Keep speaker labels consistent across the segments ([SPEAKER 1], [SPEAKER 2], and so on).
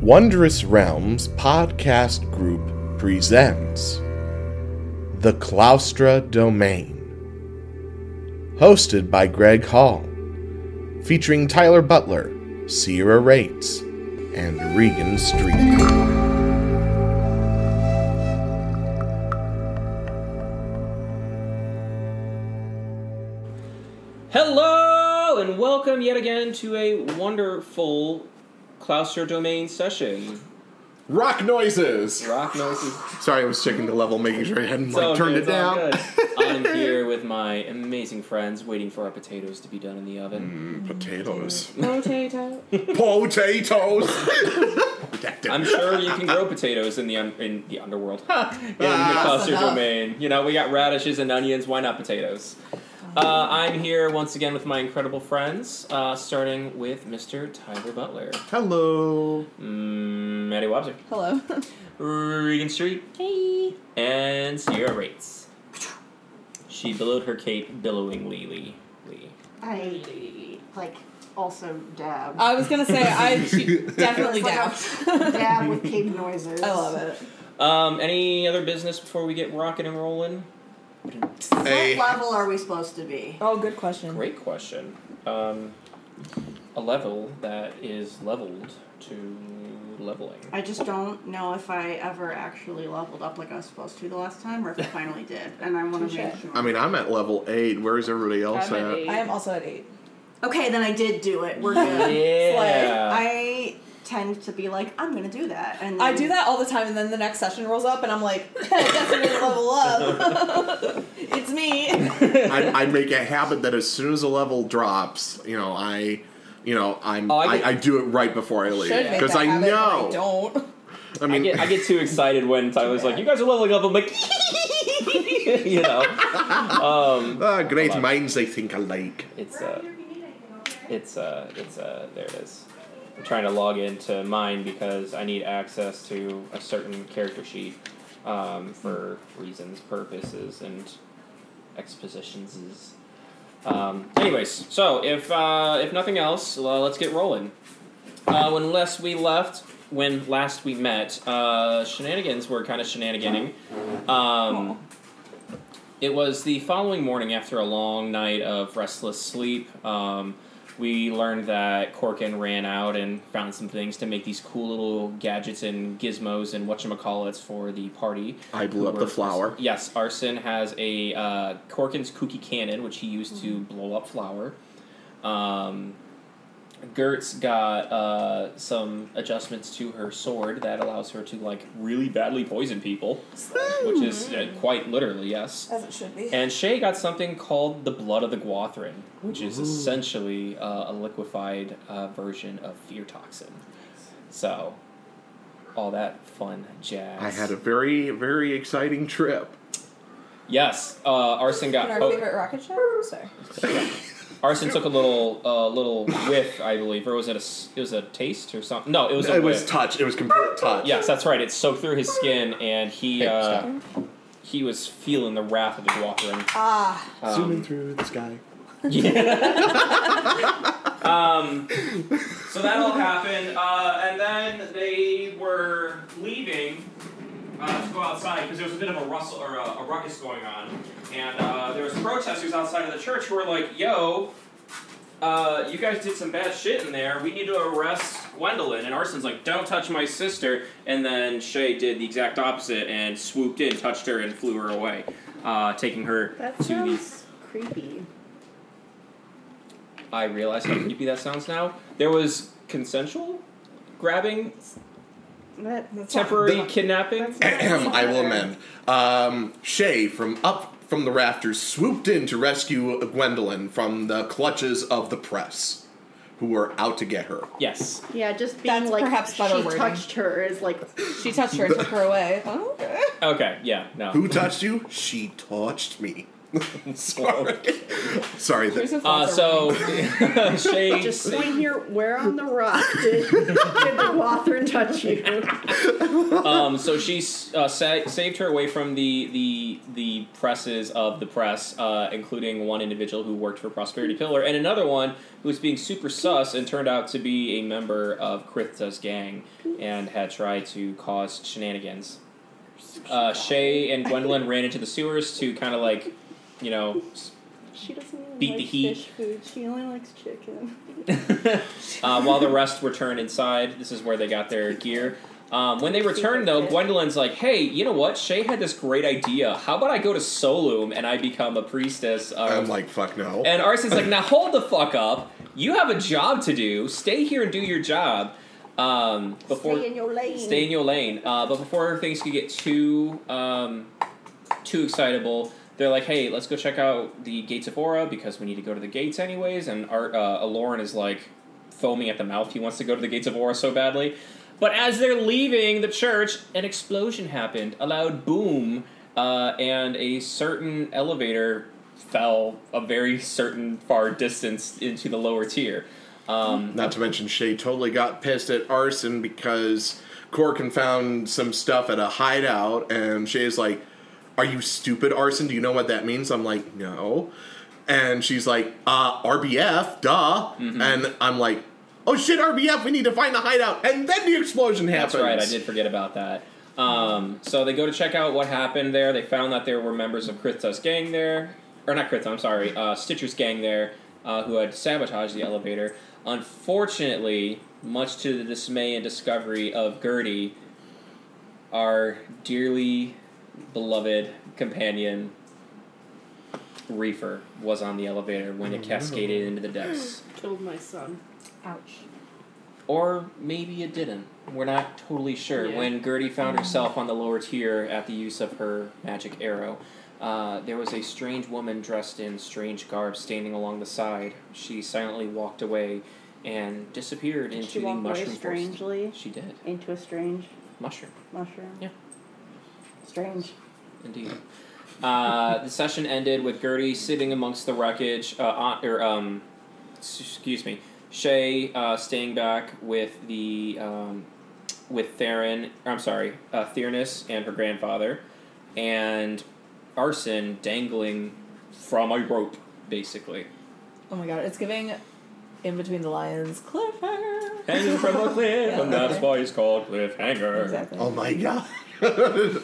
[SPEAKER 1] Wondrous Realms podcast group presents The Claustra Domain. Hosted by Greg Hall, featuring Tyler Butler, Sierra Rates, and Regan Street.
[SPEAKER 2] Hello and welcome yet again to a wonderful Clouster Domain session.
[SPEAKER 1] Rock noises!
[SPEAKER 2] Rock noises.
[SPEAKER 1] Sorry, I was checking the level, making sure I hadn't
[SPEAKER 2] It's all
[SPEAKER 1] like, turned
[SPEAKER 2] good,
[SPEAKER 1] it
[SPEAKER 2] it's all
[SPEAKER 1] down.
[SPEAKER 2] good. I'm here with my amazing friends, waiting for our potatoes to be done in the oven.
[SPEAKER 1] Potatoes.
[SPEAKER 3] Potato.
[SPEAKER 1] Potatoes!
[SPEAKER 2] I'm sure you can grow potatoes in the un- in the underworld, in the
[SPEAKER 1] Ah.
[SPEAKER 2] Clouster
[SPEAKER 3] enough.
[SPEAKER 2] Domain. You know, we got radishes and onions. Why not potatoes? Uh, I'm here once again with my incredible friends, uh, starting with Mr. Tyler Butler,
[SPEAKER 1] Hello.
[SPEAKER 2] mm, Maddie Wobser,
[SPEAKER 3] Hello.
[SPEAKER 2] Regan Street,
[SPEAKER 3] hey.
[SPEAKER 2] And Sierra rates. She billowed her cape billowingly. Lee, Lee.
[SPEAKER 4] I like also dab.
[SPEAKER 3] I was gonna say I she definitely
[SPEAKER 4] It's like
[SPEAKER 3] down.
[SPEAKER 4] a dab with cape noises.
[SPEAKER 3] I love it.
[SPEAKER 2] Um, any other business before we get rocking and rolling?
[SPEAKER 1] Hey.
[SPEAKER 4] What level are we supposed to be?
[SPEAKER 3] Oh, good question.
[SPEAKER 2] Great question. Um, a level that is leveled to leveling.
[SPEAKER 4] I just don't know if I ever actually leveled up like I was supposed to the last time, or if I finally did. And I want to make
[SPEAKER 3] Touche.
[SPEAKER 4] sure.
[SPEAKER 1] I mean, I'm at level 8. Where is everybody else
[SPEAKER 5] I'm at eight.
[SPEAKER 3] I am also at eight.
[SPEAKER 4] okay, then I did do it. We're good.
[SPEAKER 2] Yeah.
[SPEAKER 4] I tend to be like, I'm gonna do that, and
[SPEAKER 3] I
[SPEAKER 4] then-
[SPEAKER 3] do that all the time, and then the next session rolls up, and I'm like, definitely level up. it's me.
[SPEAKER 1] I, I make a habit that as soon as a level drops, you know, I, you know, I'm,
[SPEAKER 2] Oh, I
[SPEAKER 1] I,
[SPEAKER 2] get-
[SPEAKER 1] I, do it right before I leave
[SPEAKER 3] Should make
[SPEAKER 1] because
[SPEAKER 3] that
[SPEAKER 1] I
[SPEAKER 3] habit, but I
[SPEAKER 1] know.
[SPEAKER 3] don't.
[SPEAKER 1] I,
[SPEAKER 2] I
[SPEAKER 1] mean,
[SPEAKER 2] get, I get too excited when Tyler's like, "You guys are leveling up." I'm like, you know, um,
[SPEAKER 1] ah, great
[SPEAKER 2] Hold on.
[SPEAKER 1] minds they think alike.
[SPEAKER 2] It's uh, it's uh, it's uh, there it is. I'm trying to log into mine because I need access to a certain character sheet um, for reasons, purposes, and expositions. Um, anyways, so if uh, if nothing else, uh, let's get rolling. Uh, when last we left, when last we met, uh, shenanigans were kind of shenaniganing. Um, it was the following morning after a long night of restless sleep. Um, we learned that Corkin ran out and found some things to make these cool little gadgets and gizmos and whatchamacallits for the party.
[SPEAKER 1] I blew up the flower.
[SPEAKER 2] Yes, Arson has a uh, Corkin's kooky cannon, which he used to blow up flour. Um, Gertz got uh, some adjustments to her sword that allows her to like really badly poison people, which is uh, quite literally yes.
[SPEAKER 3] As it should be.
[SPEAKER 2] And Shay got something called the Blood of the Guathrin, which is essentially uh, a liquefied uh, version of fear toxin. So, all that fun jazz.
[SPEAKER 1] I had a very, very exciting trip.
[SPEAKER 2] yes. Uh, Arson got
[SPEAKER 3] And our
[SPEAKER 2] po-
[SPEAKER 3] favorite rocket ship. Sorry.
[SPEAKER 2] Arson took a little uh, little whiff, I believe, or was it a s- it was a taste or something? No, it was a
[SPEAKER 1] It
[SPEAKER 2] whiff.
[SPEAKER 1] was touch. It was complete touch.
[SPEAKER 2] yes, that's right. It soaked through his skin, and he
[SPEAKER 1] Hey,
[SPEAKER 2] uh, he was feeling the wrath of the Guathrin.
[SPEAKER 3] Ah,
[SPEAKER 2] Um,
[SPEAKER 1] Zooming through the sky.
[SPEAKER 2] Yeah. um, so that all happened, uh, and then they were leaving uh, to go outside because there was a bit of a rustle or a, a ruckus going on, and uh, there was protesters outside of the church who were like, "Yo." Uh, you guys did some bad shit in there. We need to arrest Gwendolyn. And Arson's like, don't touch my sister. And then Shay did the exact opposite and swooped in, touched her, and flew her away, uh, taking her
[SPEAKER 4] That
[SPEAKER 2] to the
[SPEAKER 4] sounds creepy.
[SPEAKER 2] I realize how creepy that sounds now. There was consensual grabbing,
[SPEAKER 4] That
[SPEAKER 2] temporary kidnapping.
[SPEAKER 1] Ahem, I will amend. Um, Shay from up from the rafters swooped in to rescue Gwendolyn from the clutches of the press, who were out to get her.
[SPEAKER 2] Yes.
[SPEAKER 5] Yeah, just being
[SPEAKER 3] That's
[SPEAKER 5] like
[SPEAKER 3] perhaps
[SPEAKER 5] she
[SPEAKER 3] better wording.
[SPEAKER 5] touched her is like
[SPEAKER 3] she touched her, took her away. Oh, Okay.
[SPEAKER 2] Okay. Yeah. No.
[SPEAKER 1] Who touched you? She touched me.
[SPEAKER 2] Sorry.
[SPEAKER 1] Sorry. that-
[SPEAKER 6] Here's a
[SPEAKER 2] Uh,
[SPEAKER 6] false
[SPEAKER 2] so Shay
[SPEAKER 4] Just swing here. Where on the rock did, did the Wathern touch you?
[SPEAKER 2] Um, so she s- uh, sa- saved her away from the the the presses of the press, uh, including one individual who worked for Prosperity Pillar, and another one who was being super sus and turned out to be a member of Krithta's gang and had tried to cause shenanigans. Uh, Shay and Gwendolyn ran into the sewers to kind of like, you know, s-
[SPEAKER 4] She doesn't even
[SPEAKER 2] Beat
[SPEAKER 4] like
[SPEAKER 2] the heat.
[SPEAKER 4] fish food. She only likes chicken.
[SPEAKER 2] uh, while the rest returned inside. This is where they got their gear. Um, when they return, though, Gwendolyn's like, "Hey, you know what? Shay had this great idea. How about I go to Solum and I become a priestess?" Um,
[SPEAKER 1] I'm like, fuck no.
[SPEAKER 2] and Arson's like, "Now hold the fuck up. You have a job to do. Stay here and do your job." Um, before
[SPEAKER 4] Stay in your lane.
[SPEAKER 2] stay in your lane. Uh, but before things could get too um, too excitable, they're like, "Hey, let's go check out the gates of Aura because we need to go to the gates anyways." And Art uh, Aloran is like foaming at the mouth. He wants to go to the gates of Aura so badly. But as they're leaving the church, an explosion happened. A loud boom, uh, and a certain elevator fell a very certain far distance into the lower tier. Um,
[SPEAKER 1] Not to mention, Shay totally got pissed at Arson because Corkin found some stuff at a hideout, and Shay's like, Are you stupid, Arson? Do you know what that means? I'm like, No. And she's like, uh, RBF, duh.
[SPEAKER 2] Mm-hmm.
[SPEAKER 1] And I'm like, Oh shit, RBF, we need to find the hideout. And then the explosion happens.
[SPEAKER 2] That's right. I did forget about that. Um, so they go to check out what happened there. They found that there were members of Krithta's gang there, or not Krithta. I'm sorry, uh, Stitcher's gang there, uh, who had sabotaged the elevator. Unfortunately, much to the dismay and discovery of Gertie, our dearly beloved companion Reefer was on the elevator when it cascaded into the depths.
[SPEAKER 4] Killed my son.
[SPEAKER 6] Ouch.
[SPEAKER 2] Or maybe it didn't. We're not totally sure.
[SPEAKER 4] Yeah.
[SPEAKER 2] When Gertie found
[SPEAKER 7] Mm-hmm.
[SPEAKER 2] herself on the lower tier at the use of her magic arrow, uh, there was a strange woman dressed in strange garb standing along the side. She silently walked away and disappeared into
[SPEAKER 7] She
[SPEAKER 2] the
[SPEAKER 7] walked away
[SPEAKER 2] mushroom forest.
[SPEAKER 7] strangely
[SPEAKER 2] She did.
[SPEAKER 7] into a strange
[SPEAKER 2] Mushroom.
[SPEAKER 7] mushroom.
[SPEAKER 2] Yeah.
[SPEAKER 7] Strange.
[SPEAKER 2] Indeed. Uh, the session ended with Gertie sitting amongst the wreckage, uh, on, or um, s- excuse me, Shay uh, staying back with the um, with Theron. I'm sorry, uh, Theranis and her grandfather, and Arson dangling from a rope, basically
[SPEAKER 6] Oh my god, it's giving in between the lions cliffhanger.
[SPEAKER 2] hanging from a cliff, and that's
[SPEAKER 6] Yeah.
[SPEAKER 2] why it's called cliffhanger.
[SPEAKER 6] Exactly.
[SPEAKER 1] Oh my god.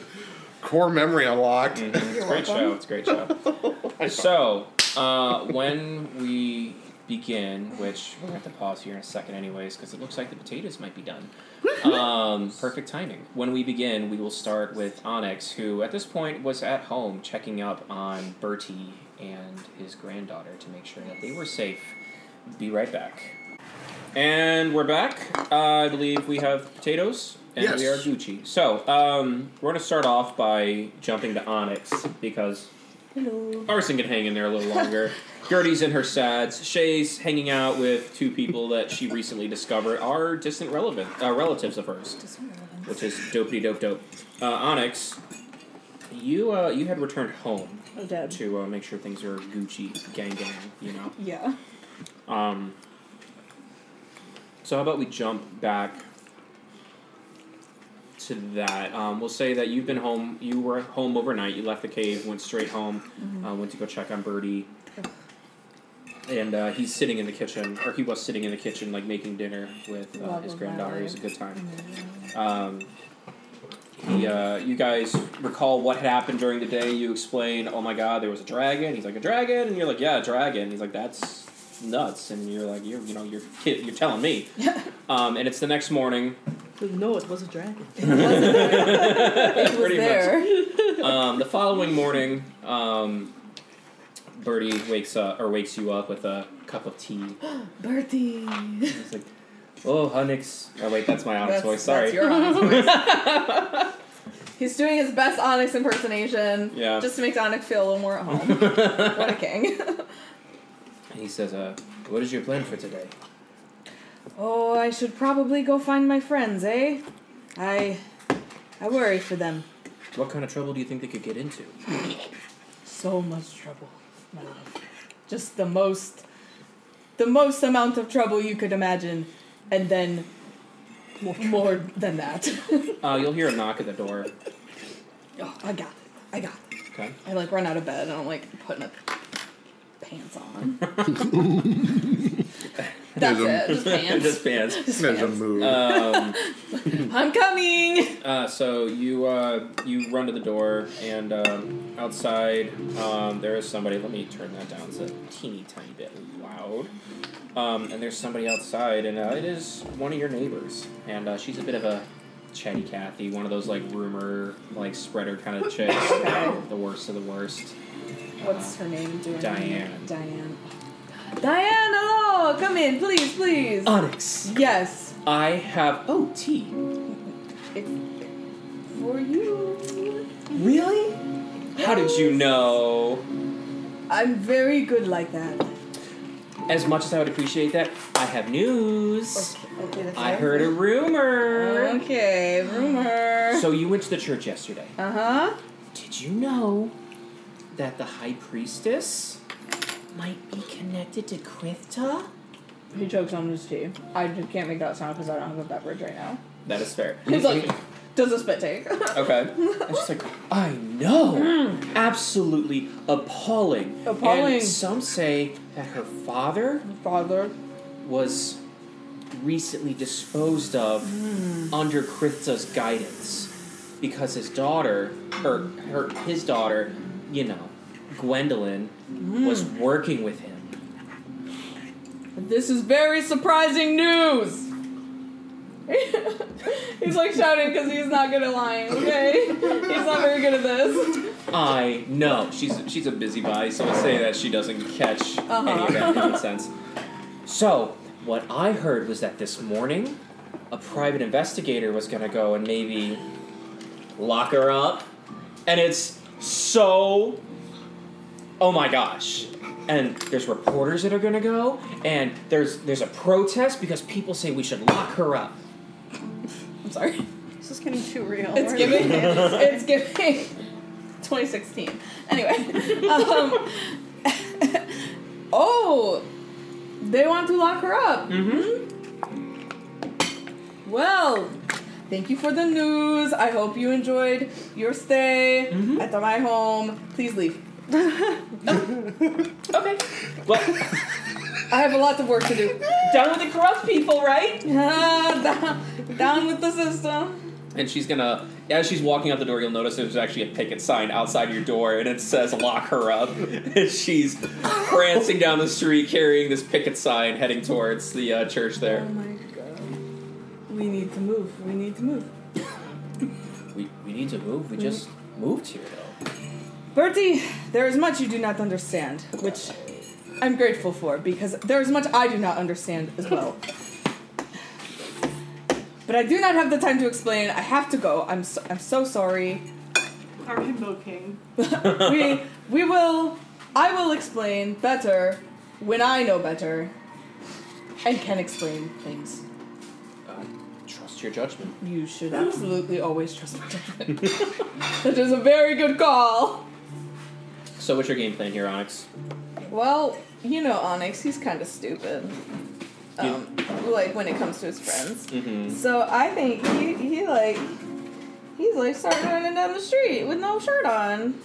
[SPEAKER 1] Core memory unlocked.
[SPEAKER 2] Mhm, It's a
[SPEAKER 6] You're
[SPEAKER 2] great show. It's a great show. so, uh, when we begin, which we're going to have to pause here in a second, anyways, because it looks like the potatoes might be done. Um, perfect timing. When we begin, we will start with Onyx, who at this point was at home checking up on Bertie and his granddaughter to make sure that they were safe. Be right back. And we're back. Uh, I believe we have potatoes and we are
[SPEAKER 1] Yes.
[SPEAKER 2] Gucci. So, um, we're going to start off by jumping to Onyx because
[SPEAKER 6] Hello.
[SPEAKER 2] Arson can hang in there a little longer. Gertie's in her sads. Shay's hanging out with two people that she recently discovered are distant relevant, uh, relatives of hers, which is dopey dope dope. Uh, Onyx, you uh, you had returned home
[SPEAKER 6] Oh, dead.
[SPEAKER 2] to uh, make sure things are Gucci gang gang, you know.
[SPEAKER 6] Yeah.
[SPEAKER 2] Um, so how about we jump back to that? Um, we'll say that you've been home. You were home overnight. You left the cave, went straight home, uh, went to go check on Birdie, and uh, he's sitting in the kitchen, or he was sitting in the kitchen, like making dinner with uh,
[SPEAKER 6] Love
[SPEAKER 2] his
[SPEAKER 6] of my
[SPEAKER 2] granddaughter. It was a
[SPEAKER 6] life.
[SPEAKER 2] good time. Um, he, uh, you guys recall what had happened during the day. You explain, oh my god, there was a dragon. He's like, a dragon? And you're like, yeah, a dragon. He's like, that's nuts. And you're like, you're, you know, you're kid, you're telling me. um, and it's the next morning.
[SPEAKER 4] No, it was a dragon.
[SPEAKER 6] It was
[SPEAKER 2] Pretty much.
[SPEAKER 6] there.
[SPEAKER 2] Um, the following morning, um, Birdie wakes up or wakes you up with a cup of tea.
[SPEAKER 6] Bertie.
[SPEAKER 2] He's like, oh, Onyx. Oh wait, that's my Onyx
[SPEAKER 6] That's,
[SPEAKER 2] voice. Sorry.
[SPEAKER 6] that's your Onyx voice. He's doing his best Onyx impersonation.
[SPEAKER 2] Yeah.
[SPEAKER 6] Just to make Onyx feel a little more at home. what a king.
[SPEAKER 2] And he says, uh, what is your plan for today?
[SPEAKER 4] Oh, I should probably go find my friends, eh? I I worry for them.
[SPEAKER 2] What kind of trouble do you think they could get into?
[SPEAKER 3] so much trouble, my love. Just the most, the most amount of trouble you could imagine, and then more, than that.
[SPEAKER 2] Uh, you'll hear a knock at the door.
[SPEAKER 3] oh, I got it. I got it.
[SPEAKER 2] Okay.
[SPEAKER 3] I like run out of bed and I'm like putting up pants on. That's it. Just pants.
[SPEAKER 2] Just pants.
[SPEAKER 3] Just
[SPEAKER 1] There's a
[SPEAKER 3] pants.
[SPEAKER 1] move.
[SPEAKER 2] Um,
[SPEAKER 3] I'm coming.
[SPEAKER 2] uh, so you uh, you run to the door, and um, outside um, there is somebody. Let me turn that down. It's a teeny tiny bit loud. Um, and there's somebody outside, and uh, it is one of your neighbors, and uh, she's a bit of a chatty Cathy, one of those like rumor like spreader kind of chicks, the worst of the worst.
[SPEAKER 3] What's her name? Do I know?
[SPEAKER 2] Diane.
[SPEAKER 3] Diane. Diane, hello. Come in, please, please.
[SPEAKER 2] Oh. Onyx,
[SPEAKER 3] yes.
[SPEAKER 2] I have oh tea.
[SPEAKER 3] It's for you.
[SPEAKER 2] Really? How did you know?
[SPEAKER 3] I'm very good like that.
[SPEAKER 2] As much as I would appreciate that, I have news.
[SPEAKER 6] Okay, that's
[SPEAKER 2] I
[SPEAKER 6] right.
[SPEAKER 2] heard a rumor.
[SPEAKER 3] Okay, rumor.
[SPEAKER 2] So you went to the church yesterday.
[SPEAKER 3] Uh huh.
[SPEAKER 2] Did you know that the high priestess might be connected to Quithta?
[SPEAKER 3] He chokes on his tea. I just can't make that sound because I don't have a beverage right now.
[SPEAKER 2] That is fair.
[SPEAKER 3] He's like, does a spit take?
[SPEAKER 2] okay. And she's like, I know. Absolutely appalling.
[SPEAKER 3] Hmm. Appalling.
[SPEAKER 2] And some say that her father
[SPEAKER 3] Father.
[SPEAKER 2] was recently disposed of under Krithza's guidance because his daughter, her, her, his daughter, you know, Gwendolyn, was working with him.
[SPEAKER 3] This is very surprising news. he's like shouting because he's not good at lying. Okay, he's not very good at this.
[SPEAKER 2] I know she's she's a busybody, so I'll say that she doesn't catch any of that nonsense. So what I heard was that this morning, a private investigator was going to go and maybe lock her up, and it's so. Oh my gosh. And there's reporters that are gonna go, and there's there's a protest because people say we should lock her up.
[SPEAKER 3] I'm sorry.
[SPEAKER 4] This is getting too real.
[SPEAKER 3] It's giving. it's giving. 2016. Anyway. Um, oh, they want to lock her up.
[SPEAKER 2] Mm-hmm.
[SPEAKER 3] Well, thank you for the news. I hope you enjoyed your stay
[SPEAKER 2] Mm-hmm.
[SPEAKER 3] at my home. Please leave.
[SPEAKER 2] Okay. Well,
[SPEAKER 3] I have a lot of work to do.
[SPEAKER 2] down with the corrupt people, right?
[SPEAKER 3] Ah, down, down with the system.
[SPEAKER 2] And she's gonna, as she's walking out the door, you'll notice there's actually a picket sign outside your door, and it says "Lock her up." and she's prancing down the street carrying this picket sign, heading towards the uh, church.
[SPEAKER 3] Oh
[SPEAKER 2] There,
[SPEAKER 3] my god. We need to move. We need to move.
[SPEAKER 2] we, we need to move. We just moved here, though.
[SPEAKER 3] Bertie, there is much you do not understand, which I'm grateful for because there is much I do not understand as well. but I do not have the time to explain. I have to go. I'm so, I'm so sorry.
[SPEAKER 7] Our himbo king.
[SPEAKER 3] we we will I will explain better when I know better and can explain things.
[SPEAKER 2] Uh, trust your judgment.
[SPEAKER 3] You should absolutely always trust my judgment. that is a very good call.
[SPEAKER 2] So, what's your game plan here, Onyx?
[SPEAKER 3] Well, you know Onyx, he's kind of stupid.
[SPEAKER 2] Yeah.
[SPEAKER 3] Um, like when it comes to his friends.
[SPEAKER 2] Mm-hmm.
[SPEAKER 3] So I think he, he like he's like starting running down the street with no shirt on.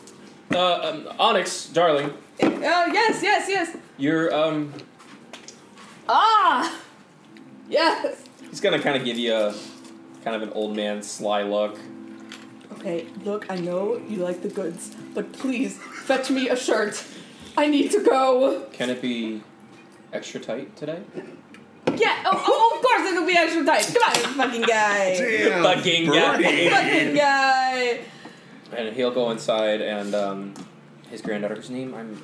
[SPEAKER 2] Uh, um, Onyx, darling,
[SPEAKER 3] Oh yes, yes, yes.
[SPEAKER 2] you're um.
[SPEAKER 3] Ah, yes.
[SPEAKER 2] He's gonna kind of give you a kind of an old man sly look.
[SPEAKER 3] Okay, look, I know you like the goods, but please fetch me a shirt. I need to go.
[SPEAKER 2] Can it be extra tight today?
[SPEAKER 3] Yeah, oh, oh of course it'll be extra tight. Come on, fucking guy.
[SPEAKER 1] Damn,
[SPEAKER 2] Fucking
[SPEAKER 1] Bernie.
[SPEAKER 3] fucking guy.
[SPEAKER 2] And he'll go inside, and um, his granddaughter's name. I'm.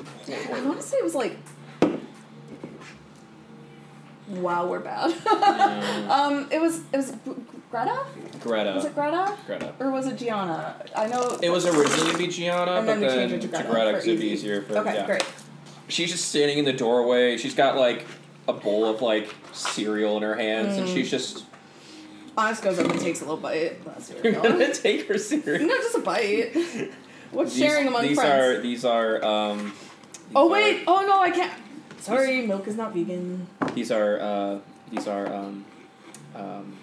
[SPEAKER 3] I want to say it was like. Wow, we're bad.
[SPEAKER 2] Mm.
[SPEAKER 3] um, it was it was Greta. Was it
[SPEAKER 2] Greta.
[SPEAKER 3] Greta
[SPEAKER 2] Greta.
[SPEAKER 3] or was it Gianna? I know
[SPEAKER 2] It was originally to be Gianna,
[SPEAKER 3] And
[SPEAKER 2] but
[SPEAKER 3] then we changed it to Greta for
[SPEAKER 2] because it'd be
[SPEAKER 3] easy.
[SPEAKER 2] easier for.
[SPEAKER 3] Okay,
[SPEAKER 2] yeah.
[SPEAKER 3] great.
[SPEAKER 2] She's just standing in the doorway. She's got like a bowl of like cereal in her hands, and
[SPEAKER 3] Hmm.
[SPEAKER 2] she's just
[SPEAKER 3] Honest goes up and takes a little bite. That's
[SPEAKER 2] you're
[SPEAKER 3] weird.
[SPEAKER 2] gonna take her cereal.
[SPEAKER 3] no, just a bite. What's
[SPEAKER 2] These-
[SPEAKER 3] sharing among
[SPEAKER 2] these
[SPEAKER 3] friends?
[SPEAKER 2] Are, these are. Um, these
[SPEAKER 3] oh
[SPEAKER 2] are-
[SPEAKER 3] wait! Oh no, I can't. Sorry, milk is not vegan.
[SPEAKER 2] These are uh, these are um, um,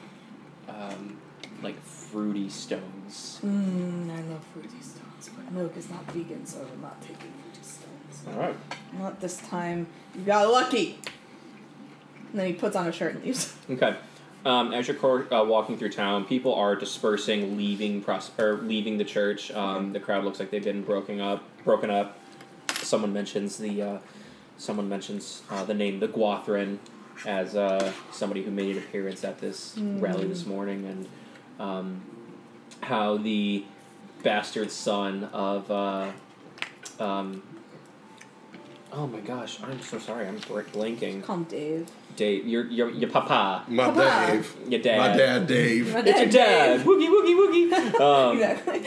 [SPEAKER 2] um, like fruity stones.
[SPEAKER 3] Mmm, I love fruity stones, but milk is not vegan, so I'm not taking fruity stones.
[SPEAKER 2] All right.
[SPEAKER 3] Not this time. You got lucky. And then he puts on a shirt and leaves.
[SPEAKER 2] Okay. Um, as you're cor- uh, walking through town, people are dispersing, leaving pros- or leaving the church. Um, the crowd looks like they've been broken up. Broken up. Someone mentions the uh, someone mentions uh, the name the Guathrin as uh, somebody who made an appearance at this rally this morning, and um, how the bastard son of uh, um, oh my gosh, I'm so sorry, I'm br- blanking.
[SPEAKER 3] Calm Dave.
[SPEAKER 2] Dave, your your your papa.
[SPEAKER 1] My
[SPEAKER 3] Papa.
[SPEAKER 1] Dave.
[SPEAKER 2] Your dad.
[SPEAKER 1] My dad, Dave.
[SPEAKER 2] It's your dad. Woogie woogie woogie. Um,
[SPEAKER 3] Exactly.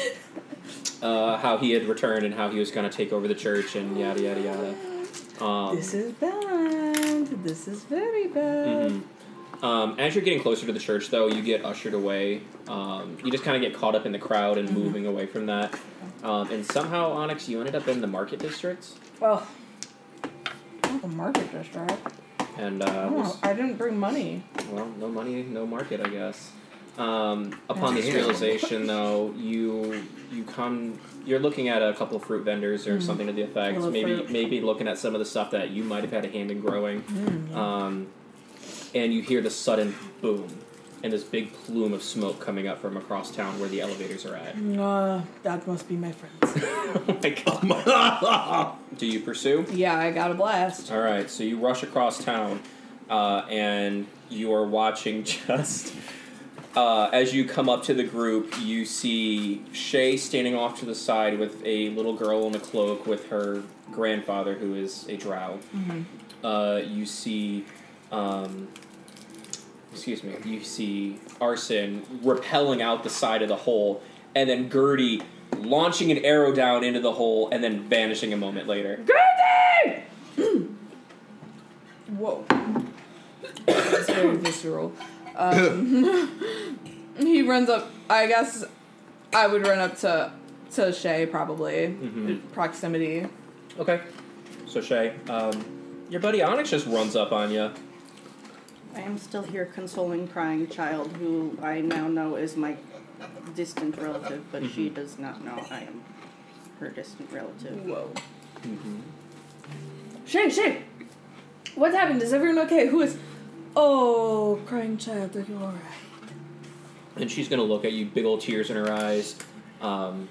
[SPEAKER 2] uh, how he had returned and how he was going to take over the church and yada yada yada. Um,
[SPEAKER 3] This is bad. This is very bad.
[SPEAKER 2] mhm. Um, as you're getting closer to the church, though, you get ushered away. Um, you just kind of get caught up in the crowd and moving away from that. Um, and somehow, Onyx, you ended up in the market district,
[SPEAKER 3] Well, not the market district.
[SPEAKER 2] and uh,
[SPEAKER 3] I, don't know.
[SPEAKER 2] was-
[SPEAKER 3] I didn't bring money.
[SPEAKER 2] well, no money, no market, I guess. Um, upon this
[SPEAKER 1] Damn.
[SPEAKER 2] realization, though, you you come, you're looking at a couple of fruit vendors or something to the effect.
[SPEAKER 3] I love
[SPEAKER 2] Maybe
[SPEAKER 3] fruit.
[SPEAKER 2] maybe looking at some of the stuff that you might have had a hand in growing, um, and you hear the sudden boom and this big plume of smoke coming up from across town where the elevators are at.
[SPEAKER 3] Uh, that must be my friends.
[SPEAKER 2] oh my god! Do you pursue?
[SPEAKER 3] yeah, I got a blast.
[SPEAKER 2] All right, so you rush across town, uh, and you are watching just. Uh, as you come up to the group, you see Shay standing off to the side with a little girl in a cloak with her grandfather, who is a drow. Uh, you see, um, excuse me, you see Arson repelling out the side of the hole, and then Gertie launching an arrow down into the hole and then vanishing a moment later.
[SPEAKER 3] Whoa. That's very visceral. Um, he runs up. I guess I would run up to to Shay probably proximity.
[SPEAKER 2] Okay. So Shay, um, your buddy Onyx just runs up on you.
[SPEAKER 7] I am still here consoling crying child who I now know is my distant relative, but she does not know I am her distant relative.
[SPEAKER 3] Whoa. Shay, Shay, what happened? Is everyone okay? Who is? Oh, crying child, are you all right?
[SPEAKER 2] And she's gonna look at you, big old tears in her eyes. Um,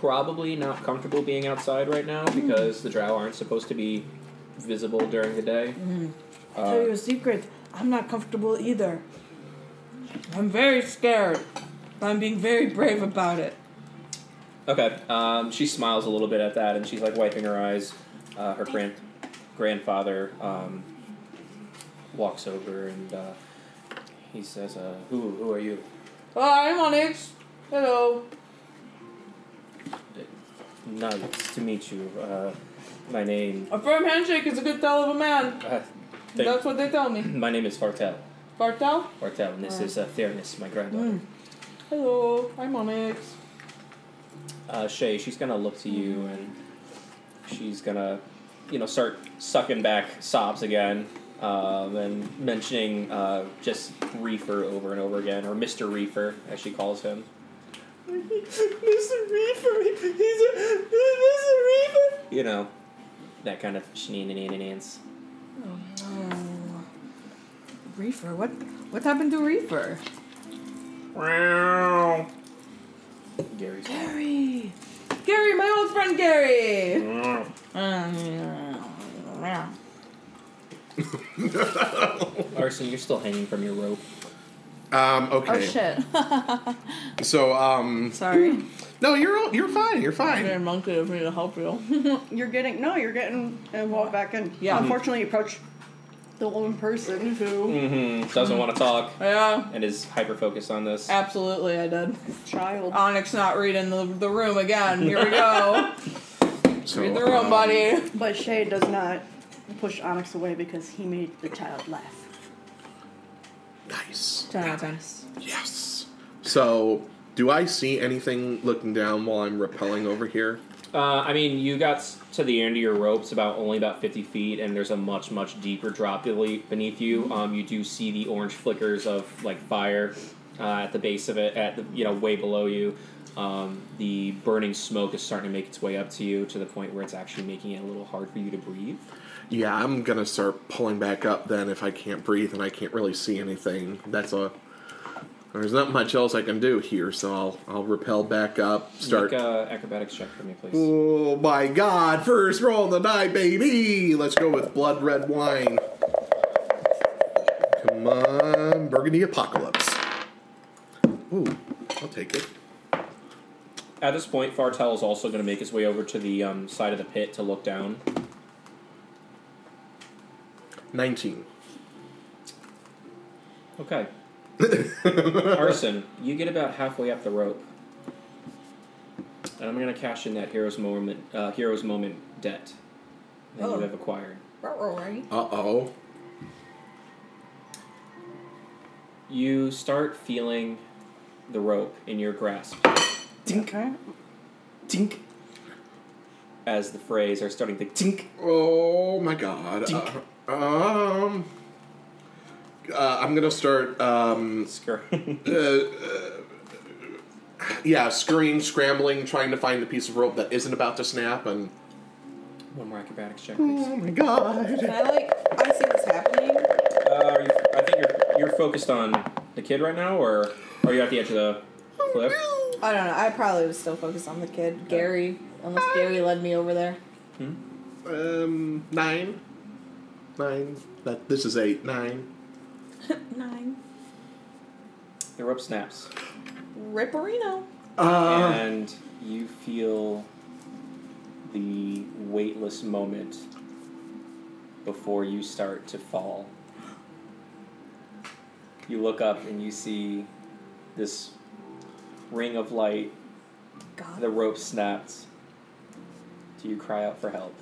[SPEAKER 2] probably not comfortable being outside right now because the drow aren't supposed to be visible during the day.
[SPEAKER 3] I'll tell you a secret. I'm not comfortable either. I'm very scared. I'm being very brave about it.
[SPEAKER 2] Okay. Um, she smiles a little bit at that, and she's like wiping her eyes. Uh, her grand grandfather um, walks over, and uh, he says, uh, "Who? Who are you?"
[SPEAKER 3] I'm Onyx. Hello.
[SPEAKER 2] Nice to meet you. Uh, my name.
[SPEAKER 3] A firm handshake is a good tell of a man.
[SPEAKER 2] Uh, thank-
[SPEAKER 3] That's what they tell me.
[SPEAKER 2] my name is Fartel.
[SPEAKER 3] Bartel?
[SPEAKER 2] Fartel, and this is uh, Fairness, my granddaughter.
[SPEAKER 3] Hello. I'm Onyx.
[SPEAKER 2] Uh, Shay, she's gonna look to you, and she's gonna, you know, start sucking back sobs again, um, and mentioning uh, just Reefer over and over again, or Mister Reefer, as she calls him. Mr. Reefer, he's a Mr. Reefer. You know, that kind of shenanigans.
[SPEAKER 3] Oh. Reefer. What what happened to Reefer?
[SPEAKER 2] Gary's.
[SPEAKER 3] Gary. Gary, my old friend Gary.
[SPEAKER 2] Arson, you're still hanging from your rope.
[SPEAKER 1] Um,
[SPEAKER 3] Oh
[SPEAKER 1] okay.
[SPEAKER 3] shit.
[SPEAKER 1] so, um,
[SPEAKER 7] Sorry.
[SPEAKER 1] no, you're all- you're fine. You're fine.
[SPEAKER 3] monkey with me to help you.
[SPEAKER 7] You're getting no, you're getting uh, walked back in.
[SPEAKER 3] Yeah.
[SPEAKER 7] Unfortunately you approach the one person who
[SPEAKER 2] Mm-hmm. Doesn't want to talk
[SPEAKER 3] yeah,
[SPEAKER 2] and is hyper focused on this.
[SPEAKER 3] absolutely I did.
[SPEAKER 7] child.
[SPEAKER 3] Onyx not reading the, the room again. Here we go.
[SPEAKER 1] So,
[SPEAKER 3] Read the room,
[SPEAKER 1] um,
[SPEAKER 3] buddy.
[SPEAKER 7] But Shay does not push Onyx away because he made the child laugh.
[SPEAKER 1] Nice.
[SPEAKER 3] Ten out of ten.
[SPEAKER 1] Yes. So Do I see anything looking down while I'm rappelling over here?
[SPEAKER 2] Uh, I mean, you got s- to the end of your ropes about only about 50 feet, and there's a much, much deeper drop bele- beneath you. Um, you do see the orange flickers of like fire uh, at the base of it, at the you know way below you. Um, the burning smoke is starting to make its way up to you to the point where it's actually making it a little hard for you to breathe.
[SPEAKER 1] Yeah, I'm gonna start pulling back up then if I can't breathe and I can't really see anything. That's a. There's not much else I can do here, so I'll I'll rappel back up. Start.
[SPEAKER 2] Make a acrobatics check for me, please.
[SPEAKER 1] Oh my god, first roll of the night, baby! Let's go with blood red wine. Come on, Burgundy Apocalypse. Ooh, I'll take it.
[SPEAKER 2] At this point, Fartel is also going to make his way over to the um, side of the pit to look down.
[SPEAKER 1] 19.
[SPEAKER 2] Okay. Arson, you get about halfway up the rope, and I'm gonna cash in that hero's moment, uh, hero's moment debt that
[SPEAKER 6] Oh.
[SPEAKER 2] you have acquired.
[SPEAKER 6] Right.
[SPEAKER 1] Uh oh.
[SPEAKER 2] You start feeling the rope in your grasp
[SPEAKER 7] Okay.
[SPEAKER 1] Tink.
[SPEAKER 2] as the frays are starting to
[SPEAKER 1] Tink. Oh my god.
[SPEAKER 2] Tink.
[SPEAKER 1] Uh, um. Uh, I'm gonna start. Um,
[SPEAKER 2] scurry.
[SPEAKER 1] uh, uh, yeah, scurrying, scrambling, trying to find the piece of rope that isn't about to snap, and. oh
[SPEAKER 2] One more acrobatics check, please.
[SPEAKER 1] my god.
[SPEAKER 6] Can I like? I see what's happening.
[SPEAKER 2] Uh, are you, I think you're you're focused on the kid right now, or are you at the edge of the cliff?
[SPEAKER 6] I don't know. I probably was still focused on the kid, Gary, unless Gary led me over there.
[SPEAKER 1] Um, nine. Nine. That, this is eight. Nine.
[SPEAKER 6] Nine.
[SPEAKER 2] The rope snaps.
[SPEAKER 6] Ripperino.
[SPEAKER 1] Uh,
[SPEAKER 2] and you feel the weightless moment before you start to fall. You look up and you see this ring of light,
[SPEAKER 6] God.
[SPEAKER 2] the rope snapped. Do you cry out for help?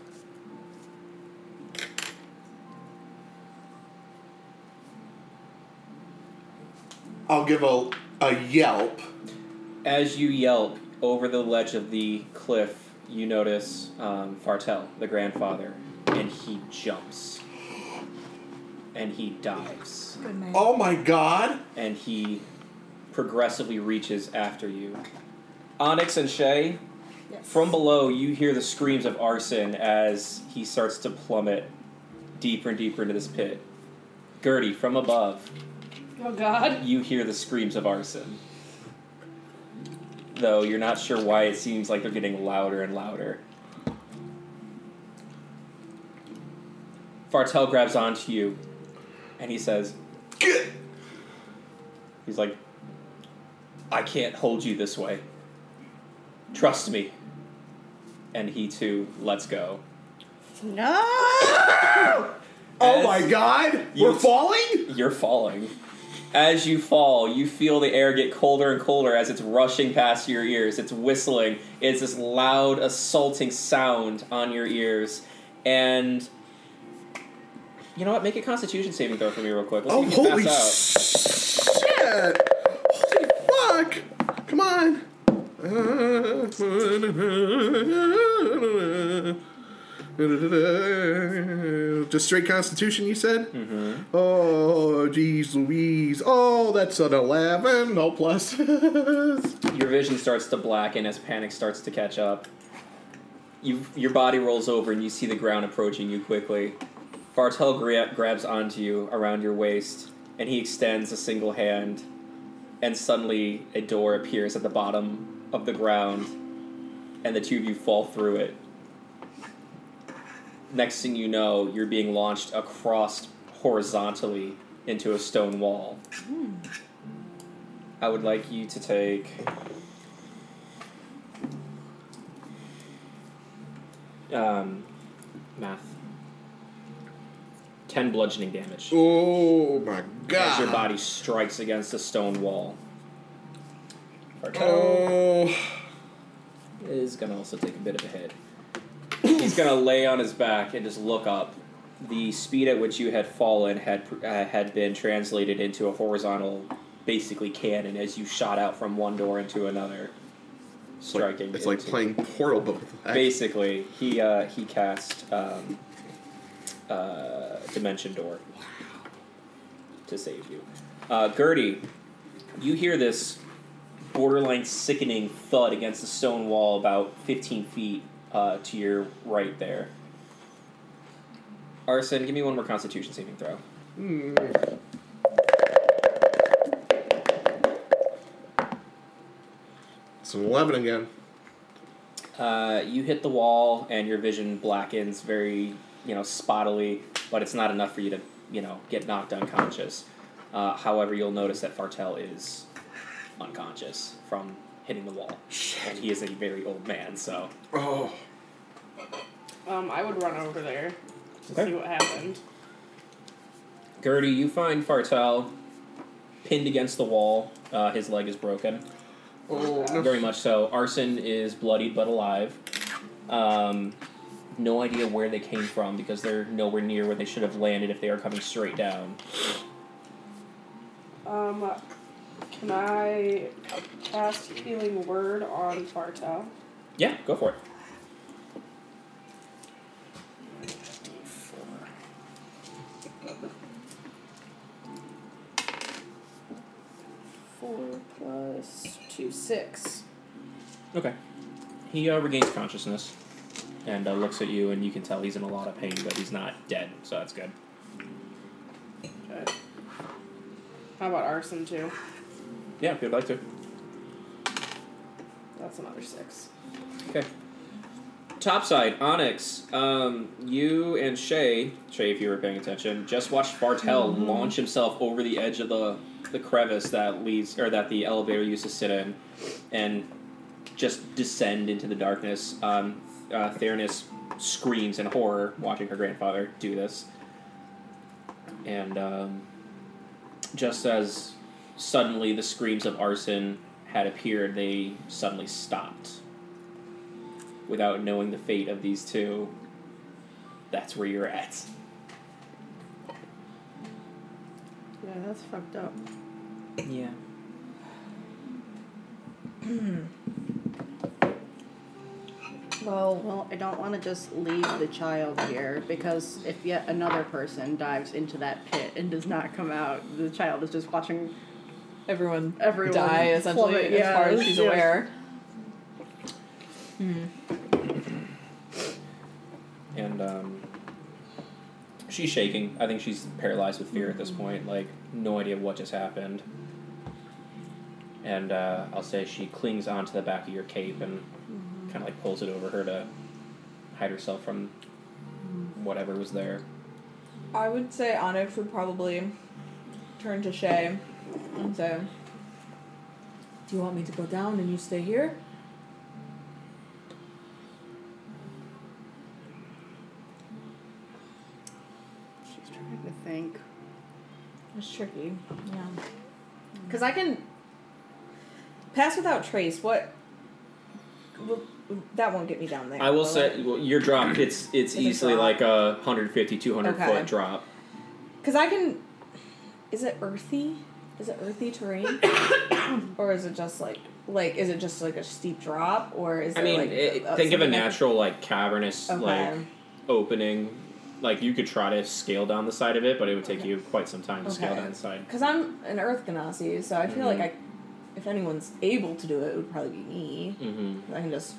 [SPEAKER 1] I'll give a, a yelp.
[SPEAKER 2] As you yelp over the ledge of the cliff, you notice um, Fartel, the grandfather, and he jumps. And he dives.
[SPEAKER 3] Good night.
[SPEAKER 1] Oh my god.
[SPEAKER 2] and he progressively reaches after you. Onyx and Shay,
[SPEAKER 6] Yes.
[SPEAKER 2] from below, you hear the screams of arson as he starts to plummet deeper and deeper into this pit. Gertie, from above,
[SPEAKER 3] Oh God.
[SPEAKER 2] you hear the screams of arson. Though you're not sure why it seems like they're getting louder and louder. Fartel grabs onto you and he says,
[SPEAKER 1] Get.
[SPEAKER 2] He's like, I can't hold you this way. Trust me. And he too lets go.
[SPEAKER 7] No!
[SPEAKER 1] Oh
[SPEAKER 2] As
[SPEAKER 1] my god.
[SPEAKER 2] you-
[SPEAKER 1] We're falling?
[SPEAKER 2] You're falling. As you fall, you feel the air get colder and colder as it's rushing past your ears. It's whistling. It's this loud, assaulting sound on your ears. And you know what? Make a constitution saving throw for me real quick. Let's
[SPEAKER 1] Oh,
[SPEAKER 2] see if you
[SPEAKER 1] holy
[SPEAKER 2] pass
[SPEAKER 1] shit! Holy fuck! Come on! Just straight constitution, you said? Mm-hmm. Oh, geez Louise. Oh, that's an 11. No pluses.
[SPEAKER 2] out. Your vision starts to blacken as panic starts to catch up. You, your body rolls over and you see the ground approaching you quickly. Fartel gra- grabs onto you around your waist and he extends a single hand, and suddenly a door appears at the bottom of the ground, and the two of you fall through it. Next thing you know, you're being launched across horizontally into a stone wall. I would like you to take. Um, math. 10 bludgeoning damage
[SPEAKER 1] Oh my
[SPEAKER 2] as
[SPEAKER 1] god.
[SPEAKER 2] your body strikes against a stone wall. Artel
[SPEAKER 1] Oh.
[SPEAKER 2] is gonna also take a bit of a hit. He's gonna lay on his back and just look up. The speed at which you had fallen had uh, had been translated into a horizontal basically cannon as you shot out from one door into another, striking.
[SPEAKER 1] Oh. It's like
[SPEAKER 2] into-
[SPEAKER 1] playing Portal, but with that.
[SPEAKER 2] Basically, he uh, he cast um, uh, Dimension Door to save you. Uh, Gertie, you hear this borderline sickening thud against the stone wall about 15 feet uh, to your right there. Arson, give me one more Constitution saving throw.
[SPEAKER 1] It's an 11 again.
[SPEAKER 2] Uh, you hit the wall, and your vision blackens very, you know, spottily, but it's not enough for you to, you know, get knocked unconscious. Uh, however, you'll notice that Fartel is unconscious from hitting the wall, and he is a very old man. So,
[SPEAKER 1] Oh.
[SPEAKER 5] Um, I would run over there to
[SPEAKER 2] Okay.
[SPEAKER 5] see what happened.
[SPEAKER 2] Gertie, you find Fartel pinned against the wall. Uh, his leg is broken.
[SPEAKER 1] Oh, no.
[SPEAKER 2] Very much so. Arson is bloodied but alive. Um, no idea where they came from because they're nowhere near where they should have landed if they are coming straight down.
[SPEAKER 5] Um, can I cast healing word on Fartel?
[SPEAKER 2] Yeah, go for it.
[SPEAKER 5] Four plus two, six.
[SPEAKER 2] Okay. He uh, regains consciousness and uh, looks at you, and you can tell he's in a lot of pain, but he's not dead, so that's good.
[SPEAKER 5] Okay. How about arson too?
[SPEAKER 2] Yeah, if you'd like to.
[SPEAKER 5] That's another six.
[SPEAKER 2] Okay. Topside, Onyx, um, you and Shay, Shay, if you were paying attention, just watched Bartel launch himself over the edge of the, the crevice that leads, or that the elevator used to sit in, and just descend into the darkness. Um, uh, Theranos screams in horror watching her grandfather do this. And um, just as suddenly the screams of arson had appeared, they suddenly stopped without knowing the fate of these two, that's where you're at.
[SPEAKER 7] Yeah, that's fucked up.
[SPEAKER 2] Yeah.
[SPEAKER 7] Well, well, I don't want to just leave the child here because if yet another person dives into that pit and does not come out, the child is just watching.
[SPEAKER 3] Everyone,
[SPEAKER 7] Everyone
[SPEAKER 3] die essentially
[SPEAKER 7] plummet,
[SPEAKER 3] as far as
[SPEAKER 7] yes,
[SPEAKER 3] she's
[SPEAKER 7] yes.
[SPEAKER 3] aware.
[SPEAKER 2] And um, she's shaking. I think she's paralyzed with fear at this point. Like, no idea what just happened. And uh, I'll say she clings onto the back of your cape and kind of like pulls it over her to hide herself from whatever was there.
[SPEAKER 3] I would say Onyx would probably turn to Shay and say, Do you want me to go down and you stay here?
[SPEAKER 7] She's trying to think.
[SPEAKER 3] It's tricky. Yeah. Because I can pass without trace. What? Well, that won't get me down there.
[SPEAKER 2] I will say
[SPEAKER 3] it?
[SPEAKER 2] well, your drop. It's it's
[SPEAKER 3] a
[SPEAKER 2] easily
[SPEAKER 3] drop.
[SPEAKER 2] like a 150, 200
[SPEAKER 3] Okay.
[SPEAKER 2] foot drop.
[SPEAKER 3] Because I can. Is it earthy? Is it earthy terrain? or is it just like. Like, is it just like a steep drop? Or is
[SPEAKER 2] I
[SPEAKER 3] it
[SPEAKER 2] mean,
[SPEAKER 3] like.
[SPEAKER 2] it,
[SPEAKER 3] uh,
[SPEAKER 2] think of a
[SPEAKER 3] something I can-
[SPEAKER 2] natural like cavernous
[SPEAKER 3] Okay.
[SPEAKER 2] like opening. Like you could try to scale down the side of it, but it would take you quite some time to scale
[SPEAKER 3] Okay.
[SPEAKER 2] down the side.
[SPEAKER 3] Because I'm an Earth Ganassi, so I feel
[SPEAKER 2] Mm-hmm.
[SPEAKER 3] like I, if anyone's able to do it, it would probably be me.
[SPEAKER 2] hmm
[SPEAKER 3] I can just.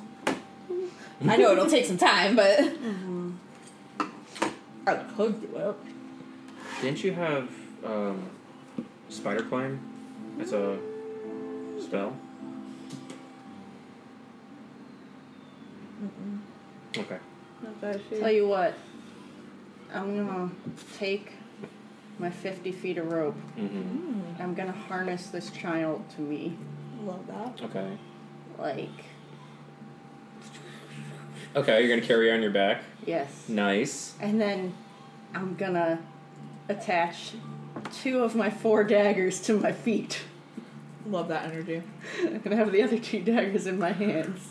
[SPEAKER 3] I know it'll take some time, but.
[SPEAKER 2] Mm-hmm.
[SPEAKER 3] I could do it.
[SPEAKER 2] Didn't you have um, spider climb as a spell? Okay.
[SPEAKER 7] Tell you what, I'm gonna take my 50 feet of rope.
[SPEAKER 2] hmm
[SPEAKER 7] I'm gonna harness this child to me.
[SPEAKER 3] Love that.
[SPEAKER 2] Okay.
[SPEAKER 7] Like,
[SPEAKER 2] Okay, you're gonna carry her on your back.
[SPEAKER 7] yes.
[SPEAKER 2] Nice.
[SPEAKER 7] And then I'm gonna attach two of my four daggers to my feet.
[SPEAKER 3] Love that energy.
[SPEAKER 7] I'm gonna have the other two daggers in my hands.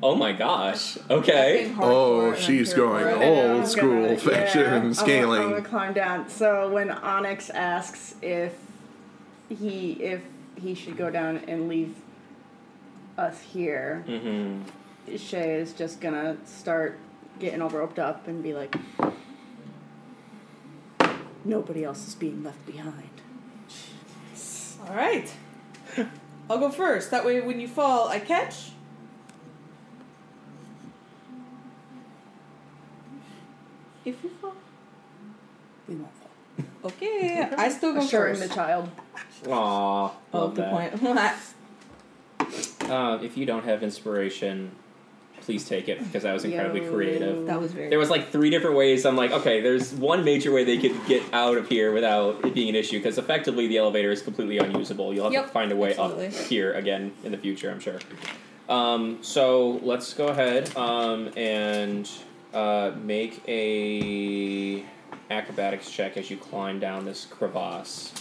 [SPEAKER 2] Oh my gosh. Okay.
[SPEAKER 1] Oh, she's going
[SPEAKER 3] Oh.
[SPEAKER 7] know,
[SPEAKER 1] old
[SPEAKER 7] I'm
[SPEAKER 1] school
[SPEAKER 7] gonna-
[SPEAKER 1] fashion
[SPEAKER 7] yeah, I'm gonna- I'm
[SPEAKER 1] scaling.
[SPEAKER 7] gonna climb down. So when Onyx asks if
[SPEAKER 4] he if he should go down and leave us here.
[SPEAKER 2] Mm-hmm.
[SPEAKER 4] Shay is just gonna start getting all roped up and be like, nobody else is being left behind.
[SPEAKER 6] All right. I'll go first. That way, when you fall, I catch. If you fall.
[SPEAKER 4] We won't fall.
[SPEAKER 6] Okay, I still go
[SPEAKER 4] Assuring the
[SPEAKER 6] first.
[SPEAKER 4] child.
[SPEAKER 2] Aw,
[SPEAKER 3] Oh,
[SPEAKER 2] love
[SPEAKER 6] the
[SPEAKER 2] that.
[SPEAKER 6] point.
[SPEAKER 2] Uh, if you don't have inspiration, please take it because that was incredibly
[SPEAKER 4] Yo.
[SPEAKER 2] creative.
[SPEAKER 6] that was very.
[SPEAKER 2] There was like three different ways. I'm like, okay, there's one major way they could get out of here without it being an issue because effectively the elevator is completely unusable. You'll have to
[SPEAKER 3] Yep,
[SPEAKER 2] find a way
[SPEAKER 3] absolutely.
[SPEAKER 2] up here again in the future, I'm sure. Um, so let's go ahead um, and uh, make a acrobatics check as you climb down this crevasse.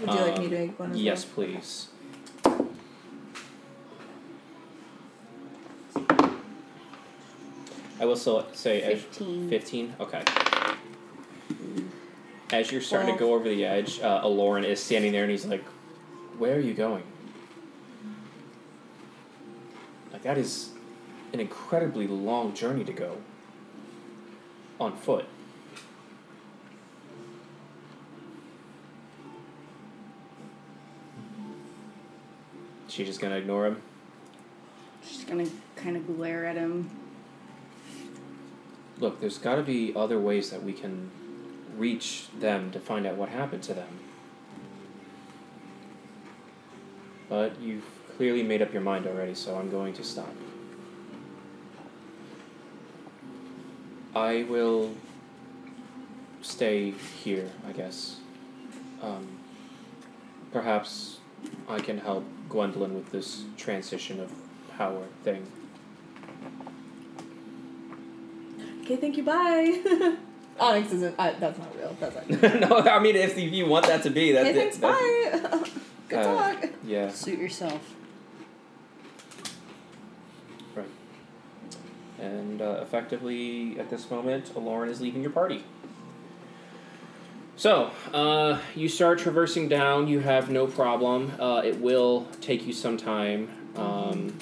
[SPEAKER 3] Would you like
[SPEAKER 2] Um,
[SPEAKER 3] me to make one as
[SPEAKER 2] Yes, please. I will still say as-
[SPEAKER 7] 15.
[SPEAKER 2] 15? Okay. As you're starting
[SPEAKER 3] Twelve.
[SPEAKER 2] to go over the edge, uh, Aloran is standing there and he's like, Where are you going? Like, that is an incredibly long journey to go on foot. She's just gonna ignore him.
[SPEAKER 7] She's gonna kind of glare at him.
[SPEAKER 2] Look, there's got to be other ways that we can reach them to find out what happened to them. But you've clearly made up your mind already, so I'm going to stop. I will stay here, I guess. Um, perhaps I can help Gwendolyn with this transition of power thing.
[SPEAKER 3] Okay, thank you. Bye. Onyx isn't. I, that's not real. That's not.
[SPEAKER 2] no, I mean, if you want that to be, that's
[SPEAKER 3] Hey,
[SPEAKER 2] it.
[SPEAKER 3] thanks.
[SPEAKER 2] That's-
[SPEAKER 3] Bye. Good
[SPEAKER 2] Uh,
[SPEAKER 3] talk.
[SPEAKER 2] Yeah,
[SPEAKER 7] Suit yourself.
[SPEAKER 2] right. And uh, effectively, at this moment, Lauren is leaving your party. So, uh, you start traversing down, you have no problem. Uh, it will take you some time. Um,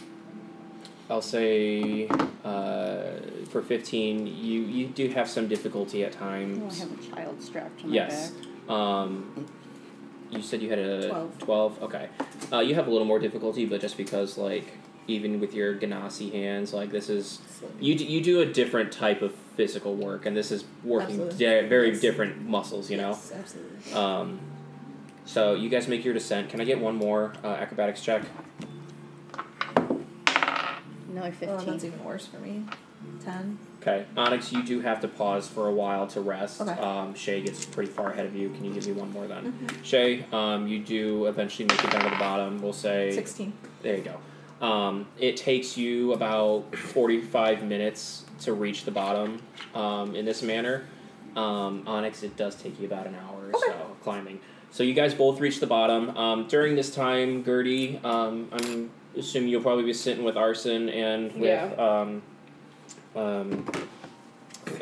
[SPEAKER 2] I'll say uh, for 15, you, you do have some difficulty at
[SPEAKER 7] Oh, I
[SPEAKER 2] times.
[SPEAKER 7] have a child strapped to my
[SPEAKER 2] Yes.
[SPEAKER 7] back.
[SPEAKER 2] Um, you said you had a
[SPEAKER 7] Twelve.
[SPEAKER 2] 12? Okay. Uh, you have a little more difficulty, but just because like even with your ganassi hands, like this is you do, you do a different type of physical work, and this is working
[SPEAKER 3] Absolutely.
[SPEAKER 2] de- very
[SPEAKER 3] Yes.
[SPEAKER 2] different muscles. You know.
[SPEAKER 3] Yes, absolutely.
[SPEAKER 2] Um, so you guys make your descent. Can I get one more uh, acrobatics check?
[SPEAKER 7] Another
[SPEAKER 3] Oh, that's
[SPEAKER 7] 15.
[SPEAKER 3] even worse for me. Ten.
[SPEAKER 2] Okay, Onyx, you do have to pause for a while to rest.
[SPEAKER 3] Okay.
[SPEAKER 2] Um, Shay gets pretty far ahead of you. Can you give me one more then?
[SPEAKER 3] Mm-hmm.
[SPEAKER 2] Shay, um, you do eventually make it down to the bottom. We'll say
[SPEAKER 3] Sixteen.
[SPEAKER 2] There you go. Um, it takes you about 45 minutes to reach the bottom um, in this manner. Um, Onyx, it does take you about an hour or so of climbing. So you guys both reach the bottom. Um, during this time, Gertie, um, I'm assuming you'll probably be sitting with Arson and with um, um,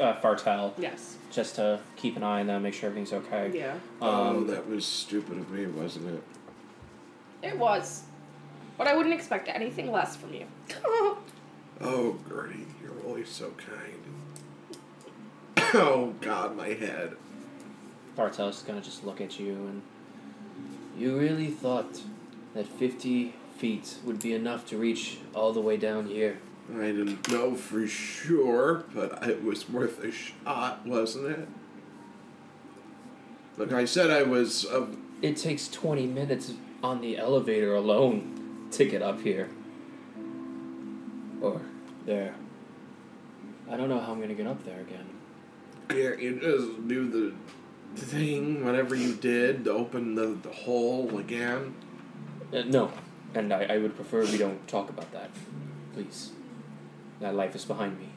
[SPEAKER 2] uh, Fartel
[SPEAKER 5] Yes.
[SPEAKER 2] just to keep an eye on them, make sure everything's okay.
[SPEAKER 5] Yeah.
[SPEAKER 1] oh,
[SPEAKER 2] Um,
[SPEAKER 1] that was stupid of me, wasn't it?
[SPEAKER 5] It was. But I wouldn't expect anything less from you.
[SPEAKER 1] Oh, Gertie, you're always so kind. Oh, God, my head.
[SPEAKER 2] Bartel's gonna just look at you and. You really thought that 50 feet would be enough to reach all the way down here?
[SPEAKER 1] I didn't know for sure, but it was worth a shot, wasn't it? Look, I said I was of
[SPEAKER 2] It takes 20 minutes on the elevator alone to get up here. Or there. I don't know how I'm gonna get up there again.
[SPEAKER 1] Yeah, you just do the thing, whatever you did, to open the, the hole again.
[SPEAKER 2] Uh, no, and I, I would prefer we don't talk about that. Please. That life is behind me.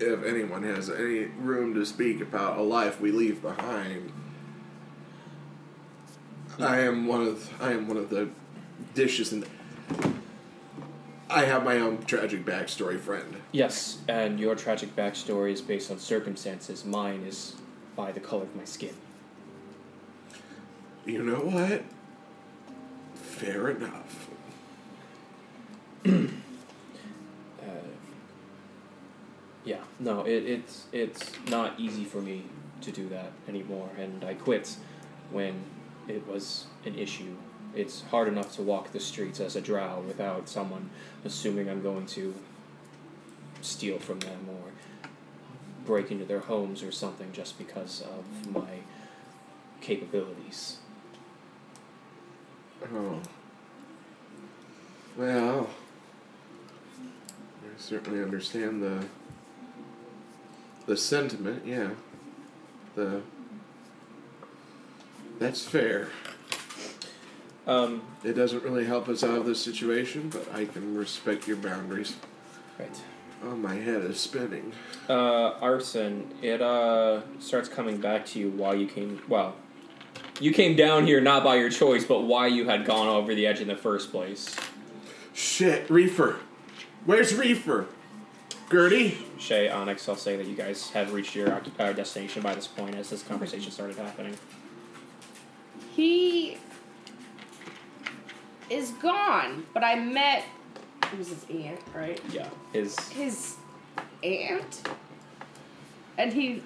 [SPEAKER 1] If anyone has any room to speak about a life we leave behind, I am one of I am one of the dishes, and I have my own tragic backstory, friend.
[SPEAKER 2] Yes, and your tragic backstory is based on circumstances. Mine is by the color of my skin.
[SPEAKER 1] You know what? Fair enough.
[SPEAKER 2] Uh, yeah, no, it, it's it's not easy for me to do that anymore, and I quit when it was an issue. It's hard enough to walk the streets as a drow without someone assuming I'm going to steal from them or break into their homes or something just because of my capabilities.
[SPEAKER 1] Oh. Well, I certainly understand the the sentiment. Yeah. The That's fair.
[SPEAKER 2] Um,
[SPEAKER 1] It doesn't really help us out of this situation, but I can respect your boundaries.
[SPEAKER 2] right.
[SPEAKER 1] Oh, my head is spinning.
[SPEAKER 2] uh, arson, it uh, starts coming back to you while you came. Well, you came down here not by your choice, but why you had gone over the edge in the first place.
[SPEAKER 1] Shit, Reefer. Where's Reefer? Gertie?
[SPEAKER 2] Shay, Onyx, I'll say that you guys have reached your occup- uh, destination by this point as this conversation started happening.
[SPEAKER 5] He is gone, but I met. It was his aunt, right?
[SPEAKER 2] Yeah, is
[SPEAKER 5] His aunt? And he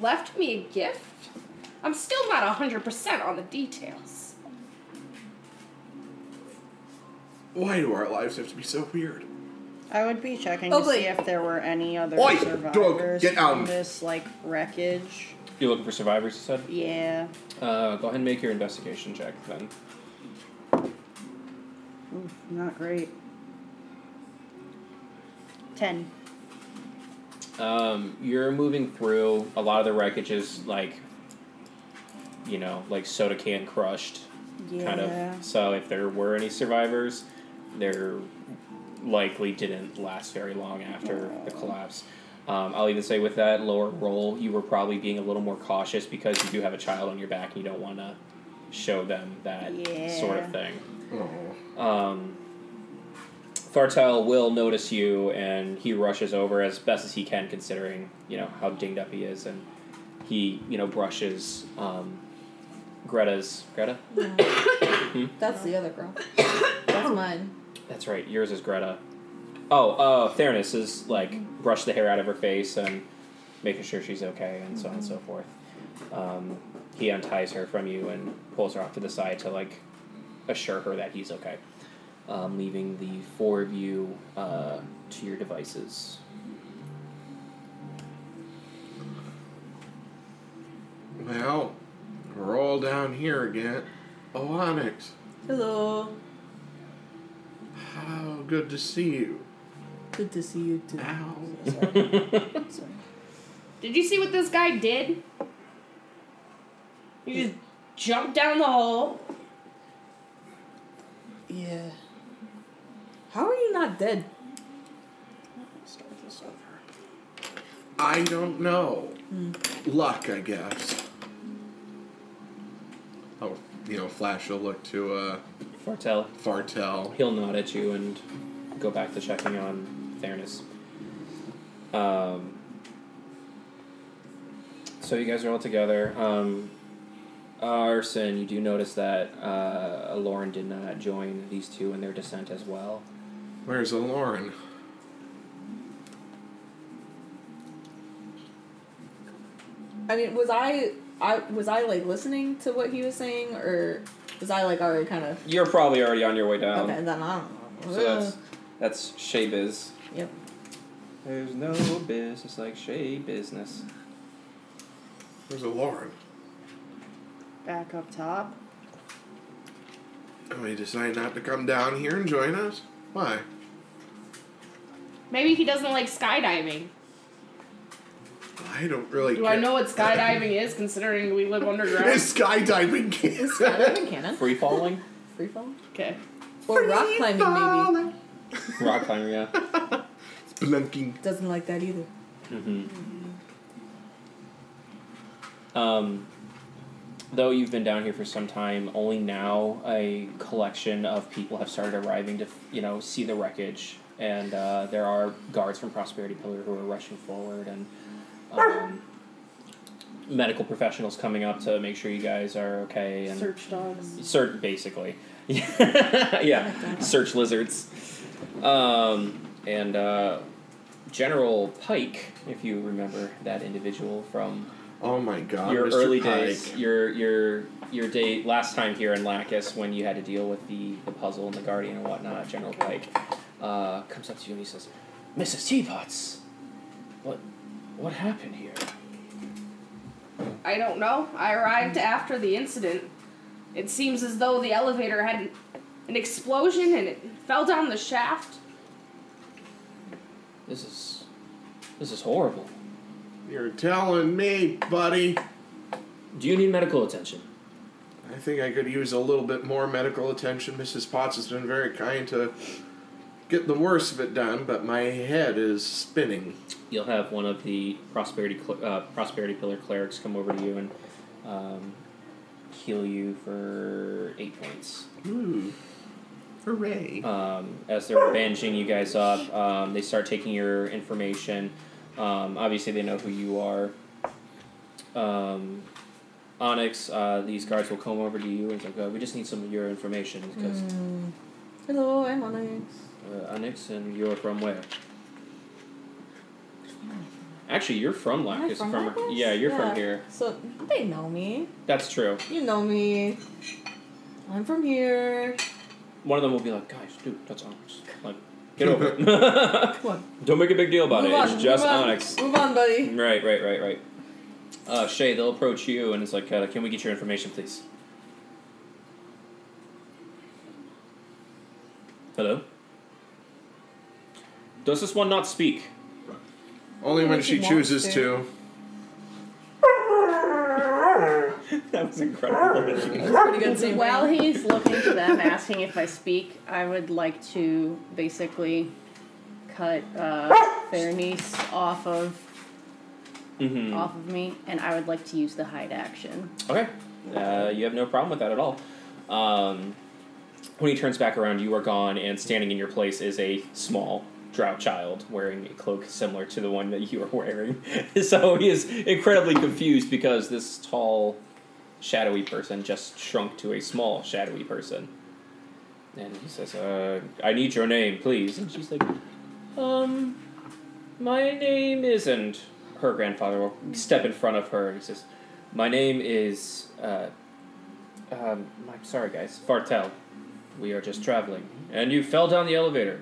[SPEAKER 5] left me a gift? I'm still not 100% on the details.
[SPEAKER 1] Why do our lives have to be so weird?
[SPEAKER 7] I would be checking
[SPEAKER 3] Oh,
[SPEAKER 7] to
[SPEAKER 3] wait.
[SPEAKER 7] see if there were any other
[SPEAKER 1] Oi, dog,
[SPEAKER 7] survivors
[SPEAKER 1] get out.
[SPEAKER 7] from this like wreckage.
[SPEAKER 2] you looking for survivors? You said.
[SPEAKER 7] Yeah.
[SPEAKER 2] Uh, go ahead and make your investigation check then.
[SPEAKER 7] Oof, not great. Ten.
[SPEAKER 2] Um, you're moving through a lot of the wreckage is like, you know, like soda can crushed.
[SPEAKER 7] Yeah.
[SPEAKER 2] kind of. So if there were any survivors, there likely didn't last very long after the collapse. Um, I'll even say with that lower roll, you were probably being a little more cautious because you do have a child on your back and you don't want to show them that sort of
[SPEAKER 7] Yeah.
[SPEAKER 2] thing.
[SPEAKER 1] Oh.
[SPEAKER 2] Um, Thartel will notice you, and he rushes over as best as he can, considering you know how dinged up he is, and he you know brushes um, Greta's Greta.
[SPEAKER 4] That's the other girl. That's mine.
[SPEAKER 2] That's right. Yours is Greta. Oh, uh, Theranos is like brush the hair out of her face and making sure she's okay and so on and so forth. Um, he unties her from you and pulls her off to the side to like assure her that he's okay. Um, leaving the four of you uh, to your devices.
[SPEAKER 1] Well, we're all down here again. Oh, Onyx.
[SPEAKER 4] Hello.
[SPEAKER 1] How good to see you.
[SPEAKER 4] Good to see you too.
[SPEAKER 1] Ow.
[SPEAKER 4] Sorry.
[SPEAKER 5] Did you see what this guy did? He just jumped down the hole.
[SPEAKER 4] Yeah. How are you not dead?
[SPEAKER 1] I don't know.
[SPEAKER 5] Hmm.
[SPEAKER 1] Luck, I guess. Oh, you know, Flash will look to uh,
[SPEAKER 2] Fartel,
[SPEAKER 1] Fartel.
[SPEAKER 2] he'll nod at you and go back to checking on Theranos. Um, so you guys are all together. Um, Arson, you do notice that uh, Lauren did not join these two in their descent as well.
[SPEAKER 1] Where's Lauren?
[SPEAKER 3] I mean, was I I was I like listening to what he was saying, or was I like already kind of
[SPEAKER 2] You're probably already on your way down.
[SPEAKER 4] okay, then I don't know.
[SPEAKER 2] So that's that's Shea Biz.
[SPEAKER 4] Yep.
[SPEAKER 2] There's no business like Shea business.
[SPEAKER 1] Where's Lauren?
[SPEAKER 7] Back up top.
[SPEAKER 1] Oh, he decided not to come down here and join us? Why?
[SPEAKER 5] Maybe he doesn't like skydiving.
[SPEAKER 1] I don't really
[SPEAKER 5] Do
[SPEAKER 1] care.
[SPEAKER 5] I know what skydiving is, considering we live underground?
[SPEAKER 1] It's skydiving kids.
[SPEAKER 4] Cannon, cannon,
[SPEAKER 2] Free falling?
[SPEAKER 4] free fall,
[SPEAKER 5] Okay.
[SPEAKER 4] or rock climbing maybe.
[SPEAKER 2] Rock climbing, yeah.
[SPEAKER 1] Splunking.
[SPEAKER 4] Doesn't like that either.
[SPEAKER 2] Mm-hmm. Um, though you've been down here for some time, only now a collection of people have started arriving to, you know, see the wreckage. And uh, there are guards from Prosperity Pillar who are rushing forward and um, medical professionals coming up to make sure you guys are okay and
[SPEAKER 4] Search dogs.
[SPEAKER 2] Search, basically. yeah, search lizards. Um, and uh, General Pike, if you remember that individual from
[SPEAKER 1] Oh my god,
[SPEAKER 2] your
[SPEAKER 1] Mr.
[SPEAKER 2] early
[SPEAKER 1] Pike.
[SPEAKER 2] days, your your your day last time here in Lacus when you had to deal with the, the puzzle and the guardian and whatnot, General Pike uh, comes up to you and he says, "Mrs. Teapots, what what happened here?"
[SPEAKER 5] I don't know. I arrived after the incident. It seems as though the elevator had an, an explosion and it fell down the shaft.
[SPEAKER 2] This is this is horrible.
[SPEAKER 1] You're telling me, buddy.
[SPEAKER 2] Do you need medical attention?
[SPEAKER 1] I think I could use a little bit more medical attention. Mrs. Potts has been very kind to get the worst of it done, but my head is spinning.
[SPEAKER 2] You'll have one of the prosperity cl- uh, prosperity pillar clerics come over to you and um, heal you for eight points.
[SPEAKER 1] Ooh. Hooray.
[SPEAKER 2] um, as they're bandaging you guys up. Um, they start taking your information. Um, obviously, they know who you are. Um, Onyx, uh, these guards will come over to you and they'll go, "We just need some of your information because
[SPEAKER 7] Hello, I'm Onyx.
[SPEAKER 2] uh, Onyx and you're from where?" Actually, you're from
[SPEAKER 6] I
[SPEAKER 2] Lacus.
[SPEAKER 6] from Lacus?
[SPEAKER 2] yeah, you're
[SPEAKER 6] Yeah.
[SPEAKER 2] from here.
[SPEAKER 6] So they know me.
[SPEAKER 2] That's true.
[SPEAKER 6] You know me. I'm from here.
[SPEAKER 2] One of them will be like, "Guys, dude, that's Onyx. Like, get over it.
[SPEAKER 6] Come on.
[SPEAKER 2] Don't make a big deal about
[SPEAKER 6] move
[SPEAKER 2] it.
[SPEAKER 6] on,
[SPEAKER 2] it's just
[SPEAKER 6] move on,
[SPEAKER 2] Onyx."
[SPEAKER 6] Move on, buddy.
[SPEAKER 2] Right, right, right, right. Uh, Shay, they'll approach you and it's like, uh, can we get your information, please? Hello? Does this one not speak?
[SPEAKER 1] Only when she chooses to.
[SPEAKER 2] That was incredible.
[SPEAKER 4] While he's looking to them, asking if I speak, I would like to basically cut uh, Berenice off of
[SPEAKER 2] hmm
[SPEAKER 4] off of me, and I would like to use the hide action.
[SPEAKER 2] Okay. Uh, you have no problem with that at all. Um, when he turns back around, you are gone, and standing in your place is a small drought child wearing a cloak similar to the one that you are wearing. so he is incredibly confused because this tall, shadowy person just shrunk to a small, shadowy person. And he says, uh, I need your name, please. And she's like, Um, my name isn't. Her grandfather will step in front of her and he says, my name is. Uh, um, I'm sorry, guys. Fartel. We are just traveling. And you fell down the elevator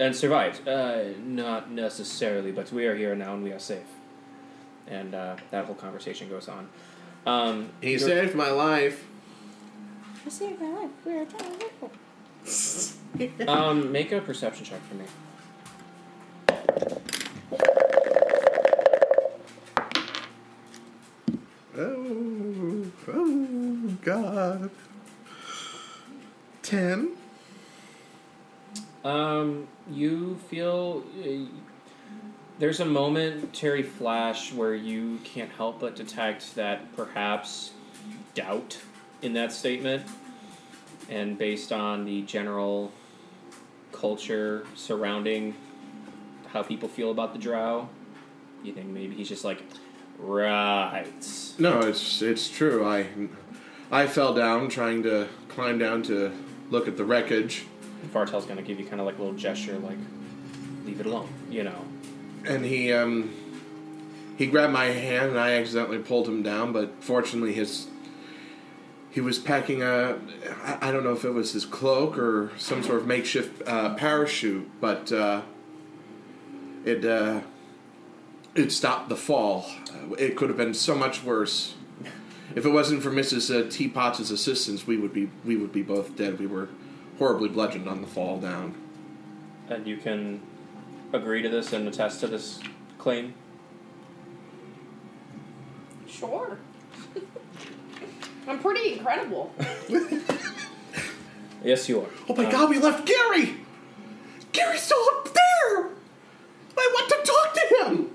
[SPEAKER 2] and survived. Uh, not necessarily, but we are here now and we are safe. And uh, that whole conversation goes on. Um,
[SPEAKER 1] He
[SPEAKER 2] your-
[SPEAKER 1] saved my life.
[SPEAKER 6] I saved my life. We are trying to work.
[SPEAKER 2] um, make a perception check for me.
[SPEAKER 1] Oh, oh God. Ten.
[SPEAKER 2] Um, you feel uh, there's a momentary flash where you can't help but detect that perhaps doubt in that statement, and based on the general culture surrounding how people feel about the Drow, you think maybe he's just like, right.
[SPEAKER 1] No, it's it's true. I I fell down trying to climb down to look at the wreckage,
[SPEAKER 2] Fartel's gonna give you kind of like a little gesture, like, leave it alone, you know.
[SPEAKER 1] and he um he grabbed my hand and I accidentally pulled him down. But fortunately, his he was packing a I, I don't know if it was his cloak or some sort of makeshift uh, parachute, but uh, it uh, it stopped the fall. Uh, It could have been so much worse. If it wasn't for Mrs. Uh, T. Potts' assistance, we would be we would be both dead. We were horribly bludgeoned on the fall down.
[SPEAKER 2] And you can agree to this and attest to this claim.
[SPEAKER 5] Sure. I'm pretty incredible.
[SPEAKER 2] Yes, you are.
[SPEAKER 1] Oh my god, we left Gary! Gary's still up there! I want to talk to him!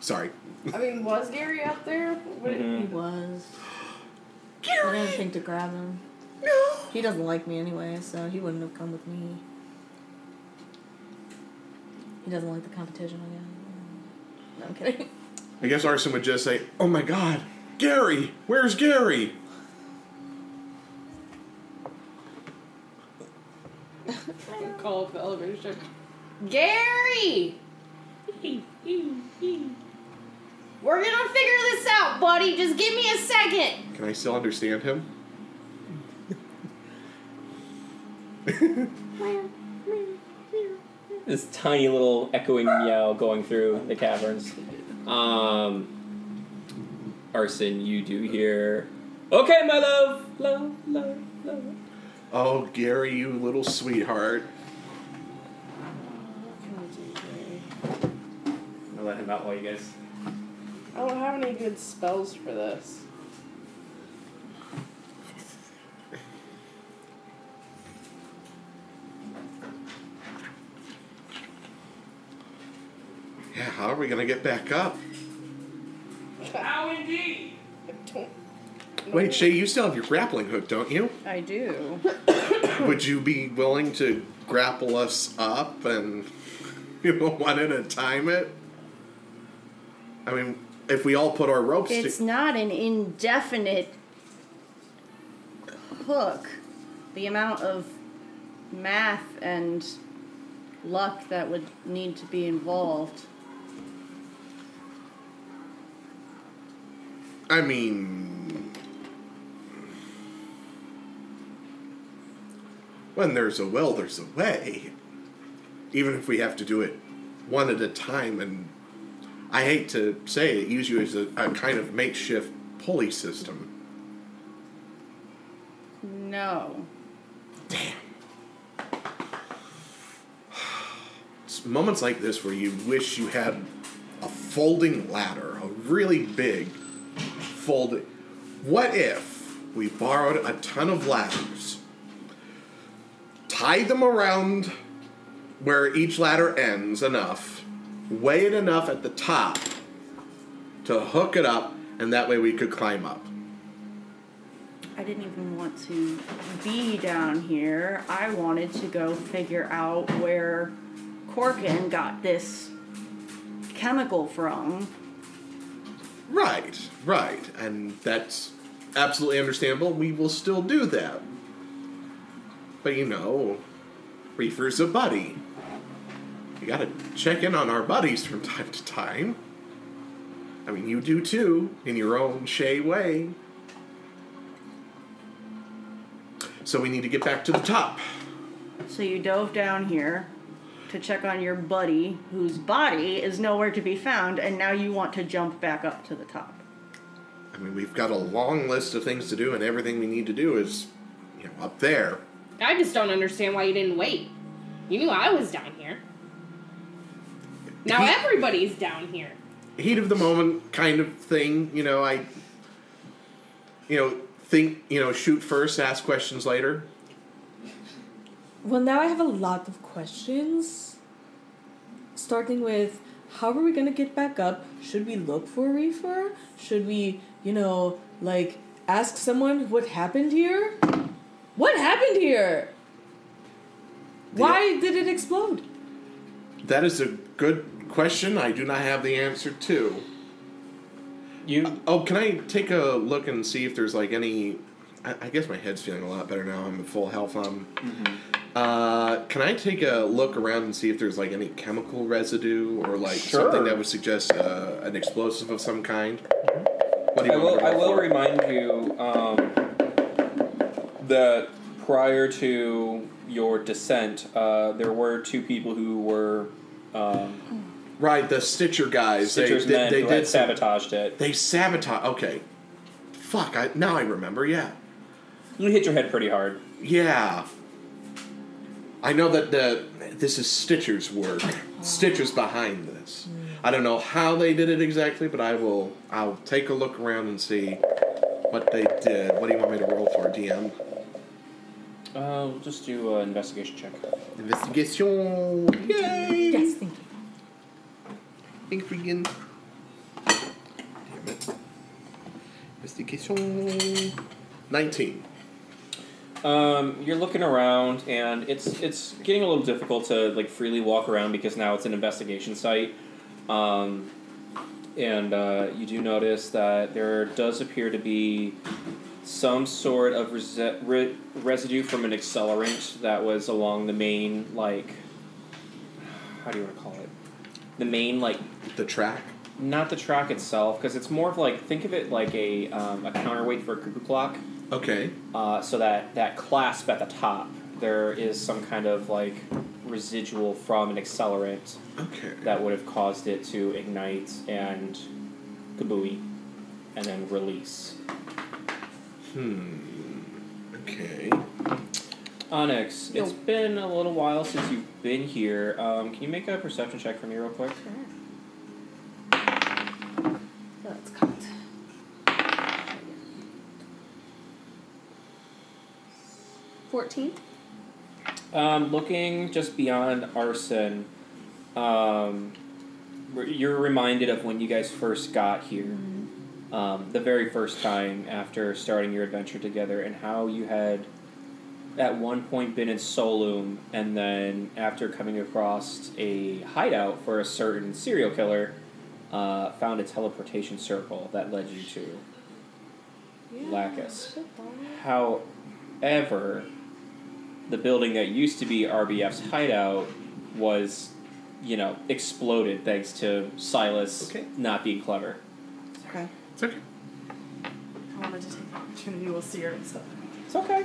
[SPEAKER 1] Sorry.
[SPEAKER 5] I mean, was Gary up there? Would it-
[SPEAKER 2] Mhm.
[SPEAKER 6] He was. I
[SPEAKER 1] Gary!
[SPEAKER 6] didn't think to grab him.
[SPEAKER 1] No!
[SPEAKER 6] He doesn't like me anyway, so he wouldn't have come with me. He doesn't like the competition, I guess. No, I'm kidding.
[SPEAKER 1] I guess Arson would just say, "Oh my God, Gary, where's Gary?"
[SPEAKER 5] Call up the elevator shaft. Gary! We're gonna figure this out, buddy. Just give me a second.
[SPEAKER 1] Can I still understand him?
[SPEAKER 2] This tiny little echoing meow going through the caverns. Um, Arson, you do hear. Okay, my love, love, love, love.
[SPEAKER 1] Oh, Gary, you little sweetheart.
[SPEAKER 2] I let him out while you guys.
[SPEAKER 5] I don't have any good spells for this.
[SPEAKER 1] Yeah, how are we gonna get back up?
[SPEAKER 8] How indeed?
[SPEAKER 5] I don't.
[SPEAKER 1] Wait, Shay, you still have your grappling hook, don't you?
[SPEAKER 4] I do.
[SPEAKER 1] Would you be willing to grapple us up and you know one at a time it? I mean, if we all put our ropes
[SPEAKER 4] It's
[SPEAKER 1] to-
[SPEAKER 4] not an indefinite hook. The amount of math and luck that would need to be involved.
[SPEAKER 1] I mean When there's a will, there's a way. Even if we have to do it one at a time and I hate to say it, use you as a, a kind of makeshift pulley system.
[SPEAKER 4] No.
[SPEAKER 1] It's moments like this where you wish you had a folding ladder, a really big folding. What if we borrowed a ton of ladders, tied them around where each ladder ends enough, weigh it enough at the top to hook it up, and that way we could climb up?
[SPEAKER 4] I didn't even want to be down here. I wanted to go figure out where Corkin got this chemical from.
[SPEAKER 1] Right, right. And that's absolutely understandable. We will still do that. But you know, Reefer's a buddy. You gotta check in on our buddies from time to time. I mean, you do too, in your own Shay way. So we need to get back to the top.
[SPEAKER 4] So you dove down here to check on your buddy whose body is nowhere to be found, and now you want to jump back up to the top.
[SPEAKER 1] I mean, we've got a long list of things to do, and everything we need to do is, you know, up there.
[SPEAKER 5] I just don't understand why you didn't wait. You knew I was down here. Now
[SPEAKER 1] He-
[SPEAKER 5] everybody's down here.
[SPEAKER 1] heat of the moment kind of thing. You know, I, you know, think, you know, shoot first, ask questions later.
[SPEAKER 3] Well, now I have a lot of questions. Starting with how are we going to get back up? Should we look for a reefer? Should we, you know, like ask someone what happened here? What happened here? Why did it explode?
[SPEAKER 1] That is a good question. I do not have the answer to.
[SPEAKER 2] You
[SPEAKER 1] Oh, can I take a look and see if there's like any? I, I guess my head's feeling a lot better now. I'm at full health. Um,
[SPEAKER 2] Mm-hmm.
[SPEAKER 1] uh, can I take a look around and see if there's like any chemical residue or like something
[SPEAKER 2] Sure.
[SPEAKER 1] that would suggest uh, an explosive of some kind? What do
[SPEAKER 2] Mm-hmm. I
[SPEAKER 1] you want me
[SPEAKER 2] will.
[SPEAKER 1] to
[SPEAKER 2] I
[SPEAKER 1] roll
[SPEAKER 2] will
[SPEAKER 1] for?
[SPEAKER 2] remind you um, that prior to your descent, uh, there were two people who were um,
[SPEAKER 1] Right, the Stitcher guys.
[SPEAKER 2] Stitcher's
[SPEAKER 1] they,
[SPEAKER 2] men
[SPEAKER 1] they,
[SPEAKER 2] who
[SPEAKER 1] they did
[SPEAKER 2] had
[SPEAKER 1] some-
[SPEAKER 2] sabotaged it.
[SPEAKER 1] They sabotage. Okay, fuck. I now I remember. Yeah,
[SPEAKER 2] You hit your head pretty hard.
[SPEAKER 1] yeah. I know that the this is Stitcher's work. Stitcher's behind this. I don't know how they did it exactly, but I will. I'll take a look around and see what they did. What do you want me to roll for, DM?
[SPEAKER 2] Uh, we'll just do an investigation check.
[SPEAKER 1] Investigation. Yay!
[SPEAKER 3] Yes, thank you.
[SPEAKER 1] Think we can. Damn it. Investigation. Nineteen.
[SPEAKER 2] Um, you're looking around, and it's it's getting a little difficult to like freely walk around because now it's an investigation site. Um, and uh, you do notice that there does appear to be some sort of rese- re- residue from an accelerant that was along the main like how do you want to call it the main like
[SPEAKER 1] The track.
[SPEAKER 2] not the track itself because it's more of like think of it like a, um, a counterweight for a cuckoo clock
[SPEAKER 1] Okay.
[SPEAKER 2] uh, so that that clasp at the top there is some kind of like residual from an accelerant
[SPEAKER 1] Okay.
[SPEAKER 2] that would have caused it to ignite and kabooey and then release
[SPEAKER 1] Hmm. Okay.
[SPEAKER 2] onyx it's been a little while since you've been here um, can you make a perception check for me real quick
[SPEAKER 4] That's cut.
[SPEAKER 5] Fourteen.
[SPEAKER 2] Um, looking just beyond arson, um, re- you're reminded of when you guys first got here, um, the very first time after starting your adventure together, and how you had at one point been in Solum, and then after coming across a hideout for a certain serial killer, uh, found a teleportation circle that led you to Lacus. However, the building that used to be RBF's hideout was, you know, exploded thanks to Silas
[SPEAKER 1] Okay.
[SPEAKER 2] not being clever.
[SPEAKER 3] Okay.
[SPEAKER 1] It's okay.
[SPEAKER 3] I wanted to take the opportunity. We'll see her and stuff.
[SPEAKER 2] It's okay.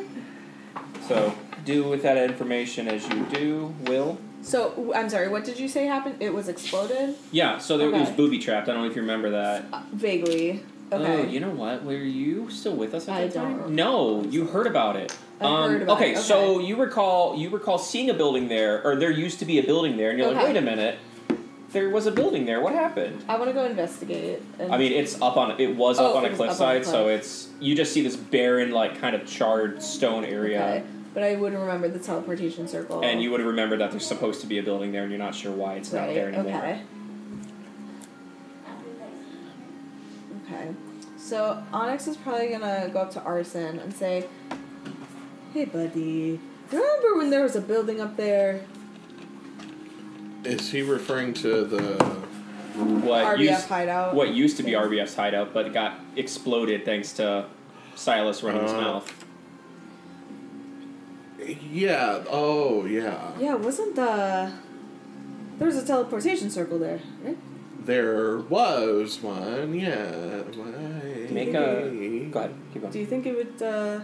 [SPEAKER 2] So do with that information as you do, Will.
[SPEAKER 3] So w- I'm sorry. What did you say happened? It was exploded.
[SPEAKER 2] Yeah, so there it was
[SPEAKER 3] Okay.
[SPEAKER 2] booby trapped. I don't know if you remember that.
[SPEAKER 3] Uh, vaguely. Okay.
[SPEAKER 2] Oh, you know what? Were you still with us at
[SPEAKER 4] I
[SPEAKER 2] that
[SPEAKER 4] don't
[SPEAKER 2] time? No, you heard about it.
[SPEAKER 3] I
[SPEAKER 2] um,
[SPEAKER 3] heard about
[SPEAKER 2] okay,
[SPEAKER 3] it,
[SPEAKER 2] so you recall you recall seeing a building there, or there used to be a building there, and you're like,
[SPEAKER 3] Okay.
[SPEAKER 2] wait a minute, there was a building there. What happened?
[SPEAKER 3] I want to go investigate. And
[SPEAKER 2] I mean, it's up on it was
[SPEAKER 3] Oh,
[SPEAKER 2] up on a
[SPEAKER 3] it was up on a
[SPEAKER 2] cliffside, so
[SPEAKER 3] cliff.
[SPEAKER 2] it's you just see this barren, like kind of charred stone area,
[SPEAKER 3] Okay. But I wouldn't remember the teleportation circle.
[SPEAKER 2] and you would have remembered that there's supposed to be a building there, and you're not sure why it's
[SPEAKER 3] right?
[SPEAKER 2] not there anymore.
[SPEAKER 3] okay. Okay. So Onyx is probably gonna go up to Arson and say, "Hey, buddy, remember when there was a building up there?
[SPEAKER 1] Is he referring to the?
[SPEAKER 2] What
[SPEAKER 3] RBF
[SPEAKER 2] used,
[SPEAKER 3] hideout.
[SPEAKER 2] What used to be RBF's hideout, but got exploded thanks to Silas running his
[SPEAKER 1] Uh,
[SPEAKER 2] mouth.
[SPEAKER 1] Yeah. Oh, yeah.
[SPEAKER 3] Yeah, wasn't the there was a teleportation circle there, right?
[SPEAKER 1] There was one. Yeah. Why?
[SPEAKER 2] Make a go ahead, keep
[SPEAKER 3] Do
[SPEAKER 2] going.
[SPEAKER 3] you think it would? Uh,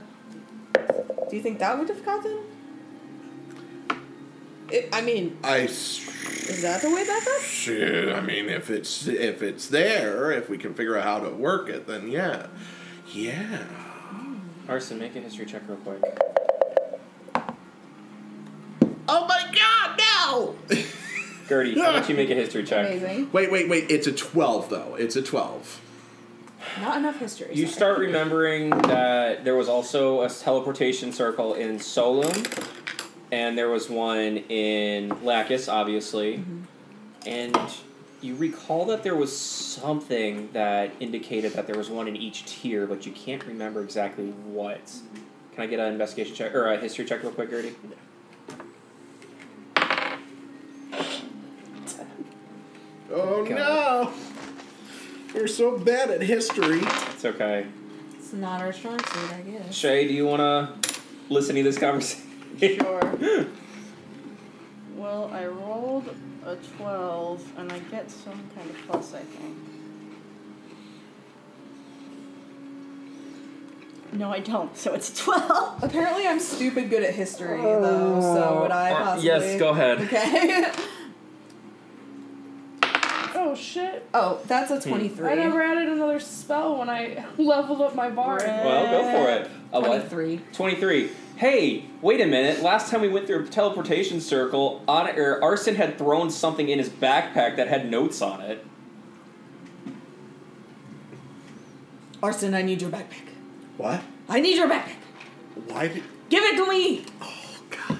[SPEAKER 3] do you think that would have gotten? It, I mean,
[SPEAKER 1] I. s-
[SPEAKER 3] is that the way back up?
[SPEAKER 1] Shit. I mean, if it's if it's there, if we can figure out how to work it, then yeah, yeah.
[SPEAKER 2] Arson, make a history check real quick.
[SPEAKER 1] Oh my God!
[SPEAKER 2] Gertie, how about you make a history check?
[SPEAKER 1] No. wait, wait, wait. It's a twelve, though. It's a twelve.
[SPEAKER 3] Not enough history.
[SPEAKER 2] You
[SPEAKER 3] sorry.
[SPEAKER 2] start remembering that there was also a teleportation circle in Solum, and there was one in Lacus, obviously.
[SPEAKER 3] Mm-hmm.
[SPEAKER 2] And you recall that there was something that indicated that there was one in each tier, but you can't remember exactly what. Can I get an investigation check or a history check real quick, Gertie?
[SPEAKER 1] Oh
[SPEAKER 2] God.
[SPEAKER 1] no! We're so bad at history.
[SPEAKER 2] It's okay.
[SPEAKER 9] It's not our strong suit, I guess.
[SPEAKER 2] Shay, do you want to listen to this conversation?
[SPEAKER 4] Sure. well, I rolled a 12 and I get some kind of plus, I think. No, I don't, so it's a 12.
[SPEAKER 3] Apparently, I'm stupid good at history, though. So would I
[SPEAKER 2] Uh,
[SPEAKER 3] possibly?
[SPEAKER 2] yes, go ahead.
[SPEAKER 3] Okay.
[SPEAKER 5] Oh shit!
[SPEAKER 3] oh, that's
[SPEAKER 2] Hmm.
[SPEAKER 3] a twenty-three.
[SPEAKER 5] I never added another spell when I leveled up my bard.
[SPEAKER 2] Well, go for it. A what?
[SPEAKER 3] Twenty-three.
[SPEAKER 2] 23. Hey, wait a minute. Last time we went through a teleportation circle, on, er, Arson had thrown something in his backpack that had notes on it.
[SPEAKER 3] Arson, I need your backpack.
[SPEAKER 1] What?
[SPEAKER 3] I need your backpack.
[SPEAKER 1] Why did?
[SPEAKER 3] Give it to me.
[SPEAKER 1] Oh God!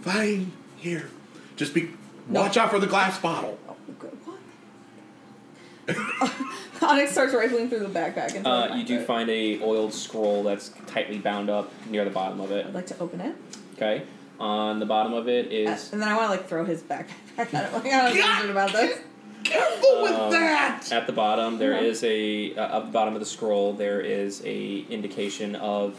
[SPEAKER 1] Fine. Here. Just be.
[SPEAKER 3] No.
[SPEAKER 1] Watch out for the glass bottle.
[SPEAKER 3] Okay, what? Onyx starts rifling through the backpack and
[SPEAKER 2] Uh, you do find a oiled scroll that's tightly bound up near the bottom of it.
[SPEAKER 3] I'd like to open it,
[SPEAKER 2] Okay. On the bottom of it
[SPEAKER 3] Uh,
[SPEAKER 2] is
[SPEAKER 3] and then I want to like throw his backpack at him. Like I don't know about this.
[SPEAKER 1] Careful with
[SPEAKER 2] Um,
[SPEAKER 1] that.
[SPEAKER 2] At the bottom, there is a uh, at the bottom of the scroll. There is a indication of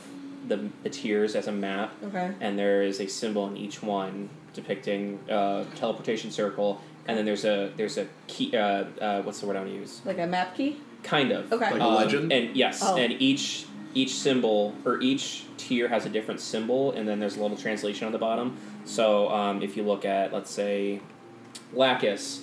[SPEAKER 2] the the tiers as a map,
[SPEAKER 3] Okay.
[SPEAKER 2] and there is a symbol in each one depicting uh, teleportation circle. And then there's a there's a key. Uh, uh, what's the word I want to use?
[SPEAKER 3] Like a map key?
[SPEAKER 2] Kind of.
[SPEAKER 3] Okay. Like
[SPEAKER 1] a
[SPEAKER 2] Um,
[SPEAKER 1] legend?
[SPEAKER 2] And yes,
[SPEAKER 3] Oh.
[SPEAKER 2] and each each symbol or each tier has a different symbol, and then there's a little translation on the bottom. So um, if you look at, let's say, Lacus,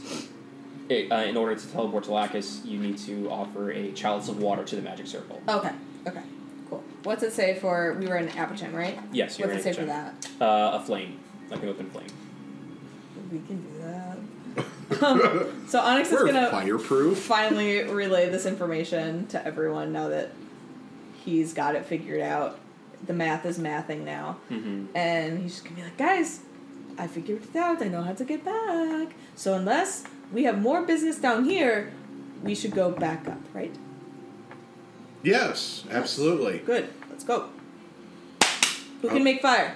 [SPEAKER 2] it, uh, in order to teleport to Lacus, you need to offer a chalice of water to the magic circle.
[SPEAKER 3] Okay. Okay. Cool. What's it say for we were in Apogee, right?
[SPEAKER 2] Yes, you're
[SPEAKER 3] What's it say
[SPEAKER 2] right.
[SPEAKER 3] for that?
[SPEAKER 2] Uh, a flame, like an open flame.
[SPEAKER 3] We can do that. Um, so Onyx is
[SPEAKER 1] We're
[SPEAKER 3] gonna
[SPEAKER 1] fireproof.
[SPEAKER 3] finally relay this information to everyone now that he's got it figured out. The math is mathing now.
[SPEAKER 2] Mm-hmm.
[SPEAKER 3] And he's just gonna be like, guys, I figured it out. I know how to get back. So unless we have more business down here, we should go back up, right?
[SPEAKER 1] Yes, absolutely.
[SPEAKER 3] Good. Let's go. Who
[SPEAKER 1] Oh.
[SPEAKER 3] can make fire?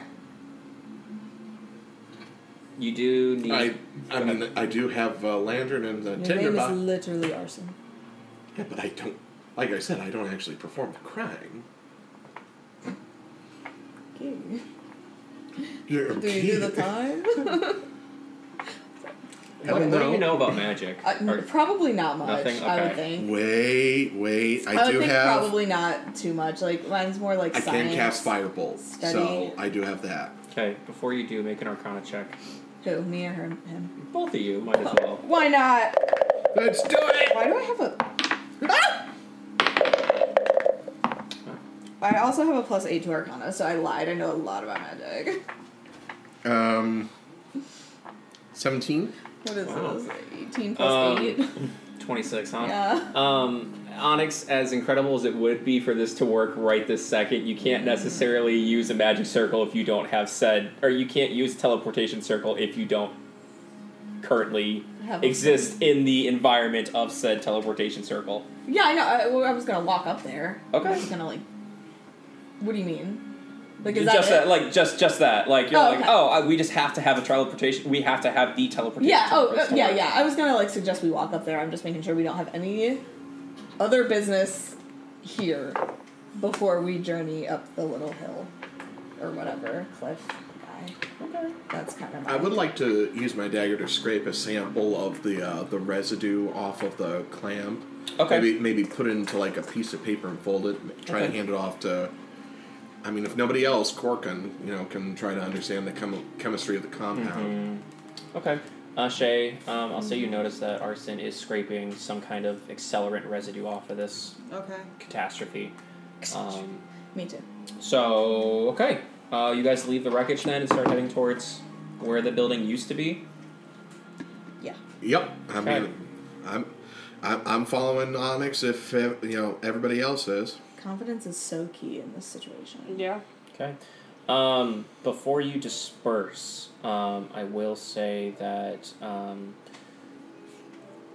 [SPEAKER 2] You do need.
[SPEAKER 1] I I mean I do have a lantern and a
[SPEAKER 3] Your name is
[SPEAKER 1] tinderbox.
[SPEAKER 3] literally arson.
[SPEAKER 1] yeah, but I don't. Like I said, I don't actually perform the crime.
[SPEAKER 3] Okay.
[SPEAKER 1] You're
[SPEAKER 3] Do you do the time?
[SPEAKER 1] I
[SPEAKER 2] what,
[SPEAKER 1] don't
[SPEAKER 2] what do
[SPEAKER 1] know.
[SPEAKER 2] you know about magic?
[SPEAKER 3] Uh, n-
[SPEAKER 2] Or-
[SPEAKER 3] probably not much.
[SPEAKER 2] Nothing?
[SPEAKER 3] I would
[SPEAKER 2] Okay.
[SPEAKER 3] think.
[SPEAKER 1] Wait, wait. I,
[SPEAKER 3] I, would
[SPEAKER 1] do
[SPEAKER 3] think
[SPEAKER 1] have.
[SPEAKER 3] probably not too much. Like mine's more like
[SPEAKER 1] I
[SPEAKER 3] science.
[SPEAKER 1] can cast firebolt, so
[SPEAKER 3] study.
[SPEAKER 1] I do have that.
[SPEAKER 2] okay, before you do, make an Arcana check.
[SPEAKER 3] Who? Me or him? Him?
[SPEAKER 2] Both of you might as well.
[SPEAKER 3] Why not?
[SPEAKER 1] Let's do it.
[SPEAKER 3] Why do I have a? Ah! I also have a plus eight to Arcana, so I lied. I know a lot about magic.
[SPEAKER 1] Um, seventeen.
[SPEAKER 3] What is
[SPEAKER 2] Wow.
[SPEAKER 3] this? Eighteen plus eight.
[SPEAKER 2] Um, 26, huh?
[SPEAKER 3] Yeah.
[SPEAKER 2] Um, Onyx, as incredible as it would be for this to work right this second, you
[SPEAKER 3] Mm-hmm.
[SPEAKER 2] can't necessarily use a magic circle if you don't have said, or you can't use teleportation circle if you don't currently
[SPEAKER 3] Have a-
[SPEAKER 2] exist in the environment of said teleportation circle.
[SPEAKER 3] Yeah, I know. I, well, I was gonna walk up there.
[SPEAKER 2] Okay.
[SPEAKER 3] I was gonna like. What do you mean? Like is
[SPEAKER 2] just uh,
[SPEAKER 3] that, it?
[SPEAKER 2] like just just that, like you're
[SPEAKER 3] Oh,
[SPEAKER 2] like,
[SPEAKER 3] okay.
[SPEAKER 2] oh, I, we just have to have a teleportation. We have to have the teleportation.
[SPEAKER 3] Yeah.
[SPEAKER 2] circle
[SPEAKER 3] Oh,
[SPEAKER 2] for this
[SPEAKER 3] uh,
[SPEAKER 2] to
[SPEAKER 3] yeah,
[SPEAKER 2] work.
[SPEAKER 3] yeah. I was gonna like suggest we walk up there. I'm just making sure we don't have any other business here before we journey up the little hill or whatever cliff. Guy. That's kind of.
[SPEAKER 1] I would like to use my dagger to scrape a sample of the uh, the residue off of the clamp.
[SPEAKER 2] Okay.
[SPEAKER 1] Maybe maybe put it into like a piece of paper and fold it. And try to
[SPEAKER 2] Okay.
[SPEAKER 1] hand it off to. I mean, if nobody else, Corkin, you know, can try to understand the chem- chemistry of the compound.
[SPEAKER 2] Okay. Uh, Shay, um, I'll say you notice that Arson is scraping some kind of accelerant residue off of this
[SPEAKER 3] Okay.
[SPEAKER 2] catastrophe. Um,
[SPEAKER 3] Me too.
[SPEAKER 2] so, okay. Uh, you guys leave the wreckage then and start heading towards where the building used to be.
[SPEAKER 1] Yep. I
[SPEAKER 2] Mm-hmm. Okay.
[SPEAKER 1] mean, I'm, I'm I'm following Onyx if uh, you know everybody else is.
[SPEAKER 3] Confidence is so key in this situation.
[SPEAKER 5] Yeah.
[SPEAKER 2] Okay. Um, before you disperse, um, I will say that um,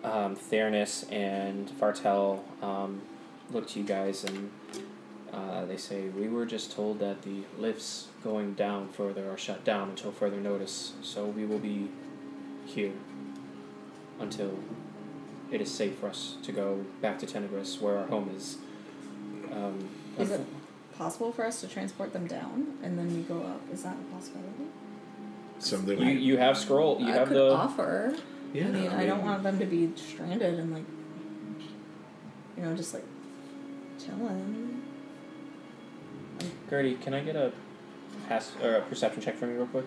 [SPEAKER 2] um, Theranos and Vartel um, look to you guys and uh, they say, We were just told that the lifts going down further are shut down until further notice, so we will be here until it is safe for us to go back to Tenebris, where our home is. Um,
[SPEAKER 3] Is it possible for us to transport them down and then we go up? Is that a possibility?
[SPEAKER 1] Something.
[SPEAKER 2] You,
[SPEAKER 1] like-
[SPEAKER 2] you have scroll. You
[SPEAKER 3] I
[SPEAKER 2] have
[SPEAKER 3] could
[SPEAKER 2] the.
[SPEAKER 3] offer.
[SPEAKER 1] yeah.
[SPEAKER 3] I mean, I don't want them to be stranded and like, you know, just like chilling.
[SPEAKER 2] Gertie, can I get a pass or a perception check from you real quick?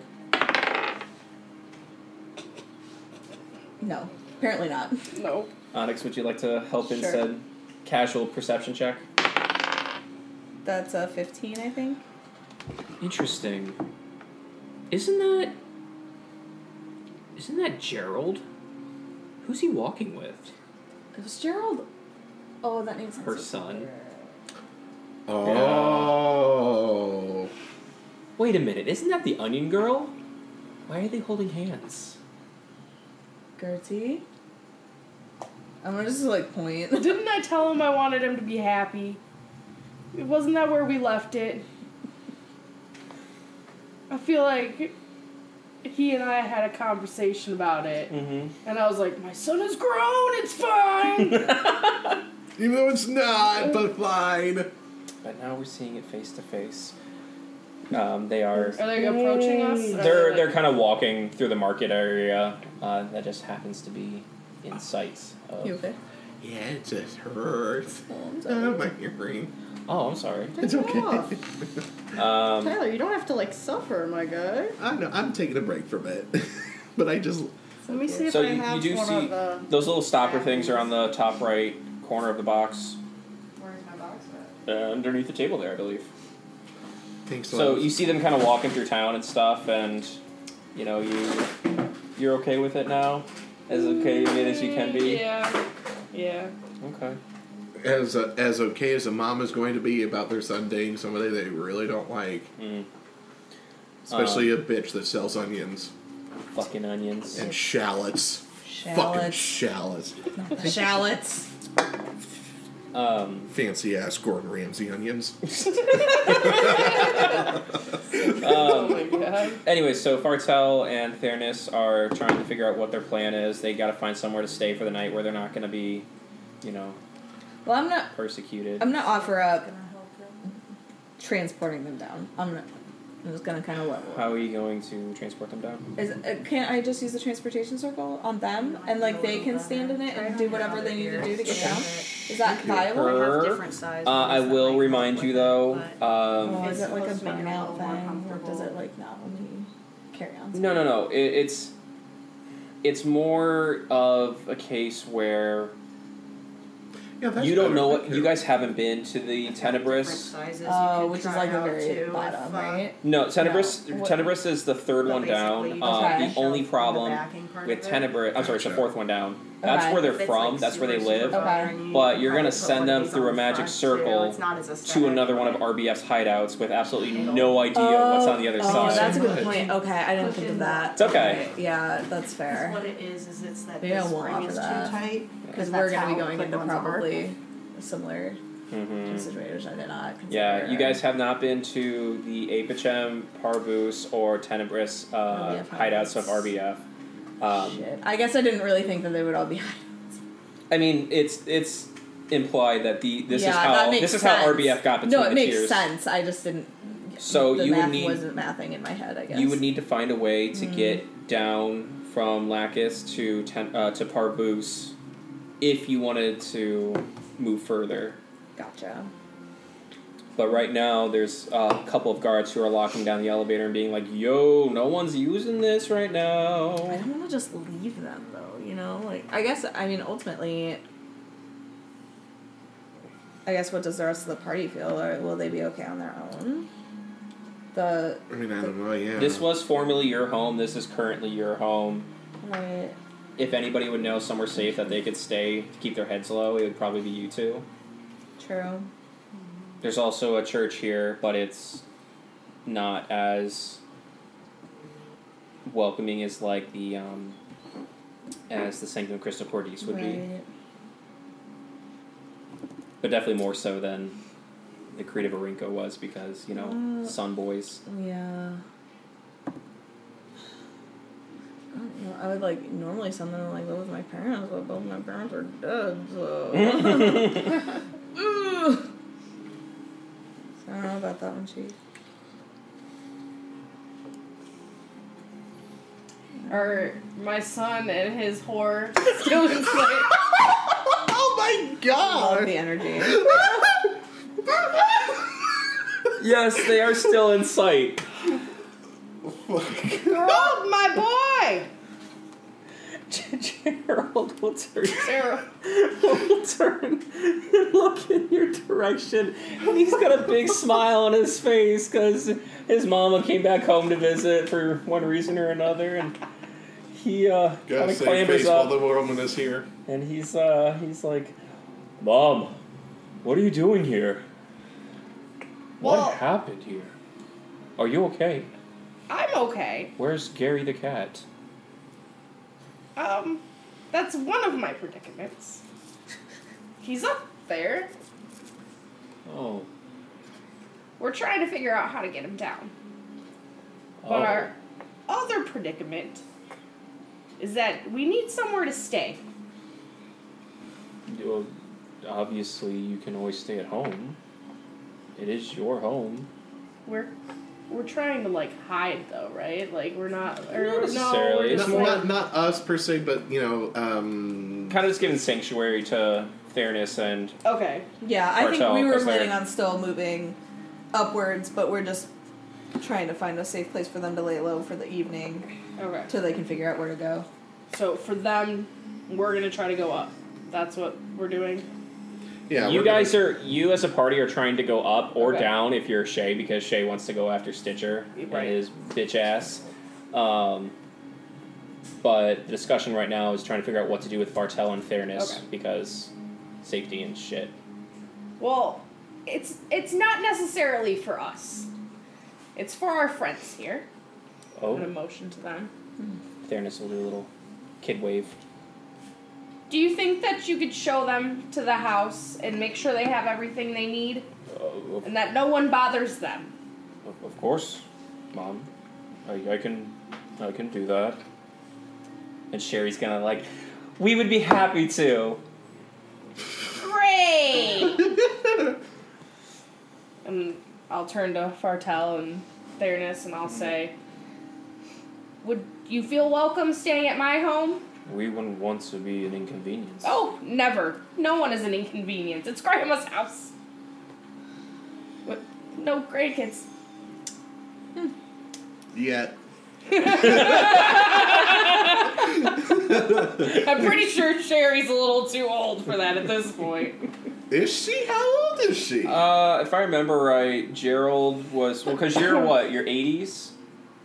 [SPEAKER 3] No, apparently not.
[SPEAKER 5] No.
[SPEAKER 2] Onyx, would you like to help in
[SPEAKER 3] Sure.
[SPEAKER 2] said casual perception check?
[SPEAKER 3] That's a fifteen, I think.
[SPEAKER 2] Interesting. Isn't that? Isn't that Gerald? Who's he walking with?
[SPEAKER 3] It was Gerald. Oh, that name's
[SPEAKER 2] Her son.
[SPEAKER 1] Oh.
[SPEAKER 2] Wait a minute. Isn't that the Onion Girl? Why are they holding hands?
[SPEAKER 3] Gertie. I'm gonna just like point.
[SPEAKER 5] Didn't I tell him I wanted him to be happy? Wasn't that where we left it? I feel like he and I had a conversation about it,
[SPEAKER 2] Mm-hmm.
[SPEAKER 5] and I was like, "My son is grown. It's fine."
[SPEAKER 1] Even though it's not, but fine.
[SPEAKER 2] But now we're seeing it face to face. Um, they are.
[SPEAKER 3] Oh,
[SPEAKER 5] Are they approaching us? Or
[SPEAKER 2] They're
[SPEAKER 5] are
[SPEAKER 2] they're kind of walking through the market area uh, that just happens to be in sight. Of,
[SPEAKER 3] You okay?
[SPEAKER 1] Yeah, it just hurts. Oh, my earring.
[SPEAKER 2] Oh, I'm sorry.
[SPEAKER 1] It's okay.
[SPEAKER 4] off.
[SPEAKER 2] Um,
[SPEAKER 4] Tyler, you don't have to like suffer, my guy.
[SPEAKER 1] I know. I'm taking a break from it, but I just
[SPEAKER 4] Let me see if
[SPEAKER 2] so
[SPEAKER 4] I
[SPEAKER 2] you,
[SPEAKER 4] have
[SPEAKER 2] you do
[SPEAKER 4] one
[SPEAKER 2] see
[SPEAKER 4] of uh, the.
[SPEAKER 2] those little stopper things are on the top right corner of the box,
[SPEAKER 10] Where's my box at?
[SPEAKER 2] uh, underneath the table there, I believe.
[SPEAKER 1] think so.
[SPEAKER 2] So you see them kind of walking through town and stuff, and you know you you're okay with it now, as okay I mean, as you can be.
[SPEAKER 5] Yeah, yeah.
[SPEAKER 2] Okay.
[SPEAKER 1] as uh as okay as a mom is going to be about their son dating somebody they really don't like,
[SPEAKER 2] Mm. Um,
[SPEAKER 1] especially a bitch that sells onions
[SPEAKER 2] Fucking onions.
[SPEAKER 1] and shallots. Fucking shallots.
[SPEAKER 3] Shallots.
[SPEAKER 2] Um,
[SPEAKER 1] Fancy ass Gordon Ramsay onions.
[SPEAKER 5] Oh my god.
[SPEAKER 2] anyway, so Fartel and Fairness are trying to figure out what their plan is. They got to find somewhere to stay for the night where they're not going to be, you know,
[SPEAKER 3] Well, I'm not.
[SPEAKER 2] persecuted.
[SPEAKER 3] I'm gonna offer up transporting them down. I'm gonna. I'm just gonna kind of level.
[SPEAKER 2] How are you going to transport them down?
[SPEAKER 3] Is uh, can't I just use the transportation circle on them and like they can stand in it and do whatever they need to do to get down? Is that viable?
[SPEAKER 2] Her-
[SPEAKER 11] sizes.
[SPEAKER 2] Uh, I will remind you though. Um,
[SPEAKER 3] Or Oh, is it like a
[SPEAKER 11] It's supposed to
[SPEAKER 3] burn
[SPEAKER 11] be a
[SPEAKER 3] out
[SPEAKER 11] little more
[SPEAKER 3] thing, or does it
[SPEAKER 11] comfortable.
[SPEAKER 3] like not only carry on?
[SPEAKER 2] No, no, no. It, it's it's more of a case where
[SPEAKER 1] Yeah, that's
[SPEAKER 2] you don't
[SPEAKER 1] better.
[SPEAKER 2] know what you guys haven't been to the Tenebris.
[SPEAKER 4] Uh,
[SPEAKER 3] Oh, which is like the very bottom, right?
[SPEAKER 2] No, Tenebris.
[SPEAKER 3] No.
[SPEAKER 2] Tenebris is the third one down. Uh,
[SPEAKER 3] Okay.
[SPEAKER 2] The only problem with Tenebris, I'm sorry, it's
[SPEAKER 1] Gotcha.
[SPEAKER 2] the fourth one down. That's
[SPEAKER 3] Okay.
[SPEAKER 2] where they're from. that's where they live. But you're gonna send them through a magic circle To another one of RBF's hideouts with absolutely no idea what's on the other
[SPEAKER 3] oh,
[SPEAKER 2] side.
[SPEAKER 3] that's a
[SPEAKER 1] Much.
[SPEAKER 3] good point. Okay, I didn't think of that.
[SPEAKER 2] It's okay.
[SPEAKER 3] Yeah, that's fair.
[SPEAKER 11] What it is is it's that
[SPEAKER 3] Maybe I
[SPEAKER 11] this
[SPEAKER 3] won't
[SPEAKER 11] spring
[SPEAKER 3] offer
[SPEAKER 11] is
[SPEAKER 3] that.
[SPEAKER 11] too tight
[SPEAKER 3] Because
[SPEAKER 11] that's
[SPEAKER 3] we're gonna be
[SPEAKER 11] how
[SPEAKER 3] going
[SPEAKER 11] quick
[SPEAKER 3] into
[SPEAKER 11] ones are.
[SPEAKER 3] probably similar
[SPEAKER 2] Mhm.
[SPEAKER 3] situations. I did not. Consider.
[SPEAKER 2] Yeah, you guys have not been to the Apachem, Parvus, or Tenebris uh,
[SPEAKER 3] RBF
[SPEAKER 2] hideouts of RBF. Um,
[SPEAKER 3] Shit. I guess I didn't really think that they would all be.
[SPEAKER 2] I mean, it's it's implied that the this
[SPEAKER 3] yeah,
[SPEAKER 2] is how
[SPEAKER 3] that makes
[SPEAKER 2] this is
[SPEAKER 3] sense.
[SPEAKER 2] how RBF got between
[SPEAKER 3] No, it
[SPEAKER 2] the
[SPEAKER 3] makes
[SPEAKER 2] tiers.
[SPEAKER 3] sense. I just didn't.
[SPEAKER 2] So
[SPEAKER 3] the
[SPEAKER 2] you would
[SPEAKER 3] math
[SPEAKER 2] need
[SPEAKER 3] wasn't mathing in my head. I guess
[SPEAKER 2] you would need to find a way
[SPEAKER 3] Mm.
[SPEAKER 2] to get down from Lacus to ten, uh, to Parvus if you wanted to move further.
[SPEAKER 3] Gotcha.
[SPEAKER 2] But right now, there's uh, a couple of guards who are locking down the elevator and being like, "Yo, no one's using this right
[SPEAKER 3] I
[SPEAKER 2] now."
[SPEAKER 3] don't want to just leave them though. You know, like I guess I mean ultimately. I guess what does the rest of the party feel, or will they be okay on their own? The
[SPEAKER 1] I mean, I don't know. Yeah.
[SPEAKER 2] This was formerly your home. This is currently your home.
[SPEAKER 3] right.
[SPEAKER 2] If anybody would know somewhere safe that they could stay to keep their heads low, it would probably be you two.
[SPEAKER 3] True.
[SPEAKER 2] There's also a church here, but it's not as welcoming as like the um, as the Sanctum of Crystal Cordis would be,
[SPEAKER 3] right.
[SPEAKER 2] but definitely more so than the Creed of Arinco was because you know
[SPEAKER 3] Mm.
[SPEAKER 2] Sun Boys.
[SPEAKER 3] Yeah. I don't know. I would like normally something like live with my parents, but both my parents are dead, so Ugh. So I don't know about that one, Chief.
[SPEAKER 5] Are my son and his whore still in sight?
[SPEAKER 1] Oh my
[SPEAKER 3] Love
[SPEAKER 1] god!
[SPEAKER 3] the energy.
[SPEAKER 2] yes, they are still in sight.
[SPEAKER 5] Oh, my boy!
[SPEAKER 2] Gerald will turn.
[SPEAKER 5] Sarah.
[SPEAKER 2] will turn and look in your direction. And he's got a big smile on his face because his mama came back home to visit for one reason or another, and he uh, kind
[SPEAKER 1] Gotta
[SPEAKER 2] of
[SPEAKER 1] save
[SPEAKER 2] clambers
[SPEAKER 1] face while
[SPEAKER 2] up,
[SPEAKER 1] the woman is here.
[SPEAKER 2] and he's uh, he's like, "Mom, what are you doing here? What
[SPEAKER 5] Well-
[SPEAKER 2] happened here? Are you okay?
[SPEAKER 5] I'm okay.
[SPEAKER 2] Where's Gary the cat?"
[SPEAKER 5] Um, that's one of my predicaments. He's up there.
[SPEAKER 2] Oh,
[SPEAKER 5] We're trying to figure out how to get him down. But
[SPEAKER 2] oh.
[SPEAKER 5] our other predicament is that we need somewhere to stay.
[SPEAKER 2] Well, obviously, you can always stay at home. It is your home.
[SPEAKER 5] We're we're trying to like hide though, right? Like we're not or,
[SPEAKER 2] Not
[SPEAKER 5] no,
[SPEAKER 2] necessarily.
[SPEAKER 5] we're
[SPEAKER 2] It's
[SPEAKER 5] just,
[SPEAKER 1] Not,
[SPEAKER 2] more-
[SPEAKER 5] like-
[SPEAKER 1] not, not us per se, but you know, um,
[SPEAKER 2] Kind of just giving sanctuary to Fairness and
[SPEAKER 5] okay.
[SPEAKER 6] Yeah, I think
[SPEAKER 2] Cartel,
[SPEAKER 6] we were
[SPEAKER 2] because
[SPEAKER 6] planning
[SPEAKER 2] they're-
[SPEAKER 6] on still moving upwards, but we're just trying to find a safe place for them to lay low for the evening
[SPEAKER 5] Okay.
[SPEAKER 6] till they can figure out where to go.
[SPEAKER 5] So for them, we're gonna try to go up. That's what we're doing.
[SPEAKER 1] yeah.
[SPEAKER 2] you
[SPEAKER 1] we're
[SPEAKER 2] guys are you as a party are trying to go up or
[SPEAKER 5] Okay.
[SPEAKER 2] down if you're Shay because Shay wants to go after Stitcher
[SPEAKER 5] Right.
[SPEAKER 2] and his bitch ass. Um, but the discussion right now is trying to figure out what to do with Vartel and Fairness
[SPEAKER 5] Okay.
[SPEAKER 2] because safety and shit.
[SPEAKER 5] Well, it's it's not necessarily for us. It's for our friends here. An
[SPEAKER 2] Oh,
[SPEAKER 5] emotion to them.
[SPEAKER 2] Fairness will do a little kid wave.
[SPEAKER 5] Do you think that you could show them to the house and make sure they have everything they need
[SPEAKER 2] Uh,
[SPEAKER 5] and that no one bothers them?
[SPEAKER 2] Of, of course, mom. I, I can, I can do that. And Sherry's gonna like, we would be happy to.
[SPEAKER 5] Great. and I'll turn to Fartel and Fairness and I'll say, "Would you feel welcome staying at my home?"
[SPEAKER 2] We wouldn't want to be an inconvenience.
[SPEAKER 5] Oh, never. No one is an inconvenience. It's Grandma's house. With no grandkids.
[SPEAKER 1] Yet.
[SPEAKER 5] I'm pretty sure Sherry's a little too old for that at this point.
[SPEAKER 1] Is she? How old is she?
[SPEAKER 2] Uh, if I remember right, Gerald was well, cause you're what, your eighties,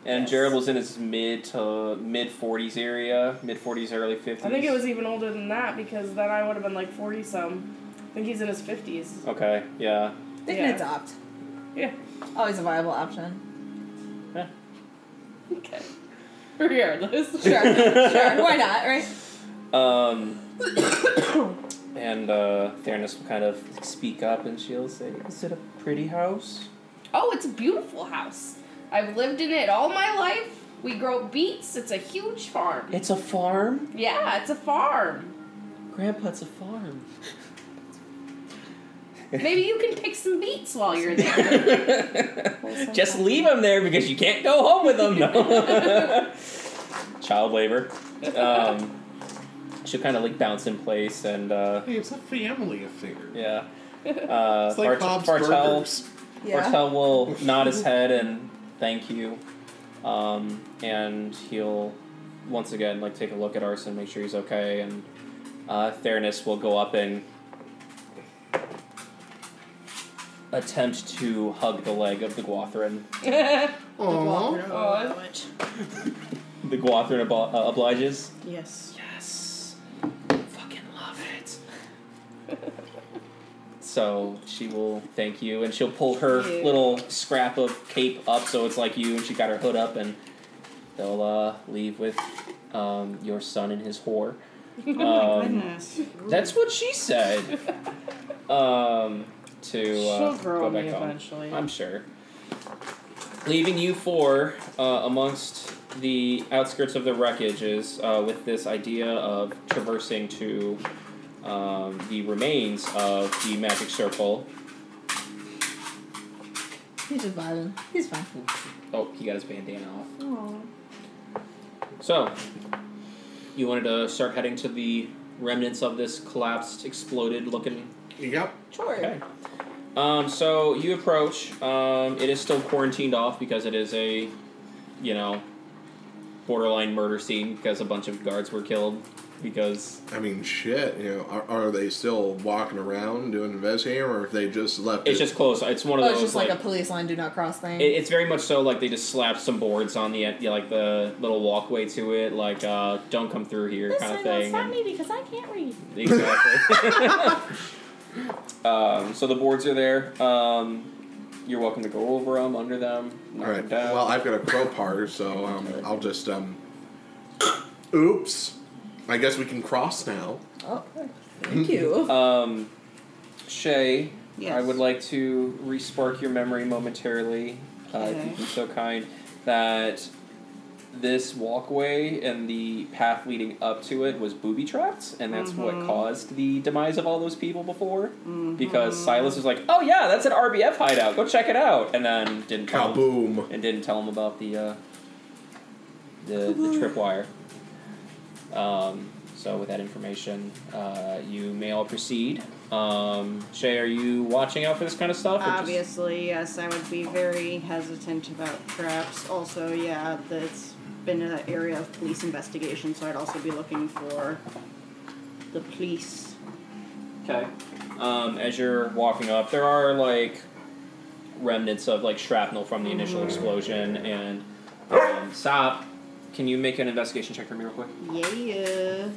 [SPEAKER 2] and
[SPEAKER 5] Yes.
[SPEAKER 2] Gerald was in his mid to mid forties area, mid forties, early fifties.
[SPEAKER 5] I think it was even older than that because then I would have been like 40 some. I think he's in his 50s.
[SPEAKER 2] Okay, yeah.
[SPEAKER 6] They can
[SPEAKER 5] Yeah.
[SPEAKER 6] adopt.
[SPEAKER 5] Yeah.
[SPEAKER 6] Always a viable option.
[SPEAKER 5] Okay. Regardless.
[SPEAKER 6] Sure, sure. Why not, right?
[SPEAKER 2] Um, and uh, Theranos will kind of speak up, and she'll say, "Is it a pretty house?"
[SPEAKER 5] Oh, it's a beautiful house. I've lived in it all my life. We grow beets. It's a huge farm.
[SPEAKER 2] It's a farm.
[SPEAKER 5] Yeah, it's a farm.
[SPEAKER 2] Grandpa's a farm.
[SPEAKER 5] Maybe you can pick some beets while you're there.
[SPEAKER 2] Just leave them there because you can't go home with them. No. Child labor. Um, she'll kind of like bounce in place, and uh,
[SPEAKER 1] Hey, it's a family affair.
[SPEAKER 2] yeah. Uh,
[SPEAKER 1] It's like
[SPEAKER 2] Fart-
[SPEAKER 1] Bob's
[SPEAKER 2] Fartel-
[SPEAKER 1] Burgers.
[SPEAKER 6] Yeah.
[SPEAKER 2] Bartel will nod his head and thank you. Um, and he'll once again like take a look at Arson, make sure he's okay, and uh, Theranos will go up and attempt to hug the leg of the Guathrin.
[SPEAKER 1] Aww.
[SPEAKER 2] The Guathrin obli- uh, obliges.
[SPEAKER 7] Yes.
[SPEAKER 2] Yes. Fucking love it. so she will thank you, and she'll pull her
[SPEAKER 5] Cute.
[SPEAKER 2] little scrap of cape up so it's like you, and she got her hood up, and they'll uh, leave with um, your son and his whore. Um,
[SPEAKER 7] Goodness.
[SPEAKER 2] that's what she said. Um, to uh,
[SPEAKER 5] She'll grow
[SPEAKER 2] go
[SPEAKER 5] me
[SPEAKER 2] back home.
[SPEAKER 5] eventually.
[SPEAKER 2] I'm sure. Leaving you four uh, amongst the outskirts of the wreckages uh, with this idea of traversing to um, the remains of the magic circle.
[SPEAKER 6] He's just vibing. He's fine.
[SPEAKER 2] Oh, he got his bandana off. So, you wanted to start heading to the remnants of this collapsed, exploded looking
[SPEAKER 1] Yep.
[SPEAKER 6] Sure.
[SPEAKER 2] Okay. Um, so you approach. Um, it is still quarantined off because it is a, you know, borderline murder scene because a bunch of guards were killed because
[SPEAKER 1] I mean, shit. You know, are, are they still walking around doing investigating, or if they just left?
[SPEAKER 2] it's
[SPEAKER 1] it?
[SPEAKER 2] just close. It's one of
[SPEAKER 6] Oh,
[SPEAKER 2] those
[SPEAKER 6] it's just like,
[SPEAKER 2] like
[SPEAKER 6] a police line do not cross thing.
[SPEAKER 2] it- it's very much so like they just slapped some boards on the you know, like the little walkway to it, like uh, don't come through here kind of thing. and-
[SPEAKER 7] because I can't read.
[SPEAKER 2] Exactly. um, so the boards are there. Um, you're welcome to go over them, under them, knock
[SPEAKER 1] All right.
[SPEAKER 2] them down.
[SPEAKER 1] Well, I've got a crowbar, so um, I'll just um. Oops. I guess we can cross now.
[SPEAKER 6] oh, thank you.
[SPEAKER 2] Um, Shay,
[SPEAKER 7] Yes.
[SPEAKER 2] I would like to respark your memory momentarily, uh, if
[SPEAKER 7] Okay.
[SPEAKER 2] you'd be so kind, that this walkway and the path leading up to it was booby trapped, and that's
[SPEAKER 7] Mm-hmm.
[SPEAKER 2] what caused the demise of all those people before. Because
[SPEAKER 7] Mm-hmm.
[SPEAKER 2] Silas was like, "Oh yeah, that's an RBF hideout. Go check it out," and then didn't tell him,
[SPEAKER 1] Kaboom.
[SPEAKER 2] and didn't tell him about the uh, the, the tripwire. Um, so with that information, uh, you may all proceed. Um, Shay, are you watching out for this kind of stuff? or just-
[SPEAKER 7] Obviously, yes, I would be very hesitant about traps. Also, yeah, that's been an area of police investigation, so I'd also be looking for the police.
[SPEAKER 2] Okay. Um, as you're walking up, there are like remnants of like shrapnel from the initial explosion. And um, stop. Can you make an investigation check for me real quick?
[SPEAKER 7] Yeah.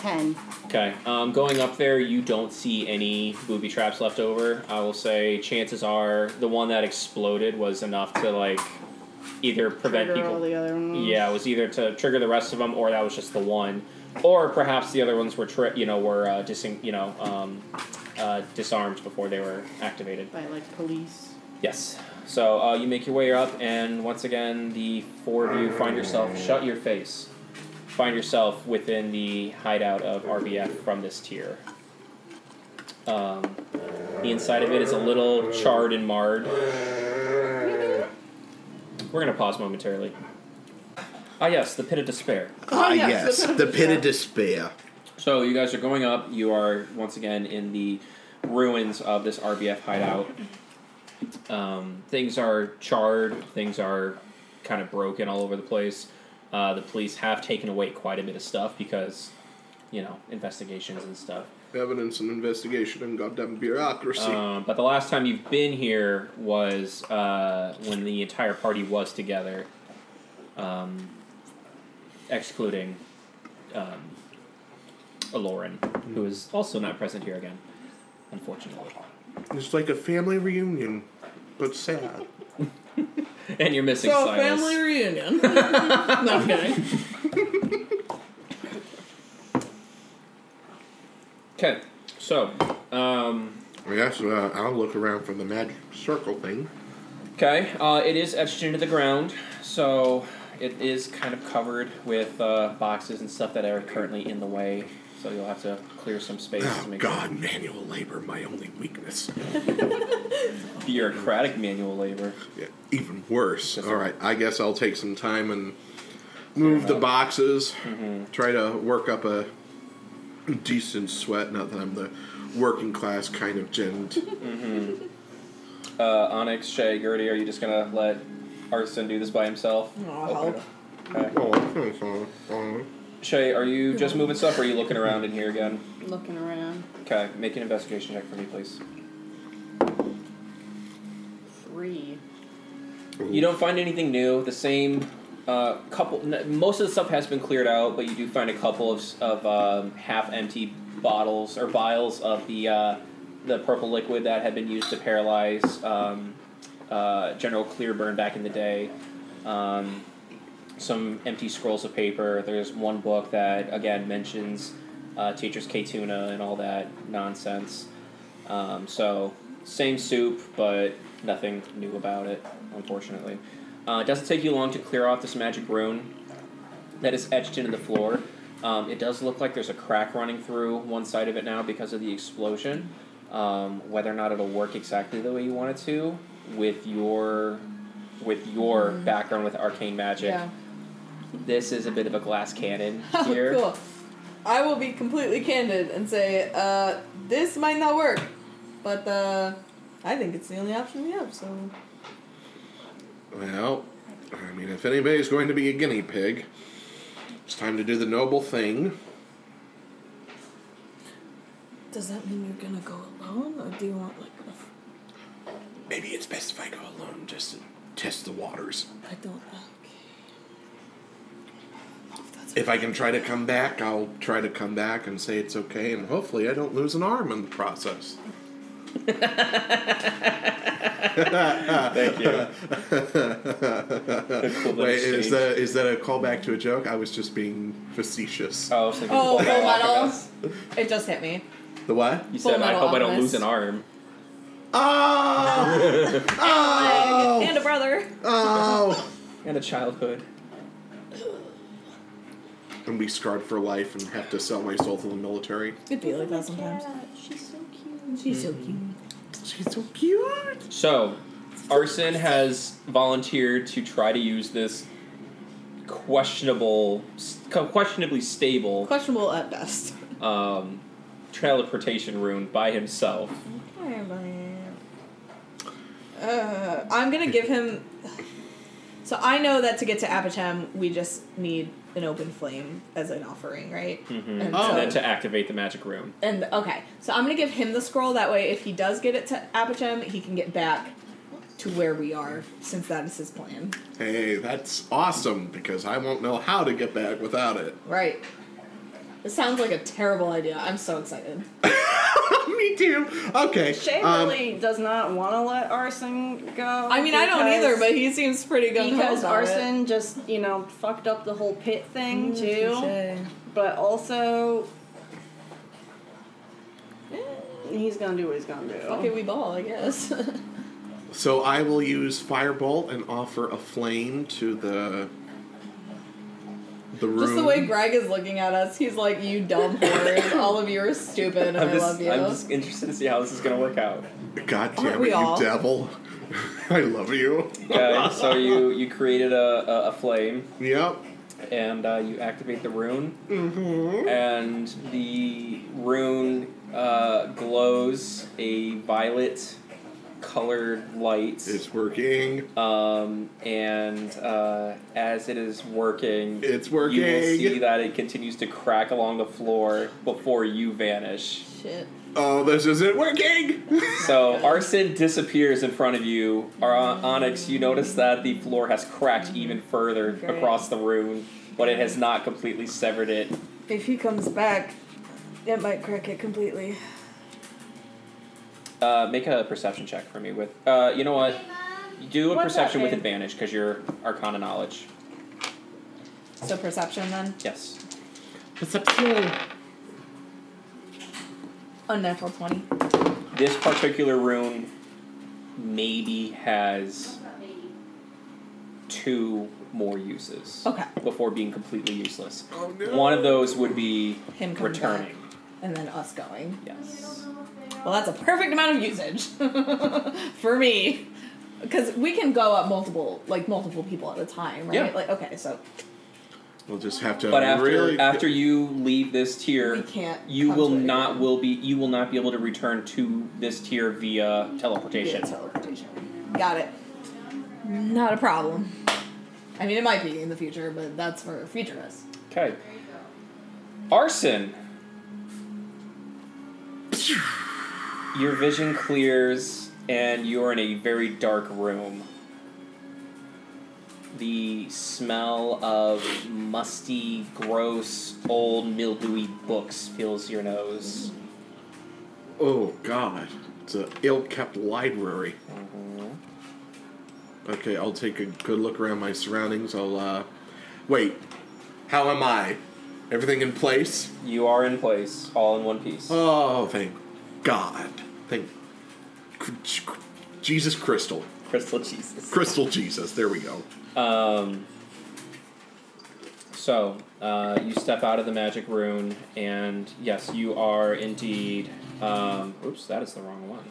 [SPEAKER 7] Ten.
[SPEAKER 2] Okay. Um, going up there, you don't see any booby traps left over. I will say chances are the one that exploded was enough to like either prevent
[SPEAKER 7] Trigger
[SPEAKER 2] people
[SPEAKER 7] all the other ones.
[SPEAKER 2] Yeah, it was either to trigger the rest of them, or that was just the one, or perhaps the other ones were tri- you know were uh, dising you know um, uh, disarmed before they were activated.
[SPEAKER 7] By like police.
[SPEAKER 2] Yes. So uh, you make your way up, and once again, the four of you find yourself shut your face, find yourself within the hideout of RBF from this tier. Um, the inside of it is a little charred and marred. We're gonna pause momentarily. Ah, yes, the pit of despair.
[SPEAKER 1] Ah, yes, the pit of despair.
[SPEAKER 2] So you guys are going up. You are once again in the ruins of this RBF hideout. Um, things are charred. Things are kind of broken all over the place. Uh, the police have taken away quite a bit of stuff because, you know, investigations and stuff.
[SPEAKER 1] Evidence and investigation and goddamn bureaucracy.
[SPEAKER 2] Um, but the last time you've been here was uh, when the entire party was together, um, excluding um, Aloran, who is also not present here again, unfortunately.
[SPEAKER 1] it's like a family reunion, but sad.
[SPEAKER 2] And you're missing
[SPEAKER 12] So,
[SPEAKER 2] Silas.
[SPEAKER 12] family reunion. no, I'm kidding.
[SPEAKER 2] Okay, so um,
[SPEAKER 1] I guess uh, I'll look around for the magic circle thing.
[SPEAKER 2] Okay, uh, it is etched into the ground, so it is kind of covered with uh, boxes and stuff that are currently in the way. So you'll have to clear some space
[SPEAKER 1] Oh
[SPEAKER 2] to make
[SPEAKER 1] God, manual labor, my only weakness.
[SPEAKER 2] bureaucratic manual labor.
[SPEAKER 1] Yeah, even worse.
[SPEAKER 2] Yes,
[SPEAKER 1] All
[SPEAKER 2] sir.
[SPEAKER 1] right, I guess I'll take some time and move the boxes. Try to work up a decent sweat. Not that I'm the working class kind of gent.
[SPEAKER 2] Uh, Onyx, Shay, Gertie, are you just gonna let Arson do this by himself?
[SPEAKER 12] I'll
[SPEAKER 2] Open
[SPEAKER 12] help.
[SPEAKER 2] it up. Okay.
[SPEAKER 1] oh, I think so. Uh,
[SPEAKER 2] Shay, are you just moving stuff or are you looking around in here again?
[SPEAKER 4] Looking around.
[SPEAKER 2] Okay, make an investigation check for me, please.
[SPEAKER 4] Three.
[SPEAKER 2] You don't find anything new. The same uh, couple. N- most of the stuff has been cleared out, but you do find a couple of, s- of um, half-empty bottles or vials of the uh, the purple liquid that had been used to paralyze um, uh, General Clearburn back in the day. Um, some empty scrolls of paper. There's one book that again mentions uh, Teacher's K tuna and all that nonsense. Um, so same soup, but nothing new about it, unfortunately. Uh, it doesn't take you long to clear off this magic rune that is etched into the floor. Um, it does look like there's a crack running through one side of it now because of the explosion. Um, whether or not it'll work exactly the way you want it to, with your with your background with arcane magic,
[SPEAKER 3] Yeah.
[SPEAKER 2] this is a bit of a glass cannon
[SPEAKER 3] Oh,
[SPEAKER 2] here.
[SPEAKER 3] cool. I will be completely candid and say, uh, this might not work, but uh, I think it's the only option we have. So
[SPEAKER 1] Well, I mean, if anybody's going to be a guinea pig, it's time to do the noble thing.
[SPEAKER 12] Does that mean you're gonna go alone, or do you want like a
[SPEAKER 1] Maybe it's best if I go alone just to test the waters.
[SPEAKER 12] I don't.
[SPEAKER 1] If I can try to come back, I'll try to come back and say it's okay, and hopefully I don't lose an arm in the process.
[SPEAKER 2] Thank you. Cool little
[SPEAKER 1] Wait, is
[SPEAKER 2] shade.
[SPEAKER 1] that is that a callback to a joke? I was just being facetious.
[SPEAKER 2] Oh, I was thinking
[SPEAKER 3] Oh,
[SPEAKER 2] Full
[SPEAKER 3] full
[SPEAKER 2] Metal
[SPEAKER 3] metal.
[SPEAKER 2] Alchemist.
[SPEAKER 3] it just hit me.
[SPEAKER 1] The what?
[SPEAKER 2] You said,
[SPEAKER 3] Full
[SPEAKER 2] I
[SPEAKER 3] Metal
[SPEAKER 2] hope I don't
[SPEAKER 3] Alchemist.
[SPEAKER 2] lose an arm.
[SPEAKER 1] Oh!
[SPEAKER 13] and a
[SPEAKER 1] oh!
[SPEAKER 13] brother.
[SPEAKER 1] Oh!
[SPEAKER 2] and a childhood.
[SPEAKER 1] I'm gonna be scarred for life and have to sell my soul to the military.
[SPEAKER 3] It'd be like that sometimes.
[SPEAKER 4] She's so cute.
[SPEAKER 3] She's so cute.
[SPEAKER 1] She's so cute.
[SPEAKER 2] So, Arson has volunteered to try to use this questionable, questionably stable
[SPEAKER 3] Questionable at best.
[SPEAKER 2] um, teleportation rune by himself.
[SPEAKER 3] Uh, I'm gonna give him. So I know that to get to Apatam, we just need an open flame as an offering, right?
[SPEAKER 2] Mm-hmm.
[SPEAKER 3] And
[SPEAKER 2] And then
[SPEAKER 3] so-
[SPEAKER 2] to activate the magic room.
[SPEAKER 3] and okay, so I'm gonna give him the scroll. That way, if he does get it to Apatam, he can get back to where we are, since that is his plan.
[SPEAKER 1] Hey, that's awesome because I won't know how to get back without it.
[SPEAKER 3] Right. This sounds like a terrible idea. I'm so excited.
[SPEAKER 1] Me too. Okay.
[SPEAKER 4] Shay
[SPEAKER 1] um,
[SPEAKER 4] really does not want to let Arson go.
[SPEAKER 3] I mean, I don't
[SPEAKER 4] because-
[SPEAKER 3] either, but he seems pretty good.
[SPEAKER 4] because Arson just you know fucked up the whole pit thing too. But also, eh, he's gonna do what he's gonna do.
[SPEAKER 3] Okay, we ball, I guess.
[SPEAKER 1] So I will use firebolt and offer a flame to the the room.
[SPEAKER 3] Just the way Greg is looking at us, he's like, "You dumb whores! All of you are stupid, and
[SPEAKER 2] I'm
[SPEAKER 3] I
[SPEAKER 2] just,
[SPEAKER 3] love you."
[SPEAKER 2] I'm just interested to see how this is going to work out.
[SPEAKER 1] God
[SPEAKER 3] Aren't
[SPEAKER 1] damn
[SPEAKER 3] we
[SPEAKER 1] it, you
[SPEAKER 3] all?
[SPEAKER 1] devil! I love you.
[SPEAKER 2] Okay, so you, you created a, a, a flame,
[SPEAKER 1] Yep.
[SPEAKER 2] and uh, you activate the rune,
[SPEAKER 1] Mm-hmm.
[SPEAKER 2] and the rune uh, glows a violet colored light.
[SPEAKER 1] It's working.
[SPEAKER 2] Um, and uh, as it is working,
[SPEAKER 1] It's
[SPEAKER 2] you will see
[SPEAKER 1] working.
[SPEAKER 2] that it continues to crack along the floor before you vanish.
[SPEAKER 3] Shit.
[SPEAKER 1] Oh, this isn't working.
[SPEAKER 2] So arson disappears in front of you. Our Onyx, you notice that the floor has cracked even further
[SPEAKER 3] Great.
[SPEAKER 2] across the room, but it has not completely severed it.
[SPEAKER 3] If he comes back, it might crack it completely.
[SPEAKER 2] Uh, make a perception check for me with. Uh, you know what? Do a
[SPEAKER 4] What's up,
[SPEAKER 2] perception with
[SPEAKER 4] babe?
[SPEAKER 2] advantage because you're Arcana knowledge.
[SPEAKER 3] So perception then,
[SPEAKER 2] Yes.
[SPEAKER 1] Perception.
[SPEAKER 3] unnatural twenty.
[SPEAKER 2] This particular rune maybe has two more uses
[SPEAKER 3] Okay,
[SPEAKER 2] before being completely useless.
[SPEAKER 1] Oh no.
[SPEAKER 2] One of those would be
[SPEAKER 3] him coming
[SPEAKER 2] returning.
[SPEAKER 3] back, and then us going.
[SPEAKER 2] Yes.
[SPEAKER 3] Well, that's a perfect amount of usage for me, because we can go up multiple, like multiple people at a time, right?
[SPEAKER 2] Yeah.
[SPEAKER 3] Like, okay, so
[SPEAKER 1] We'll just have to.
[SPEAKER 2] But after
[SPEAKER 1] really
[SPEAKER 2] after you leave this
[SPEAKER 3] we
[SPEAKER 2] tier,
[SPEAKER 3] can't.
[SPEAKER 2] you
[SPEAKER 3] come
[SPEAKER 2] will
[SPEAKER 3] to it
[SPEAKER 2] not
[SPEAKER 3] again
[SPEAKER 2] will be you will not be able to return to this tier via teleportation.
[SPEAKER 3] via teleportation. Got it. Not a problem. I mean, it might be in the future, but that's for future us.
[SPEAKER 2] Okay. Arson. Your vision clears and you're in a very dark room. The smell of musty, gross, old, mildewy books fills your nose.
[SPEAKER 1] Oh God, it's an ill-kept library. Mm-hmm. Okay, I'll take a good look around my surroundings. I'll uh, wait. How am I? Everything in place?
[SPEAKER 2] You are in place, all in one piece.
[SPEAKER 1] Oh, thank God! Thank cr- cr- Jesus, crystal,
[SPEAKER 2] Crystal Jesus.
[SPEAKER 1] crystal Jesus. There we go.
[SPEAKER 2] Um, so, uh, you step out of the magic rune, and yes, you are indeed. Um, oops, that is the wrong one.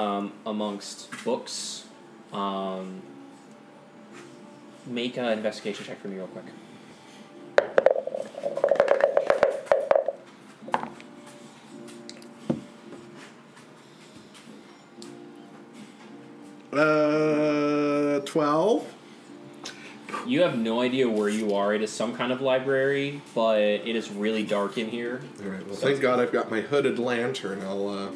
[SPEAKER 2] Um, amongst books. Um, make an investigation check for me, real quick.
[SPEAKER 1] Uh, twelve.
[SPEAKER 2] You have no idea where you are. It is some kind of library, but it is really dark in here.
[SPEAKER 1] All right. Well, thank God I've got my hooded lantern. I'll uh,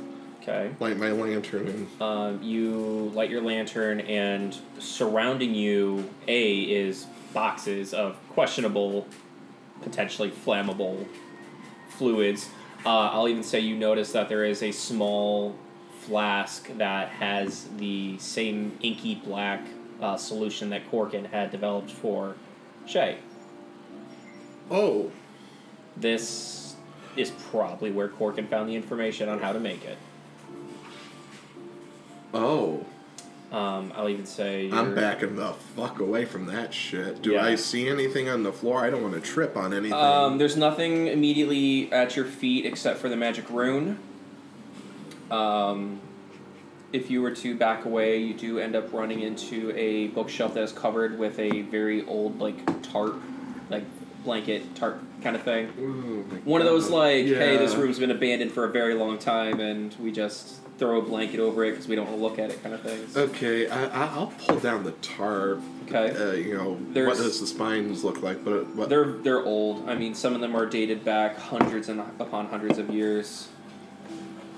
[SPEAKER 2] Okay.
[SPEAKER 1] light my lantern and
[SPEAKER 2] Um, you light your lantern, and surrounding you, A, is boxes of questionable, potentially flammable fluids. Uh, I'll even say you notice that there is a small flask that has the same inky black uh, solution that Corkin had developed for Shay.
[SPEAKER 1] oh.
[SPEAKER 2] This is probably where Corkin found the information on how to make it.
[SPEAKER 1] Oh,
[SPEAKER 2] Um, I'll even say
[SPEAKER 1] I'm
[SPEAKER 2] you're-
[SPEAKER 1] backing the fuck away from that shit. Do
[SPEAKER 2] Yeah.
[SPEAKER 1] I see anything on the floor? I don't want to trip on anything.
[SPEAKER 2] Um, there's nothing immediately at your feet except for the magic rune. Um, if you were to back away, you do end up running into a bookshelf that is covered with a very old, like, tarp, like, blanket tarp kind of thing.
[SPEAKER 1] Ooh, my
[SPEAKER 2] One of those,
[SPEAKER 1] God.
[SPEAKER 2] like, hey, this
[SPEAKER 1] Uh, Yeah.
[SPEAKER 2] room's been abandoned for a very long time and we just throw a blanket over it because we don't want to look at it kind of things.
[SPEAKER 1] Okay, I, I, I'll pull down the tarp.
[SPEAKER 2] Okay.
[SPEAKER 1] Uh, you know, what
[SPEAKER 2] There's-
[SPEAKER 1] does the spines look like? But what,
[SPEAKER 2] They're they're old. I mean, some of them are dated back hundreds and upon hundreds of years.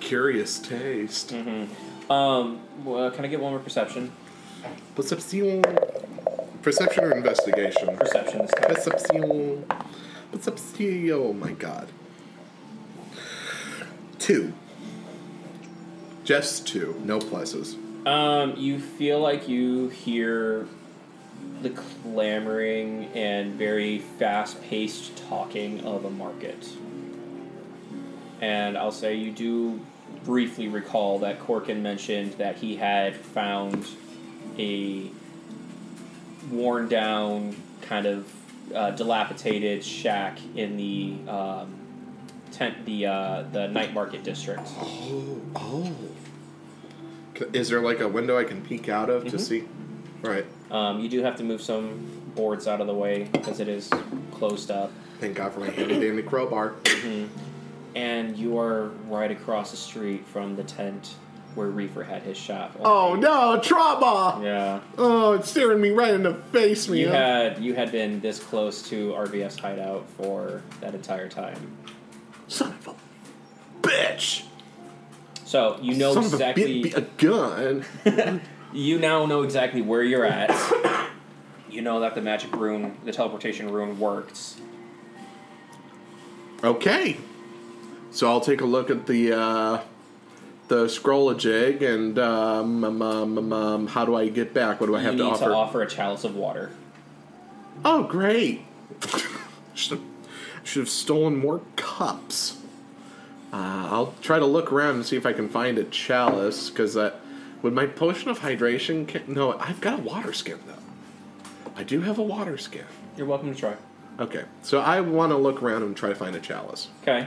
[SPEAKER 1] curious taste.
[SPEAKER 2] Mm-hmm. Um, well, can I get one more perception?
[SPEAKER 1] Perception. Perception or investigation?
[SPEAKER 2] Perception this time.
[SPEAKER 1] Perception. Perception. Oh my god. Two. Just two. No pluses.
[SPEAKER 2] Um, you feel like you hear the clamoring and very fast-paced talking of a market, and I'll say you do briefly recall that Corkin mentioned that he had found a worn down, kind of uh, dilapidated shack in the um, tent, the uh, the night market district.
[SPEAKER 1] Oh, oh. C- Is there like a window I can peek out of to
[SPEAKER 2] Mhm.
[SPEAKER 1] see? Right.
[SPEAKER 2] Um, you do have to move some boards out of the way because it is closed up.
[SPEAKER 1] Thank God for my handy dandy crowbar.
[SPEAKER 2] And you are right across the street from the tent where Reefer had his shop.
[SPEAKER 1] Oh no, Oh, trauma!
[SPEAKER 2] Yeah.
[SPEAKER 1] Oh, it's staring me right in the face, man.
[SPEAKER 2] You had you had been this close to RVF's hideout for that entire time.
[SPEAKER 1] Son of a bitch!
[SPEAKER 2] So you know
[SPEAKER 1] Son
[SPEAKER 2] exactly
[SPEAKER 1] of a, bit, a gun.
[SPEAKER 2] you now know exactly where you're at. you know that the magic rune, the teleportation rune works.
[SPEAKER 1] Okay. So I'll take a look at the uh, the scroll a jig and um, um, um, um, um, how do I get back? What do I have
[SPEAKER 2] you
[SPEAKER 1] to
[SPEAKER 2] need
[SPEAKER 1] offer?
[SPEAKER 2] to offer a chalice of water.
[SPEAKER 1] Oh, great! should, have, should have stolen more cups. Uh, I'll try to look around and see if I can find a chalice because that would my potion of hydration. Ca- no, I've got a water skin though. I do have a water skin.
[SPEAKER 2] You're welcome to try.
[SPEAKER 1] Okay, so I want to look around and try to find a chalice.
[SPEAKER 2] Okay.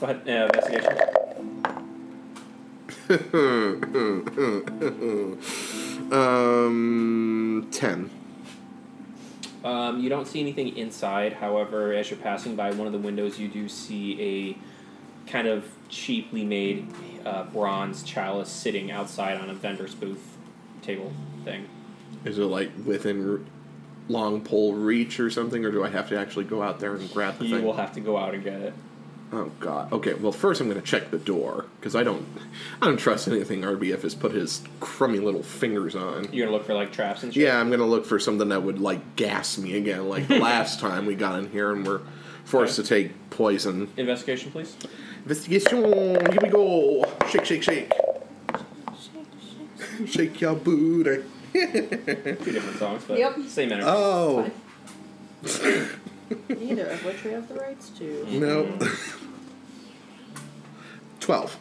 [SPEAKER 2] Go ahead. Uh, investigation.
[SPEAKER 1] Um, ten.
[SPEAKER 2] Um, you don't see anything inside. However, as you're passing by one of the windows, you do see a kind of cheaply made uh, bronze chalice sitting outside on a vendor's booth table thing.
[SPEAKER 1] Is it like within r- long pole reach or something, or do I have to actually go out there and grab the
[SPEAKER 2] You
[SPEAKER 1] thing?
[SPEAKER 2] will have to go out and get it.
[SPEAKER 1] Oh God. Okay. Well, first I'm going to check the door because I don't, I don't trust anything RBF has put his crummy little fingers on.
[SPEAKER 2] You're gonna look for like traps and shit.
[SPEAKER 1] Yeah, I'm going to look for something that would like gas me again, like the last time we got in here and we're forced to take poison.
[SPEAKER 2] Investigation, please.
[SPEAKER 1] Investigation. Here we go. Shake, shake, shake. Shake your booty.
[SPEAKER 2] Two different songs, but
[SPEAKER 6] Yep.
[SPEAKER 2] same energy.
[SPEAKER 1] Oh
[SPEAKER 7] Neither of which we have the rights to.
[SPEAKER 1] no. Twelve.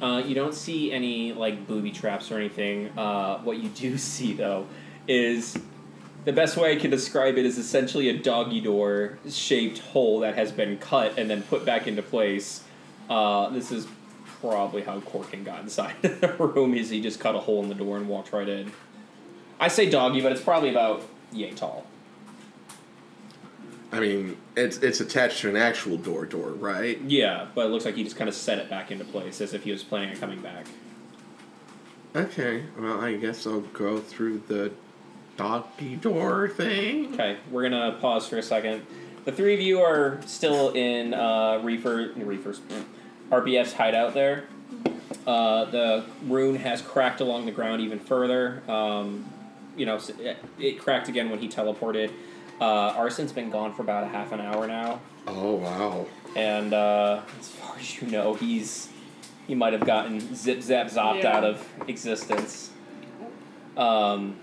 [SPEAKER 2] Uh, you don't see any like booby traps or anything. Uh, what you do see though is the best way I can describe it is essentially a doggy door shaped hole that has been cut and then put back into place. Uh, this is probably how Corkin got inside the room. Is he just cut a hole in the door and walked right in? I say doggy, but it's probably about yay tall.
[SPEAKER 1] I mean, it's it's attached to an actual door door, right?
[SPEAKER 2] Yeah, but it looks like he just kind of set it back into place as if he was planning on coming back.
[SPEAKER 1] Okay, well, I guess I'll go through the doggy door thing.
[SPEAKER 2] Okay, we're gonna pause for a second. The three of you are still in uh, Reefer, Reefer's, RBF's hideout there. Uh, the rune has cracked along the ground even further. Um, you know, s- it, it cracked again when he teleported. Uh, Arson's been gone for about a half an hour now,
[SPEAKER 1] Oh, wow.
[SPEAKER 2] and uh, as far as you know, he's he might have gotten zip zap zopped
[SPEAKER 5] Yeah.
[SPEAKER 2] out of existence. Um,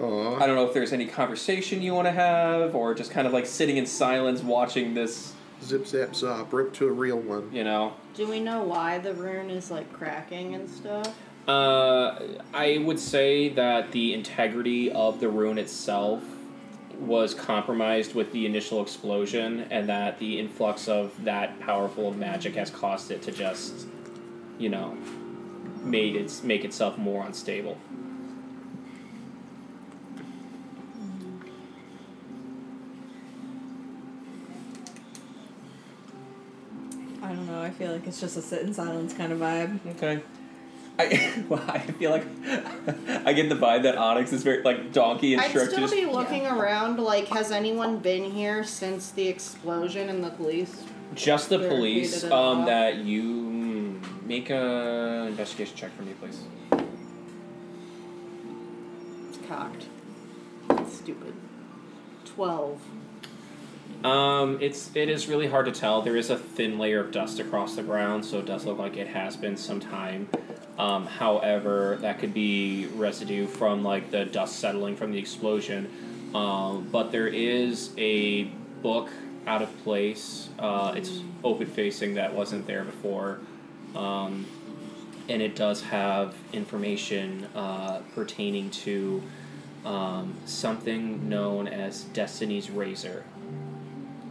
[SPEAKER 2] I
[SPEAKER 1] Aw.
[SPEAKER 2] don't know if there's any conversation you want to have, or just kind of like sitting in silence watching this
[SPEAKER 1] Zip, zap, zop. Rip to a real one.
[SPEAKER 2] You know,
[SPEAKER 4] Do we know why the rune is like cracking and stuff?
[SPEAKER 2] Uh, I would say that the integrity of the rune itself was compromised with the initial explosion, and that the influx of that powerful of magic has caused it to just, you know, made its make itself more unstable.
[SPEAKER 6] I don't know. I feel like it's just a sit in silence kind of vibe.
[SPEAKER 2] Okay. I, well, I feel like I get the vibe that Onyx is very like donkey and
[SPEAKER 4] I'd
[SPEAKER 2] Shrek
[SPEAKER 4] still
[SPEAKER 2] just
[SPEAKER 4] be looking around like, has anyone been here since the explosion and the police?
[SPEAKER 2] just the
[SPEAKER 4] They're
[SPEAKER 2] police.
[SPEAKER 4] repeated it
[SPEAKER 2] Um,
[SPEAKER 4] all.
[SPEAKER 2] that you mm, make a investigation check for me, please.
[SPEAKER 4] It's cocked. Stupid. 12.
[SPEAKER 2] Um, it's it is really hard to tell. There is a thin layer of dust across the ground, so it does look like it has been some time. Um, however, that could be residue from like the dust settling from the explosion. Um, but there is a book out of place. Uh, it's open facing that wasn't there before, um, and it does have information uh, pertaining to um, something known as Destiny's Razor.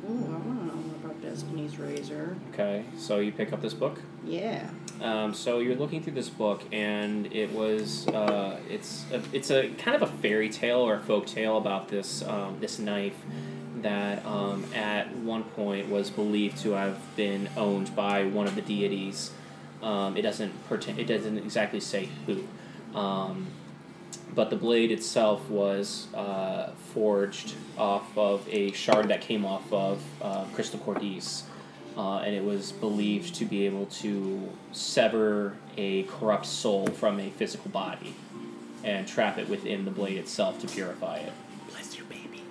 [SPEAKER 4] Ooh, I want to know about Destiny's Razor.
[SPEAKER 2] Okay, so you pick up this book.
[SPEAKER 4] Yeah.
[SPEAKER 2] Um, so you're looking through this book, and it was uh, it's a, it's a kind of a fairy tale or a folk tale about this um, this knife that um, at one point was believed to have been owned by one of the deities. Um, it doesn't pertain. It doesn't exactly say who. Um, but the blade itself was uh, forged off of a shard that came off of uh, crystal cordis, uh, and it was believed to be able to sever a corrupt soul from a physical body and trap it within the blade itself to purify it. Bless your baby.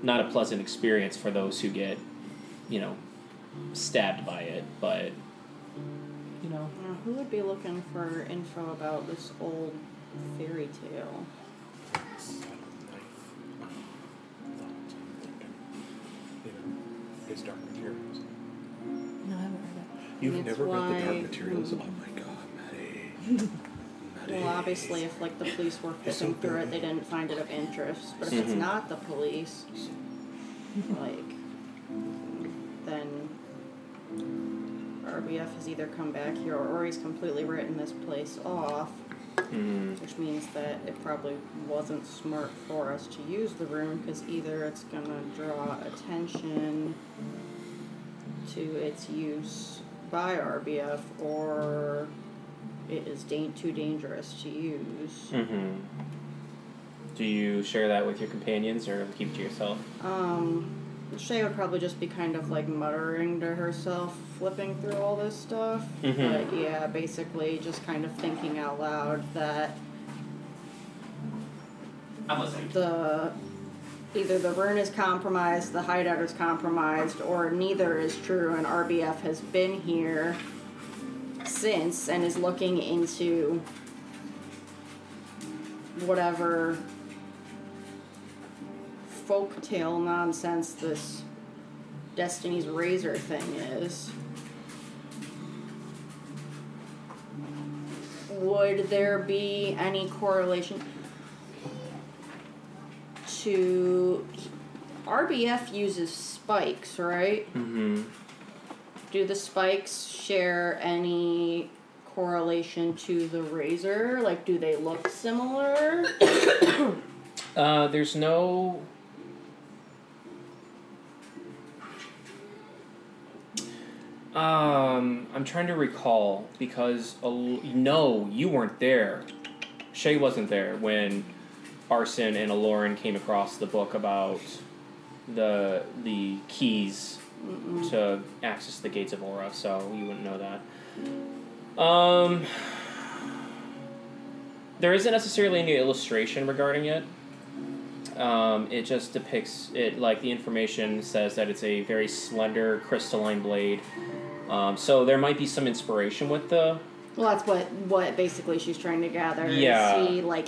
[SPEAKER 2] Not a pleasant experience for those who get, you know, stabbed by it, but you know,
[SPEAKER 4] Now, who would be looking for info about this old fairy tale?
[SPEAKER 11] It's dark materials.
[SPEAKER 12] No, I haven't read it.
[SPEAKER 11] You've
[SPEAKER 4] That's
[SPEAKER 11] never read the
[SPEAKER 4] why-
[SPEAKER 11] dark materials? Oh my god, Maddie. Maddie.
[SPEAKER 4] Well, obviously, if like the police were fishing through it, they didn't find it of interest. But if it's
[SPEAKER 2] Mhm.
[SPEAKER 4] not the police, like, then RBF has either come back here or he's completely written this place off,
[SPEAKER 2] mm,
[SPEAKER 4] which means that it probably wasn't smart for us to use the room because either it's gonna draw attention to its use by RBF or it is dan- too dangerous to use.
[SPEAKER 2] Mm-hmm. Do you share that with your companions or keep it to yourself?
[SPEAKER 4] Um, Shay would probably just be kind of like muttering to herself, flipping through all this stuff.
[SPEAKER 2] Mhm.
[SPEAKER 4] But yeah, basically just kind of thinking out loud that
[SPEAKER 14] I'm listening.
[SPEAKER 4] the either the rune is compromised, the hideout is compromised, or neither is true, and RBF has been here since and is looking into whatever folktale nonsense this Destiny's Razor thing is. Would there be any correlation? to RBF uses spikes, right?
[SPEAKER 2] Mm-hmm.
[SPEAKER 4] Do the spikes share any correlation to the razor? Like, do they look similar?
[SPEAKER 2] Uh, there's no. Um, I'm trying to recall because a l- no, you weren't there. Shay wasn't there when Arson and Aloran came across the book about the the keys to access the gates of Aura, so you wouldn't know that. Um, there isn't necessarily any illustration regarding it. Um, it just depicts it like the information says that it's a very slender crystalline blade. Um, so there might be some inspiration with the
[SPEAKER 4] well, that's what what basically she's trying to gather. is
[SPEAKER 2] Yeah.
[SPEAKER 4] See, like,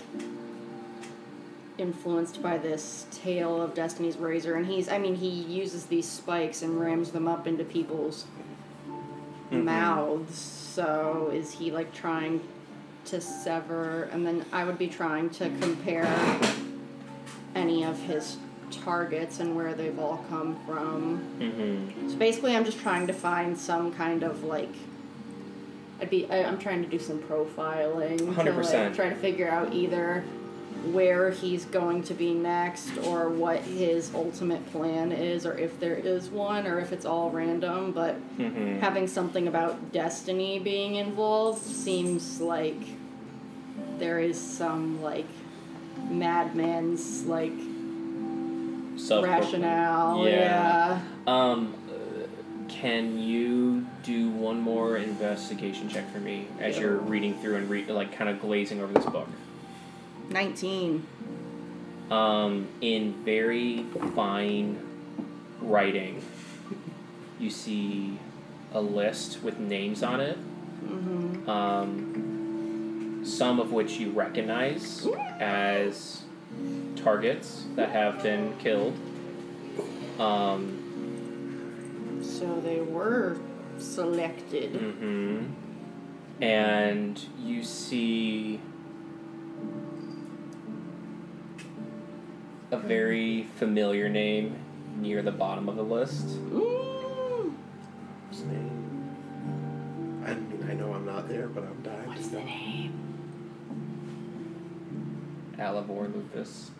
[SPEAKER 4] influenced by this tale of Destiny's Razor, and he's, I mean, he uses these spikes and rams them up into people's mouths. So is he like trying to sever? And then I would be trying to compare any of his targets and where they've all come from.
[SPEAKER 2] Mm-hmm.
[SPEAKER 4] So basically, I'm just trying to find some kind of like. I'd be. I, I'm trying to do some profiling.
[SPEAKER 2] Hundred
[SPEAKER 4] To like
[SPEAKER 2] percent.
[SPEAKER 4] try to figure out either where he's going to be next, or what his ultimate plan is, or if there is one, or if it's all random. But
[SPEAKER 2] Mm-hmm.
[SPEAKER 4] having something about destiny being involved seems like there is some like madman's like rationale.
[SPEAKER 2] Yeah. Um, uh, can you do one more investigation check for me as you're reading through and re- like kind of glazing over this book?
[SPEAKER 4] 19.
[SPEAKER 2] Um, in very fine writing, you see a list with names on it. Um, some of which you recognize as targets that have been killed. Um,
[SPEAKER 4] So they were selected.
[SPEAKER 2] hmm And you see a very familiar name near the bottom of the list.
[SPEAKER 4] Ooh,
[SPEAKER 11] What's the name? I mean, I know I'm not there, but I'm dying to know.
[SPEAKER 2] Alivor Lupus.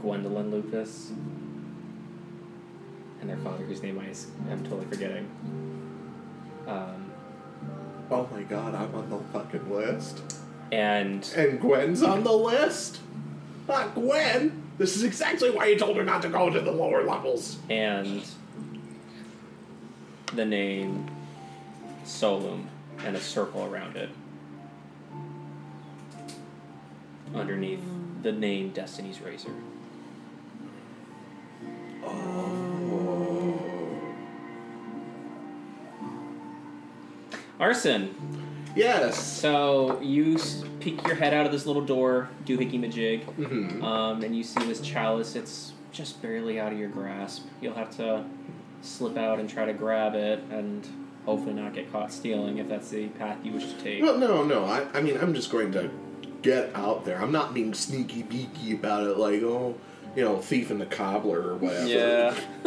[SPEAKER 2] Gwendolyn Lupus. And their father, whose name I s- am totally forgetting. Um,
[SPEAKER 11] Oh my god, I'm on the fucking list.
[SPEAKER 2] and
[SPEAKER 11] And Gwen's on the list? Not Gwen! This is exactly why you told her not to go to the lower levels.
[SPEAKER 2] and the name Solum and a circle around it. Underneath the name Destiny's Razor. Arson,
[SPEAKER 1] Yes.
[SPEAKER 2] so you s- peek your head out of this little door, do hickey majig,
[SPEAKER 1] Mm-hmm.
[SPEAKER 2] um, and you see this chalice. It's just barely out of your grasp. You'll have to slip out and try to grab it, and hopefully not get caught stealing if that's the path you wish to take.
[SPEAKER 1] Well, no, no. I, I mean, I'm just going to get out there. I'm not being sneaky beaky about it, like, oh, you know, thief and the cobbler or whatever.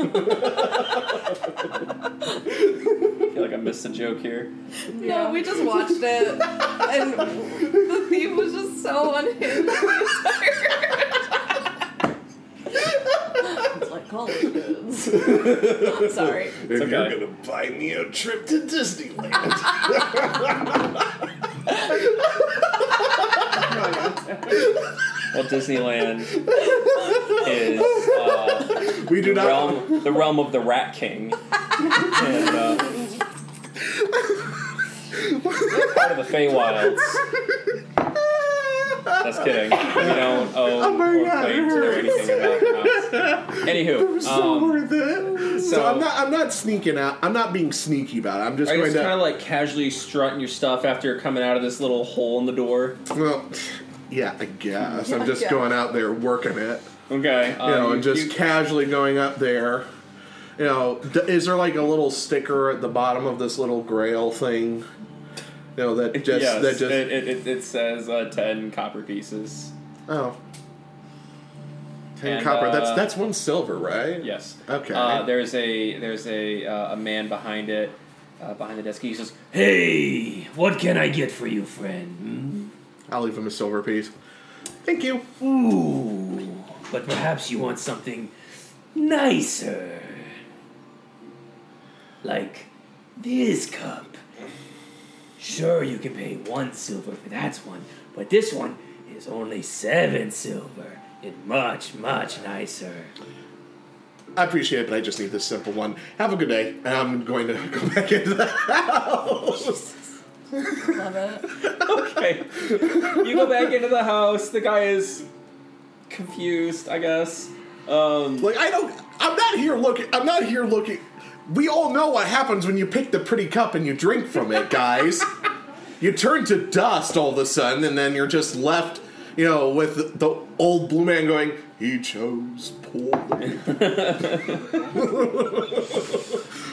[SPEAKER 2] I feel like I missed a joke here.
[SPEAKER 6] No, we just watched it, and the thief was just so unhinged.
[SPEAKER 7] It's like college kids.
[SPEAKER 6] Sorry.
[SPEAKER 11] If
[SPEAKER 2] okay.
[SPEAKER 11] you're gonna buy me a trip to Disneyland.
[SPEAKER 2] Well, Disneyland is uh,
[SPEAKER 1] We do
[SPEAKER 2] the
[SPEAKER 1] not.
[SPEAKER 2] realm, the realm of the Rat King. and, uh, part of the Feywilds. That's kidding. We don't owe
[SPEAKER 1] Oh my
[SPEAKER 2] or
[SPEAKER 1] God,
[SPEAKER 2] claim
[SPEAKER 1] it
[SPEAKER 2] to know
[SPEAKER 1] hurts.
[SPEAKER 2] anything about the mouse. Anywho,
[SPEAKER 1] so
[SPEAKER 2] um,
[SPEAKER 1] worth it. So,
[SPEAKER 2] so-
[SPEAKER 1] I'm not. I'm not sneaking out. I'm not being sneaky about it. I'm just
[SPEAKER 2] are you
[SPEAKER 1] going
[SPEAKER 2] just kind
[SPEAKER 1] to.
[SPEAKER 2] of like casually strutting your stuff after you're coming out of this little hole in the door?
[SPEAKER 1] well, yeah, I guess.
[SPEAKER 6] I
[SPEAKER 1] I'm just
[SPEAKER 6] guess.
[SPEAKER 1] going out there working it.
[SPEAKER 2] Okay.
[SPEAKER 1] you know, and just casually going up there. You know, d- is there like a little sticker at the bottom of this little grail thing? You know that just
[SPEAKER 2] yes,
[SPEAKER 1] that just
[SPEAKER 2] it, it, it, it says uh, ten copper pieces.
[SPEAKER 1] oh. Ten
[SPEAKER 2] And,
[SPEAKER 1] copper.
[SPEAKER 2] uh,
[SPEAKER 1] that's that's one silver, right?
[SPEAKER 2] Yes.
[SPEAKER 1] Okay.
[SPEAKER 2] Uh, there's a there's a uh, a man behind it, uh, behind the desk. He says, "Hey, what can I get for you, friend?
[SPEAKER 1] I'll leave him a silver piece. Thank you.
[SPEAKER 2] Hmm? Ooh, but perhaps you want something nicer, like this cup. Sure, you can pay one silver for that one, but this one is only seven silver." and much, much nicer.
[SPEAKER 1] I appreciate it, but I just need this simple one. Have a good day, and I'm going to go back into the house.
[SPEAKER 3] Love it.
[SPEAKER 2] okay. You go back into the house. The guy is confused, I guess. Um,
[SPEAKER 1] Like I don't. I'm not here looking. I'm not here looking. We all know what happens when you pick the pretty cup and you drink from it, guys. you turn to dust all of a sudden, and then you're just left. you know, with the, the old blue man going, he chose poorly.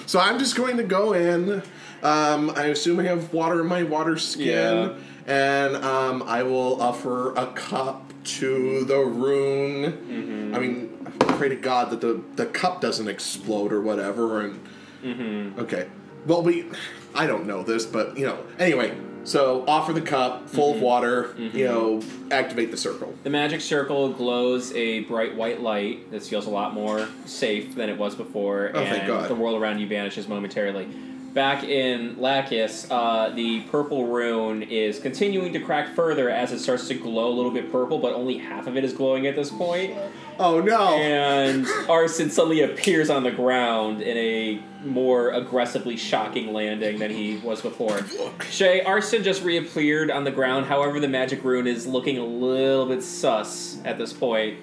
[SPEAKER 1] so I'm just going to go in. Um, I assume I have water in my water skin,
[SPEAKER 2] Yeah.
[SPEAKER 1] and um, I will offer a cup to the rune. I mean, pray to God that the the cup doesn't explode or whatever, and. Okay. Well, we. I don't know this, but, you know. Anyway, so offer the cup full of water, you know, activate the circle.
[SPEAKER 2] The magic circle glows a bright white light that feels a lot more safe than it was before,
[SPEAKER 1] Oh,
[SPEAKER 2] and
[SPEAKER 1] thank God.
[SPEAKER 2] the world around you vanishes momentarily. Back in Lacus, uh, the purple rune is continuing to crack further as it starts to glow a little bit purple, but only half of it is glowing at this point.
[SPEAKER 1] Oh, no!
[SPEAKER 2] And Arson suddenly appears on the ground in a more aggressively shocking landing than he was before. Shay, Arson just reappeared on the ground. However, the magic rune is looking a little bit sus at this point.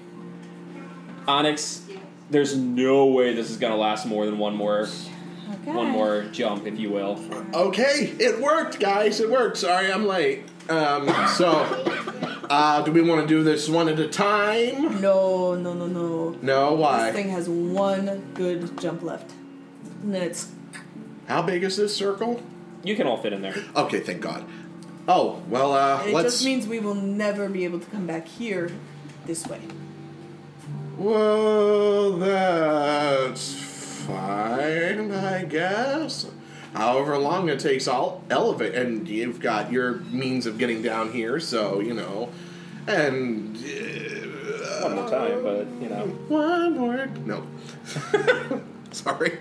[SPEAKER 2] Onyx, there's no way this is going to last more than one more one more jump, if you will.
[SPEAKER 1] Okay, it worked, guys. It worked. Sorry, I'm late. Um, so, uh, do we want to do this one at a time?
[SPEAKER 3] No, no, no, no.
[SPEAKER 1] No,
[SPEAKER 3] This
[SPEAKER 1] why?
[SPEAKER 3] thing has one good jump left. And then it's
[SPEAKER 1] How big is this circle?
[SPEAKER 2] You can all fit in there.
[SPEAKER 1] Okay, thank God. Oh, well, uh,
[SPEAKER 3] and it
[SPEAKER 1] let's.
[SPEAKER 3] just means we will never be able to come back here this way.
[SPEAKER 1] Well, that's fine, I guess. However long it takes, I'll elevate, and you've got your means of getting down here, so you know. And uh,
[SPEAKER 2] One more time, but you know.
[SPEAKER 1] one more. No, sorry.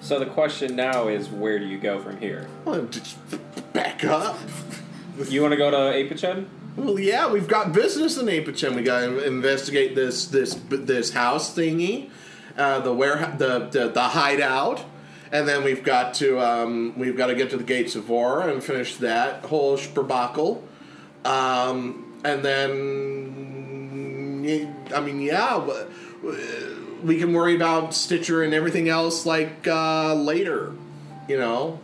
[SPEAKER 2] So the question now is, where do you go from here?
[SPEAKER 1] Well, just back up.
[SPEAKER 2] You want to go to Apichen?
[SPEAKER 1] Well, yeah, we've got business in Apachem. We got to investigate this this this house thingy, uh, the warehouse, the, the the hideout, and then we've got to um, we've got to get to the gates of Vora and finish that whole sperbacle. Um, and then, I mean, yeah, w- w- we can worry about Stitcher and everything else like uh, later, you know.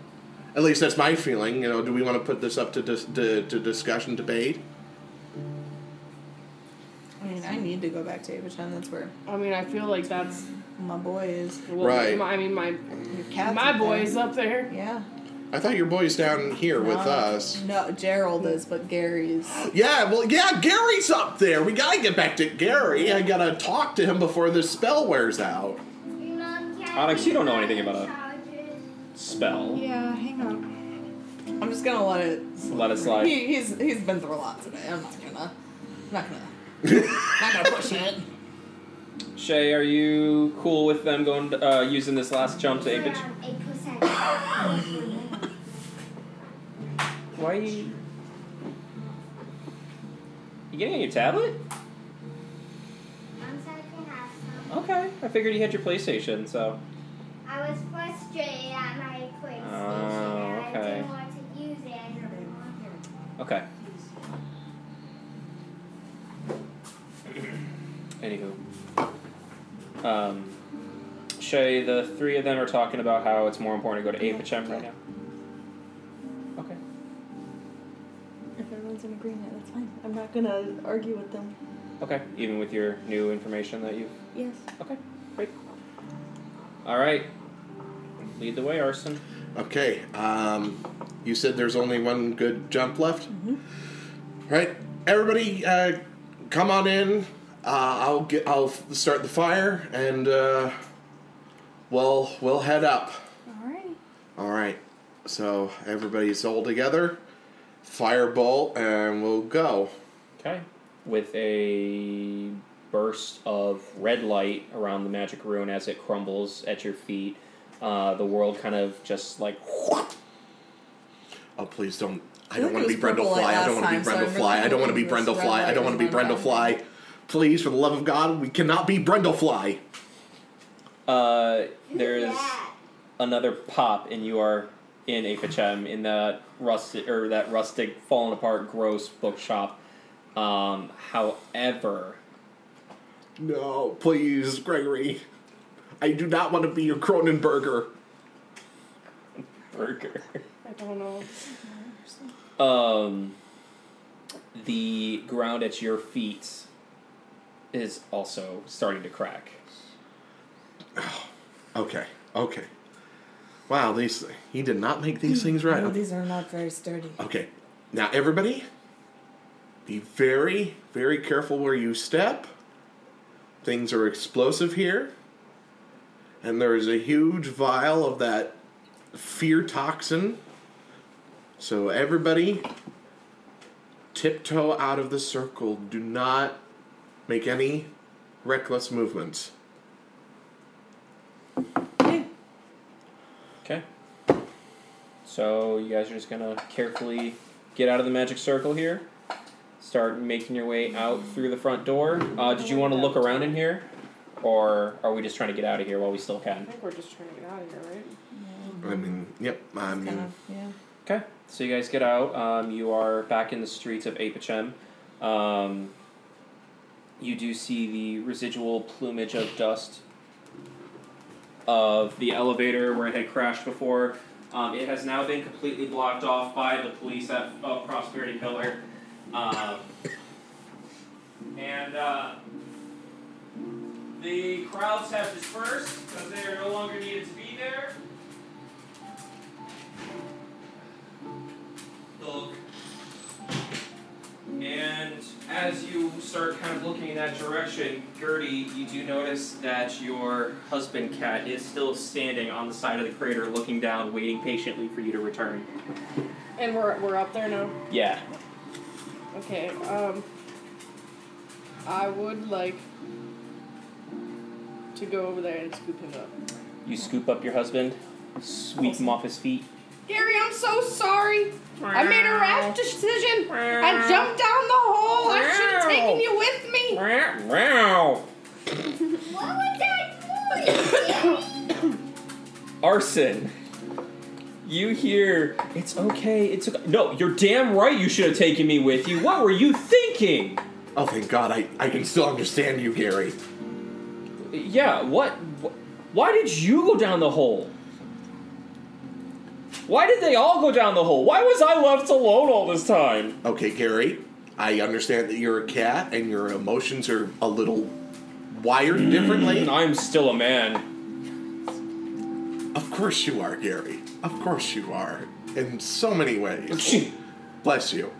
[SPEAKER 1] At least that's my feeling. You know, do we want to put this up to dis- to, to discussion, debate?
[SPEAKER 3] I mean, I need to go back to Avachan. That's where
[SPEAKER 5] I mean, I feel like that's.
[SPEAKER 3] my boy is.
[SPEAKER 5] Well,
[SPEAKER 1] Right.
[SPEAKER 5] My, I mean, my
[SPEAKER 3] Your cat's
[SPEAKER 5] my
[SPEAKER 3] up
[SPEAKER 5] boy's
[SPEAKER 3] there.
[SPEAKER 5] up there.
[SPEAKER 3] Yeah.
[SPEAKER 1] I thought your boy's down here with
[SPEAKER 3] No.
[SPEAKER 1] us.
[SPEAKER 3] No, Gerald is, but Gary's.
[SPEAKER 1] Yeah, well, yeah, Gary's up there. We gotta get back to Gary. I gotta talk to him before this spell wears out.
[SPEAKER 2] Onyx, you don't know anything about a spell.
[SPEAKER 4] Yeah, hang on.
[SPEAKER 3] I'm just gonna let it.
[SPEAKER 2] Let it slide.
[SPEAKER 3] He, he's he's been through a lot today. I'm not gonna. I'm not gonna. not gonna push it.
[SPEAKER 2] Shay, are you cool with them going uh, using this last jump to Apich? Why are you? You getting on your tablet? Okay, I figured you had your PlayStation, so.
[SPEAKER 15] I was frustrated at my
[SPEAKER 2] Oh,
[SPEAKER 15] PlayStation. and I
[SPEAKER 2] okay.
[SPEAKER 15] didn't want to use it anymore.
[SPEAKER 2] Okay. Anywho. Um, Shay, the three of them are talking about how it's more important to go to Apichem right now. Okay.
[SPEAKER 12] If everyone's in agreement, that's fine. I'm not gonna argue with them.
[SPEAKER 2] Okay. Even with your new information that you've.
[SPEAKER 12] Yes.
[SPEAKER 2] Okay. Great. All right. Lead the way, Arson.
[SPEAKER 1] Okay, um, you said there's only one good jump left? Right, everybody, uh, come on in. Uh, I'll get, I'll f- start the fire, and uh, we'll we'll head up.
[SPEAKER 12] Alright.
[SPEAKER 1] All right. So everybody's all together. Firebolt, and we'll go.
[SPEAKER 2] Okay. With a burst of red light around the magic rune as it crumbles at your feet, uh, the world kind of just like.
[SPEAKER 1] Oh, please don't. I
[SPEAKER 3] I
[SPEAKER 1] don't
[SPEAKER 3] think
[SPEAKER 1] want to
[SPEAKER 3] it was
[SPEAKER 1] be Brendel
[SPEAKER 3] purple
[SPEAKER 1] Fly.
[SPEAKER 3] light
[SPEAKER 1] I don't
[SPEAKER 3] last
[SPEAKER 1] want to be
[SPEAKER 3] time, so
[SPEAKER 1] Brendel
[SPEAKER 3] I
[SPEAKER 1] Fly. I
[SPEAKER 3] really
[SPEAKER 1] don't want to be
[SPEAKER 3] think it was
[SPEAKER 1] Brendel
[SPEAKER 3] red
[SPEAKER 1] Fly. I
[SPEAKER 3] light
[SPEAKER 1] don't want to be
[SPEAKER 3] was my
[SPEAKER 1] Brendel
[SPEAKER 3] bad.
[SPEAKER 1] Fly. Please, for the love of God, we cannot be Brendel Fly.
[SPEAKER 2] Uh, there is
[SPEAKER 15] That.
[SPEAKER 2] another pop, and you are in Apachem in that rustic or that rustic, fallen apart, gross bookshop. Um, however,
[SPEAKER 1] No, please, Gregory. I do not want to be your Cronenberger.
[SPEAKER 2] burger.
[SPEAKER 5] I don't know.
[SPEAKER 2] Um, the ground at your feet is also starting to crack.
[SPEAKER 1] Okay. Okay. Wow, these he did not make these things right.
[SPEAKER 3] Oh,
[SPEAKER 12] No, these are not very sturdy.
[SPEAKER 1] Okay. Now, everybody, be very, very careful where you step. Things are explosive here. And there is a huge vial of that fear toxin. So, everybody, tiptoe out of the circle. Do not make any reckless movements.
[SPEAKER 2] Okay. So you guys are just gonna carefully get out of the magic circle here. Start making your way out through the front door. Uh, did you want to look around in here, or are we just trying to get out of here while we still
[SPEAKER 4] I
[SPEAKER 2] can?
[SPEAKER 4] think we're just trying to get out of here, right?
[SPEAKER 1] I mean, yep, I mean,
[SPEAKER 12] Yeah.
[SPEAKER 2] Okay. So you guys get out. Um, you are back in the streets of Apachem. Um, you do see the residual plumage of dust of the elevator where it had crashed before. Um, it has now been completely blocked off by the police at uh, Prosperity Pillar. Um, and uh, the crowds have dispersed because they are no longer needed to be there. Look. And as you start kind of looking in that direction, Gertie, you do notice that your husband cat is still standing on the side of the crater, looking down, waiting patiently for you to return.
[SPEAKER 4] And we're we're up there now.
[SPEAKER 2] Yeah.
[SPEAKER 4] Okay. Um. I would like to go over there and scoop him up.
[SPEAKER 2] You scoop up your husband, sweep him off his feet.
[SPEAKER 5] Gary, I'm so sorry. I made a rash decision. I jumped down the hole. I should have taken you with me.
[SPEAKER 2] Wow!
[SPEAKER 15] What was that noise?
[SPEAKER 2] Arson! You hear, it's okay, it's okay. No, you're damn right you should have taken me with you. What were you thinking?
[SPEAKER 1] oh, thank God, I, I can still understand you, Gary.
[SPEAKER 2] Yeah, what? wh- Why did you go down the hole? Why did they all go down the hole? Why was I left alone all this time?
[SPEAKER 1] Okay, Gary, I understand that you're a cat and your emotions are a little wired differently.
[SPEAKER 2] And I'm still a man.
[SPEAKER 1] Of course you are, Gary. Of course you are. In so many ways. Bless you.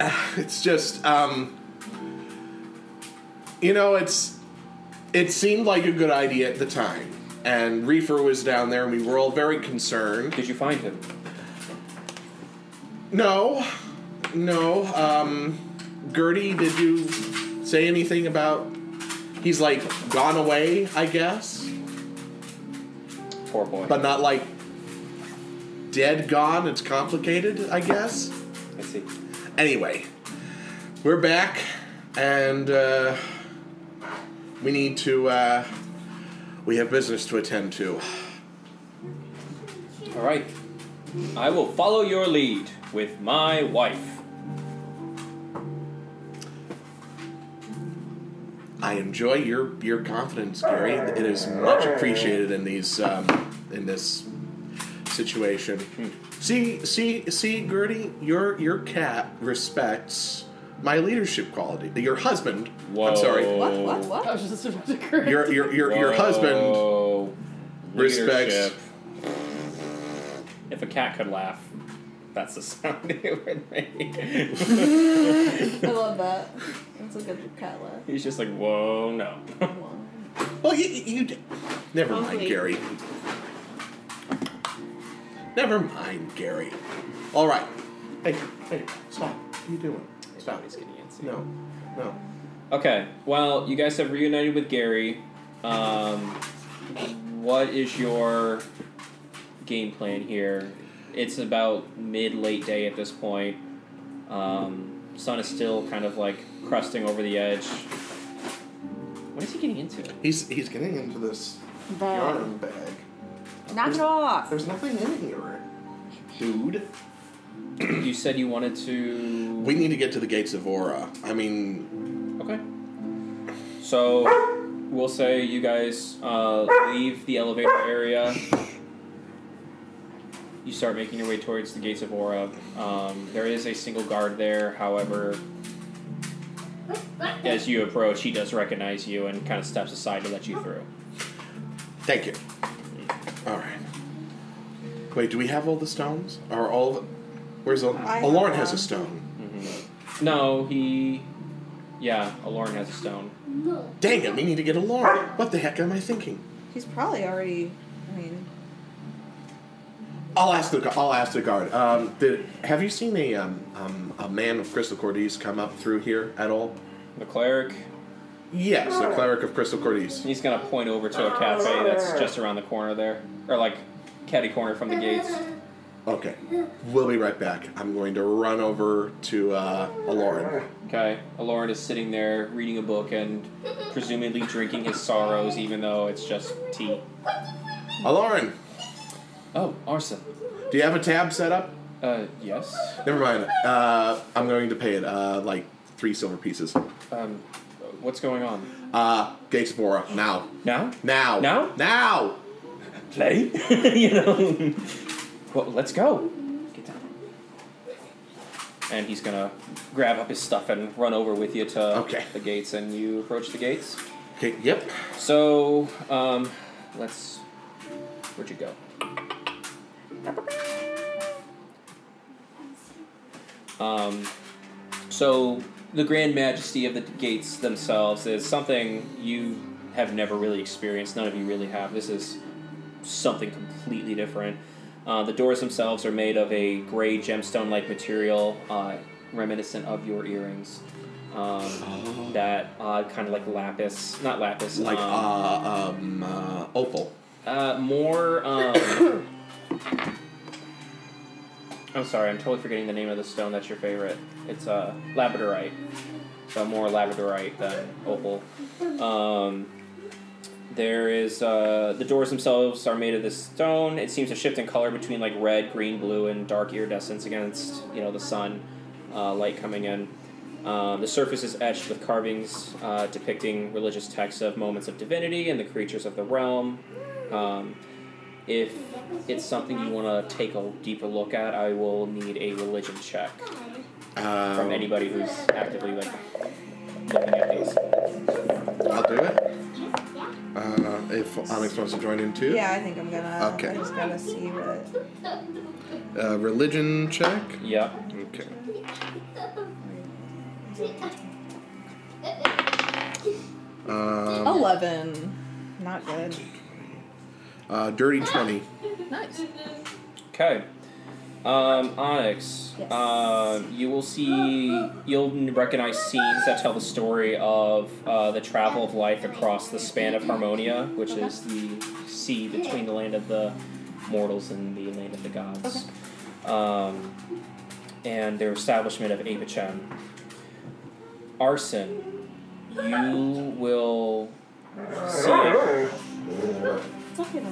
[SPEAKER 1] It's just, um, you know, it's it seemed like a good idea at the time, and Reefer was down there, and we were all very concerned.
[SPEAKER 2] Did you find him?
[SPEAKER 1] No, no. Um, Gertie, did you say anything about? He's like gone away, I guess,
[SPEAKER 2] Poor boy.
[SPEAKER 1] but not like dead gone. It's complicated, I guess.
[SPEAKER 2] I see.
[SPEAKER 1] Anyway, we're back, and uh, we need to. Uh, we have business to attend to.
[SPEAKER 2] All right. I will follow your lead with my wife.
[SPEAKER 1] I enjoy your your confidence, Gary. It is much appreciated in these um, in this situation. See, see, see, Gertie, your your cat respects my leadership quality. Your husband, I'm sorry,
[SPEAKER 2] Whoa.
[SPEAKER 4] What? What? What? I was just about to correct.
[SPEAKER 1] your your your, your husband
[SPEAKER 2] Whoa.
[SPEAKER 1] respects-
[SPEAKER 2] Leadership. If a cat could laugh, that's the sound it would make.
[SPEAKER 1] oh.
[SPEAKER 6] I love that. It's a good cat laugh.
[SPEAKER 2] He's just like, whoa, no.
[SPEAKER 1] Well, you, you d- never mind,
[SPEAKER 4] Hopefully.
[SPEAKER 1] Gary. Never mind, Gary. All right. Hey, hey, stop. What are you doing? Stop.
[SPEAKER 2] Nobody's getting antsy.
[SPEAKER 1] No, no.
[SPEAKER 2] Okay. Well, you guys have reunited with Gary. Um, what is your game plan here? It's about mid late day at this point. Um, sun is still kind of like crusting over the edge. What is he getting into?
[SPEAKER 1] He's he's getting into this yarn bag.
[SPEAKER 7] Knock it off.
[SPEAKER 1] There's nothing in here, dude.
[SPEAKER 2] you said you wanted to.
[SPEAKER 1] We need to get to the gates of Aura. I mean,
[SPEAKER 2] Okay. So we'll say you guys uh, leave the elevator area. You start making your way towards the gates of Aura. Um, there is a single guard there, however, as you approach, he does recognize you and kind of steps aside to let you through.
[SPEAKER 1] Thank you. All right. Wait, do we have all the stones? Are all? Of, where's Al-
[SPEAKER 6] I have
[SPEAKER 1] Alorn has a
[SPEAKER 6] one.
[SPEAKER 1] stone.
[SPEAKER 2] No, he. Yeah, Alorn has a stone.
[SPEAKER 15] No.
[SPEAKER 1] Dang it! We need to get Alorn. What the heck am I thinking?
[SPEAKER 6] He's probably already. I mean,
[SPEAKER 1] I'll ask the gu- I'll ask the guard. Um, did, have you seen a um, um, a man of Crystal Cordis come up through here at all?
[SPEAKER 2] The cleric.
[SPEAKER 1] Yes, the cleric of Crystal Cordis.
[SPEAKER 2] He's gonna point over to a cafe that's just around the corner there, or like catty corner from the gates.
[SPEAKER 1] Okay, we'll be right back. I'm going to run over to uh, Alorn.
[SPEAKER 2] Okay, Aloran is sitting there reading a book and presumably drinking his sorrows, even though it's just tea.
[SPEAKER 1] Alorn,
[SPEAKER 2] Oh, Arson.
[SPEAKER 1] do you have a tab set up?
[SPEAKER 2] Uh, yes.
[SPEAKER 1] Never mind. Uh, I'm going to pay it uh, like three silver pieces.
[SPEAKER 2] Um, what's going on
[SPEAKER 1] Uh, Gates of Aura now.
[SPEAKER 2] now?
[SPEAKER 1] Now.
[SPEAKER 2] Now?
[SPEAKER 1] Now.
[SPEAKER 2] Play, you know. Well, let's go. Get down. And he's gonna grab up his stuff and run over with you to
[SPEAKER 1] Okay.
[SPEAKER 2] the gates, and you approach the gates.
[SPEAKER 1] Okay. Yep.
[SPEAKER 2] So, um, let's. Where'd you go? Um, so the grand majesty of the gates themselves is something you have never really experienced. None of you really have. This is something completely different. Uh, the doors themselves are made of a gray gemstone-like material, uh, reminiscent of your earrings. Um, That uh, kind of like lapis, not lapis,
[SPEAKER 1] Like
[SPEAKER 2] um,
[SPEAKER 1] uh, um, uh, opal.
[SPEAKER 2] uh, more. Um, I'm sorry, I'm totally forgetting the name of the stone that's your favorite. It's uh, labradorite. So uh, more labradorite than opal. Um, there is uh, the doors themselves are made of this stone. It seems to shift in color between like red, green, blue, and dark iridescence against you know the sun uh, light coming in. Um, the surface is etched with carvings uh, depicting religious texts of moments of divinity and the creatures of the realm. Um, if it's something you want to take a deeper look at, I will need a religion check
[SPEAKER 1] Um,
[SPEAKER 2] from anybody who's actively like looking at these.
[SPEAKER 1] I'll do it. Uh, if Onyx wants to join in too.
[SPEAKER 6] yeah, I think I'm gonna.
[SPEAKER 1] Okay.
[SPEAKER 6] I just gotta see what.
[SPEAKER 1] Uh, religion check.
[SPEAKER 2] Yep.
[SPEAKER 1] Okay.
[SPEAKER 3] Oh.
[SPEAKER 1] Um,
[SPEAKER 6] 11. Not good.
[SPEAKER 1] uh, dirty twenty.
[SPEAKER 6] Nice.
[SPEAKER 2] Okay. Um, Onyx, um, you will see, you'll recognize scenes that tell the story of uh, the travel of life across the span of Harmonia, which is the sea between the land of the mortals and the land of the gods, um, and their establishment of Apachem. Arson, you will see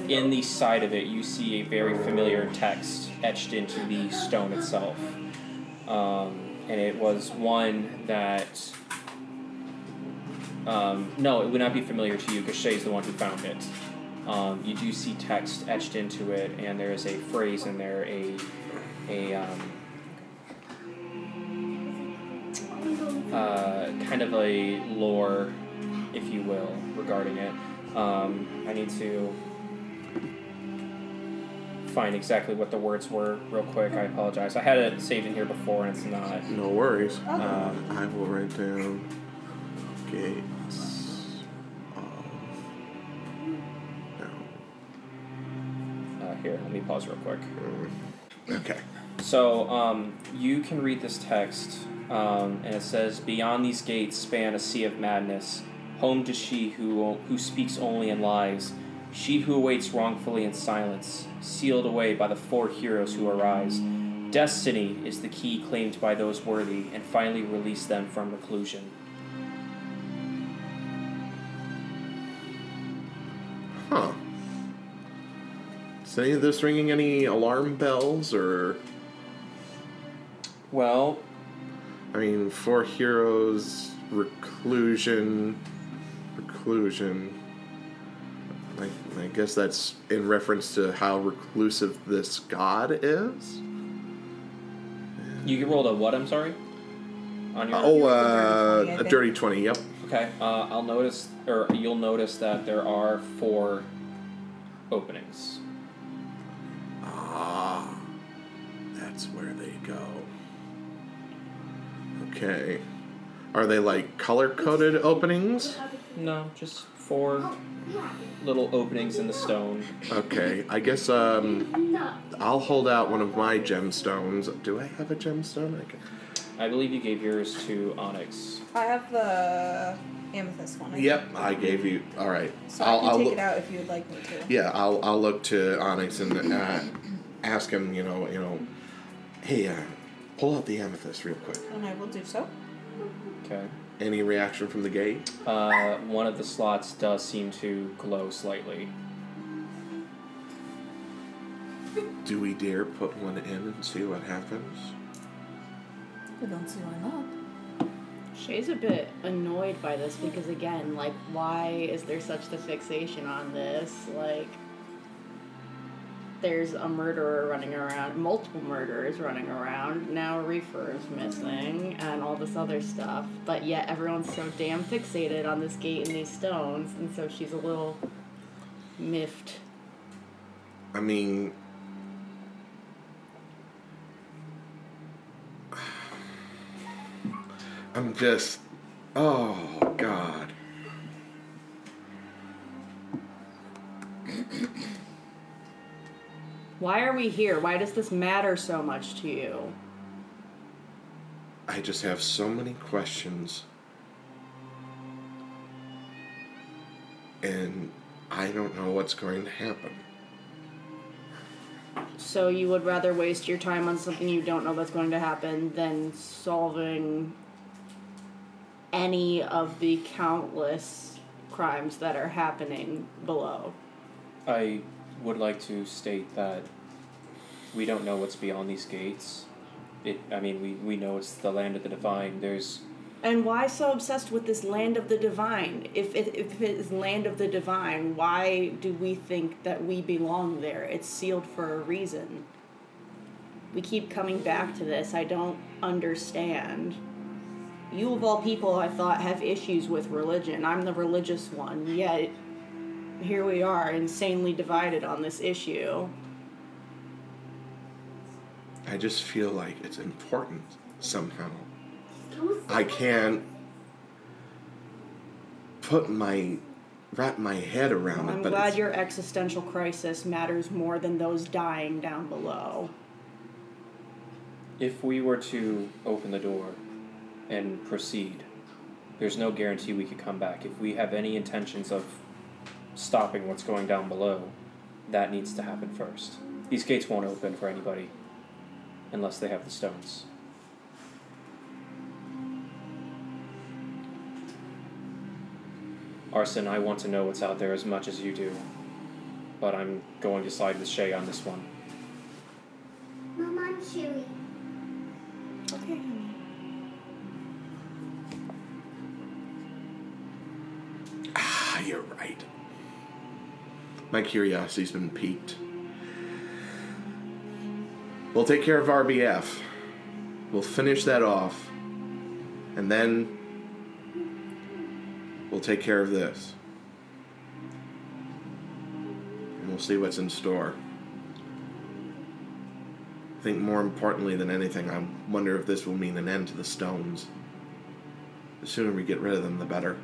[SPEAKER 2] in the side of it, you see a very familiar text etched into the stone itself. Um, and it was one that. Um, no, it would not be familiar to you because Shay's the one who found it. Um, you do see text etched into it, and there is a phrase in there, a. a um, uh, kind of a lore, if you will, regarding it. Um, I need to find exactly what the words were real quick. I apologize. I had it saved in here before and it's not.
[SPEAKER 1] No worries. Uh,
[SPEAKER 2] Um,
[SPEAKER 1] I will write down gates of
[SPEAKER 2] uh, here, let me pause real quick.
[SPEAKER 1] no. Okay.
[SPEAKER 2] So um, you can read this text, um, and it says, "Beyond these gates span a sea of madness, home to she who who speaks only in lies, she who awaits wrongfully in silence, sealed away by the four heroes who arise. Destiny is the key claimed by those worthy, and finally release them from reclusion."
[SPEAKER 1] Huh. Is any of this ringing any alarm bells or?
[SPEAKER 2] Well,
[SPEAKER 1] I mean, four heroes, reclusion, reclusion. I, I guess that's in reference to how reclusive this god is.
[SPEAKER 2] You rolled a what? I'm sorry. On your
[SPEAKER 1] oh,
[SPEAKER 6] rolled a dirty 20, I
[SPEAKER 1] uh, a
[SPEAKER 6] think.
[SPEAKER 1] dirty twenty. Yep.
[SPEAKER 2] okay. Uh, I'll notice, or you'll notice that there are four openings.
[SPEAKER 1] Ah, that's where they go. Okay. Are they like color coded openings?
[SPEAKER 2] No, just four little openings in the stone.
[SPEAKER 1] Okay, I guess um, I'll hold out one of my gemstones. Do I have a gemstone? I can...
[SPEAKER 2] I believe you gave yours to Onyx.
[SPEAKER 6] I have the amethyst one. I think.
[SPEAKER 1] Yep, I gave you. All right.
[SPEAKER 6] So i can take
[SPEAKER 1] look,
[SPEAKER 6] it out if you would like me to.
[SPEAKER 1] Yeah, I'll, I'll look to Onyx and uh, ask him. You know, you know, hey, uh, pull out the amethyst real quick.
[SPEAKER 6] And I will do so.
[SPEAKER 2] Okay.
[SPEAKER 1] Any reaction from the gate?
[SPEAKER 2] Uh, one of the slots does seem to glow slightly.
[SPEAKER 1] Do we dare put one in and see what happens?
[SPEAKER 3] I don't see why not.
[SPEAKER 4] Shay's a bit annoyed by this because, again, like, why is there such the fixation on this? Like, there's a murderer running around, multiple murderers running around. Now Reefer is missing, and all this other stuff. But yet everyone's so damn fixated on this gate and these stones, and so she's a little miffed.
[SPEAKER 1] I mean, I'm just, oh God.
[SPEAKER 4] Why are we here? Why does this matter so much to you?
[SPEAKER 1] I just have so many questions. And I don't know what's going to happen.
[SPEAKER 4] So you would rather waste your time on something you don't know that's going to happen than solving any of the countless crimes that are happening below.
[SPEAKER 2] I would like to state that we don't know what's beyond these gates. It, I mean, we, we know it's the land of the divine. There's
[SPEAKER 4] And why so obsessed with this land of the divine? If it, if it is land of the divine, why do we think that we belong there? It's sealed for a reason. We keep coming back to this. I don't understand. You, of all people, I thought have issues with religion. I'm the religious one, yet here we are, insanely divided on this issue.
[SPEAKER 1] I just feel like it's important somehow. I can't put my, wrap my head around it,
[SPEAKER 4] I'm
[SPEAKER 1] but
[SPEAKER 4] glad
[SPEAKER 1] it's-
[SPEAKER 4] your existential crisis matters more than those dying down below.
[SPEAKER 2] if we were to open the door and proceed, there's no guarantee we could come back. If we have any intentions of stopping what's going down below, that needs to happen first. These gates won't open for anybody unless they have the stones. Arson, I want to know what's out there as much as you do, but I'm going to side with Shay on this one.
[SPEAKER 15] Mom, I'm chewy.
[SPEAKER 4] Okay.
[SPEAKER 1] Ah, you're right. My curiosity's been piqued. We'll take care of RBF. We'll finish that off. And then we'll take care of this. And we'll see what's in store. I think more importantly than anything, I wonder if this will mean an end to the stones. The sooner we get rid of them, the better.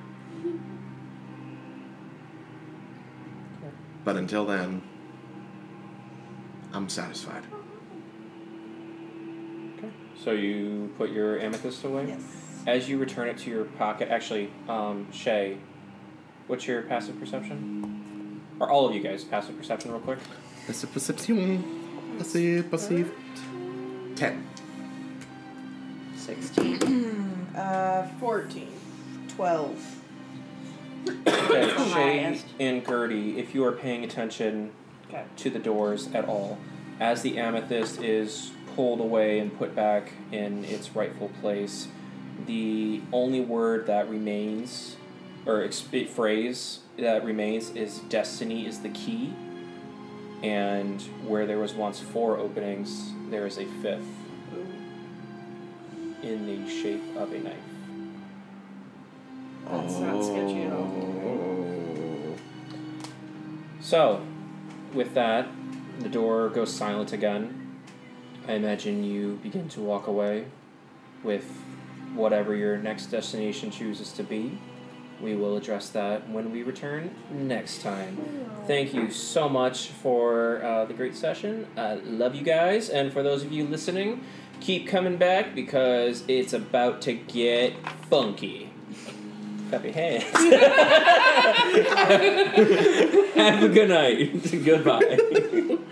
[SPEAKER 1] But until then, I'm satisfied.
[SPEAKER 2] So you put your amethyst away?
[SPEAKER 6] Yes.
[SPEAKER 2] As you return it to your pocket, actually, um, Shay, what's your passive perception? Or all of you guys, passive perception, real quick.
[SPEAKER 1] That's a perception. That's a perceive. Ten.
[SPEAKER 4] 16.
[SPEAKER 6] Uh, 14. 12.
[SPEAKER 2] Okay, Shay
[SPEAKER 4] highest.
[SPEAKER 2] and Gertie, if you are paying attention
[SPEAKER 4] Okay.
[SPEAKER 2] to the doors at all, as the amethyst is pulled away and put back in its rightful place, the only word that remains or exp- phrase that remains is destiny is the key. And where there was once four openings, there is a fifth in the shape of a knife.
[SPEAKER 4] That's not sketchy at all.
[SPEAKER 1] Oh.
[SPEAKER 2] So, with that, the door goes silent again. I imagine you begin to walk away with whatever your next destination chooses to be. We will address that when we return next time. Thank you so much for uh, the great session. I love you guys. And for those of you listening, keep coming back because it's about to get funky. Clap your hands. Have a good night. Goodbye.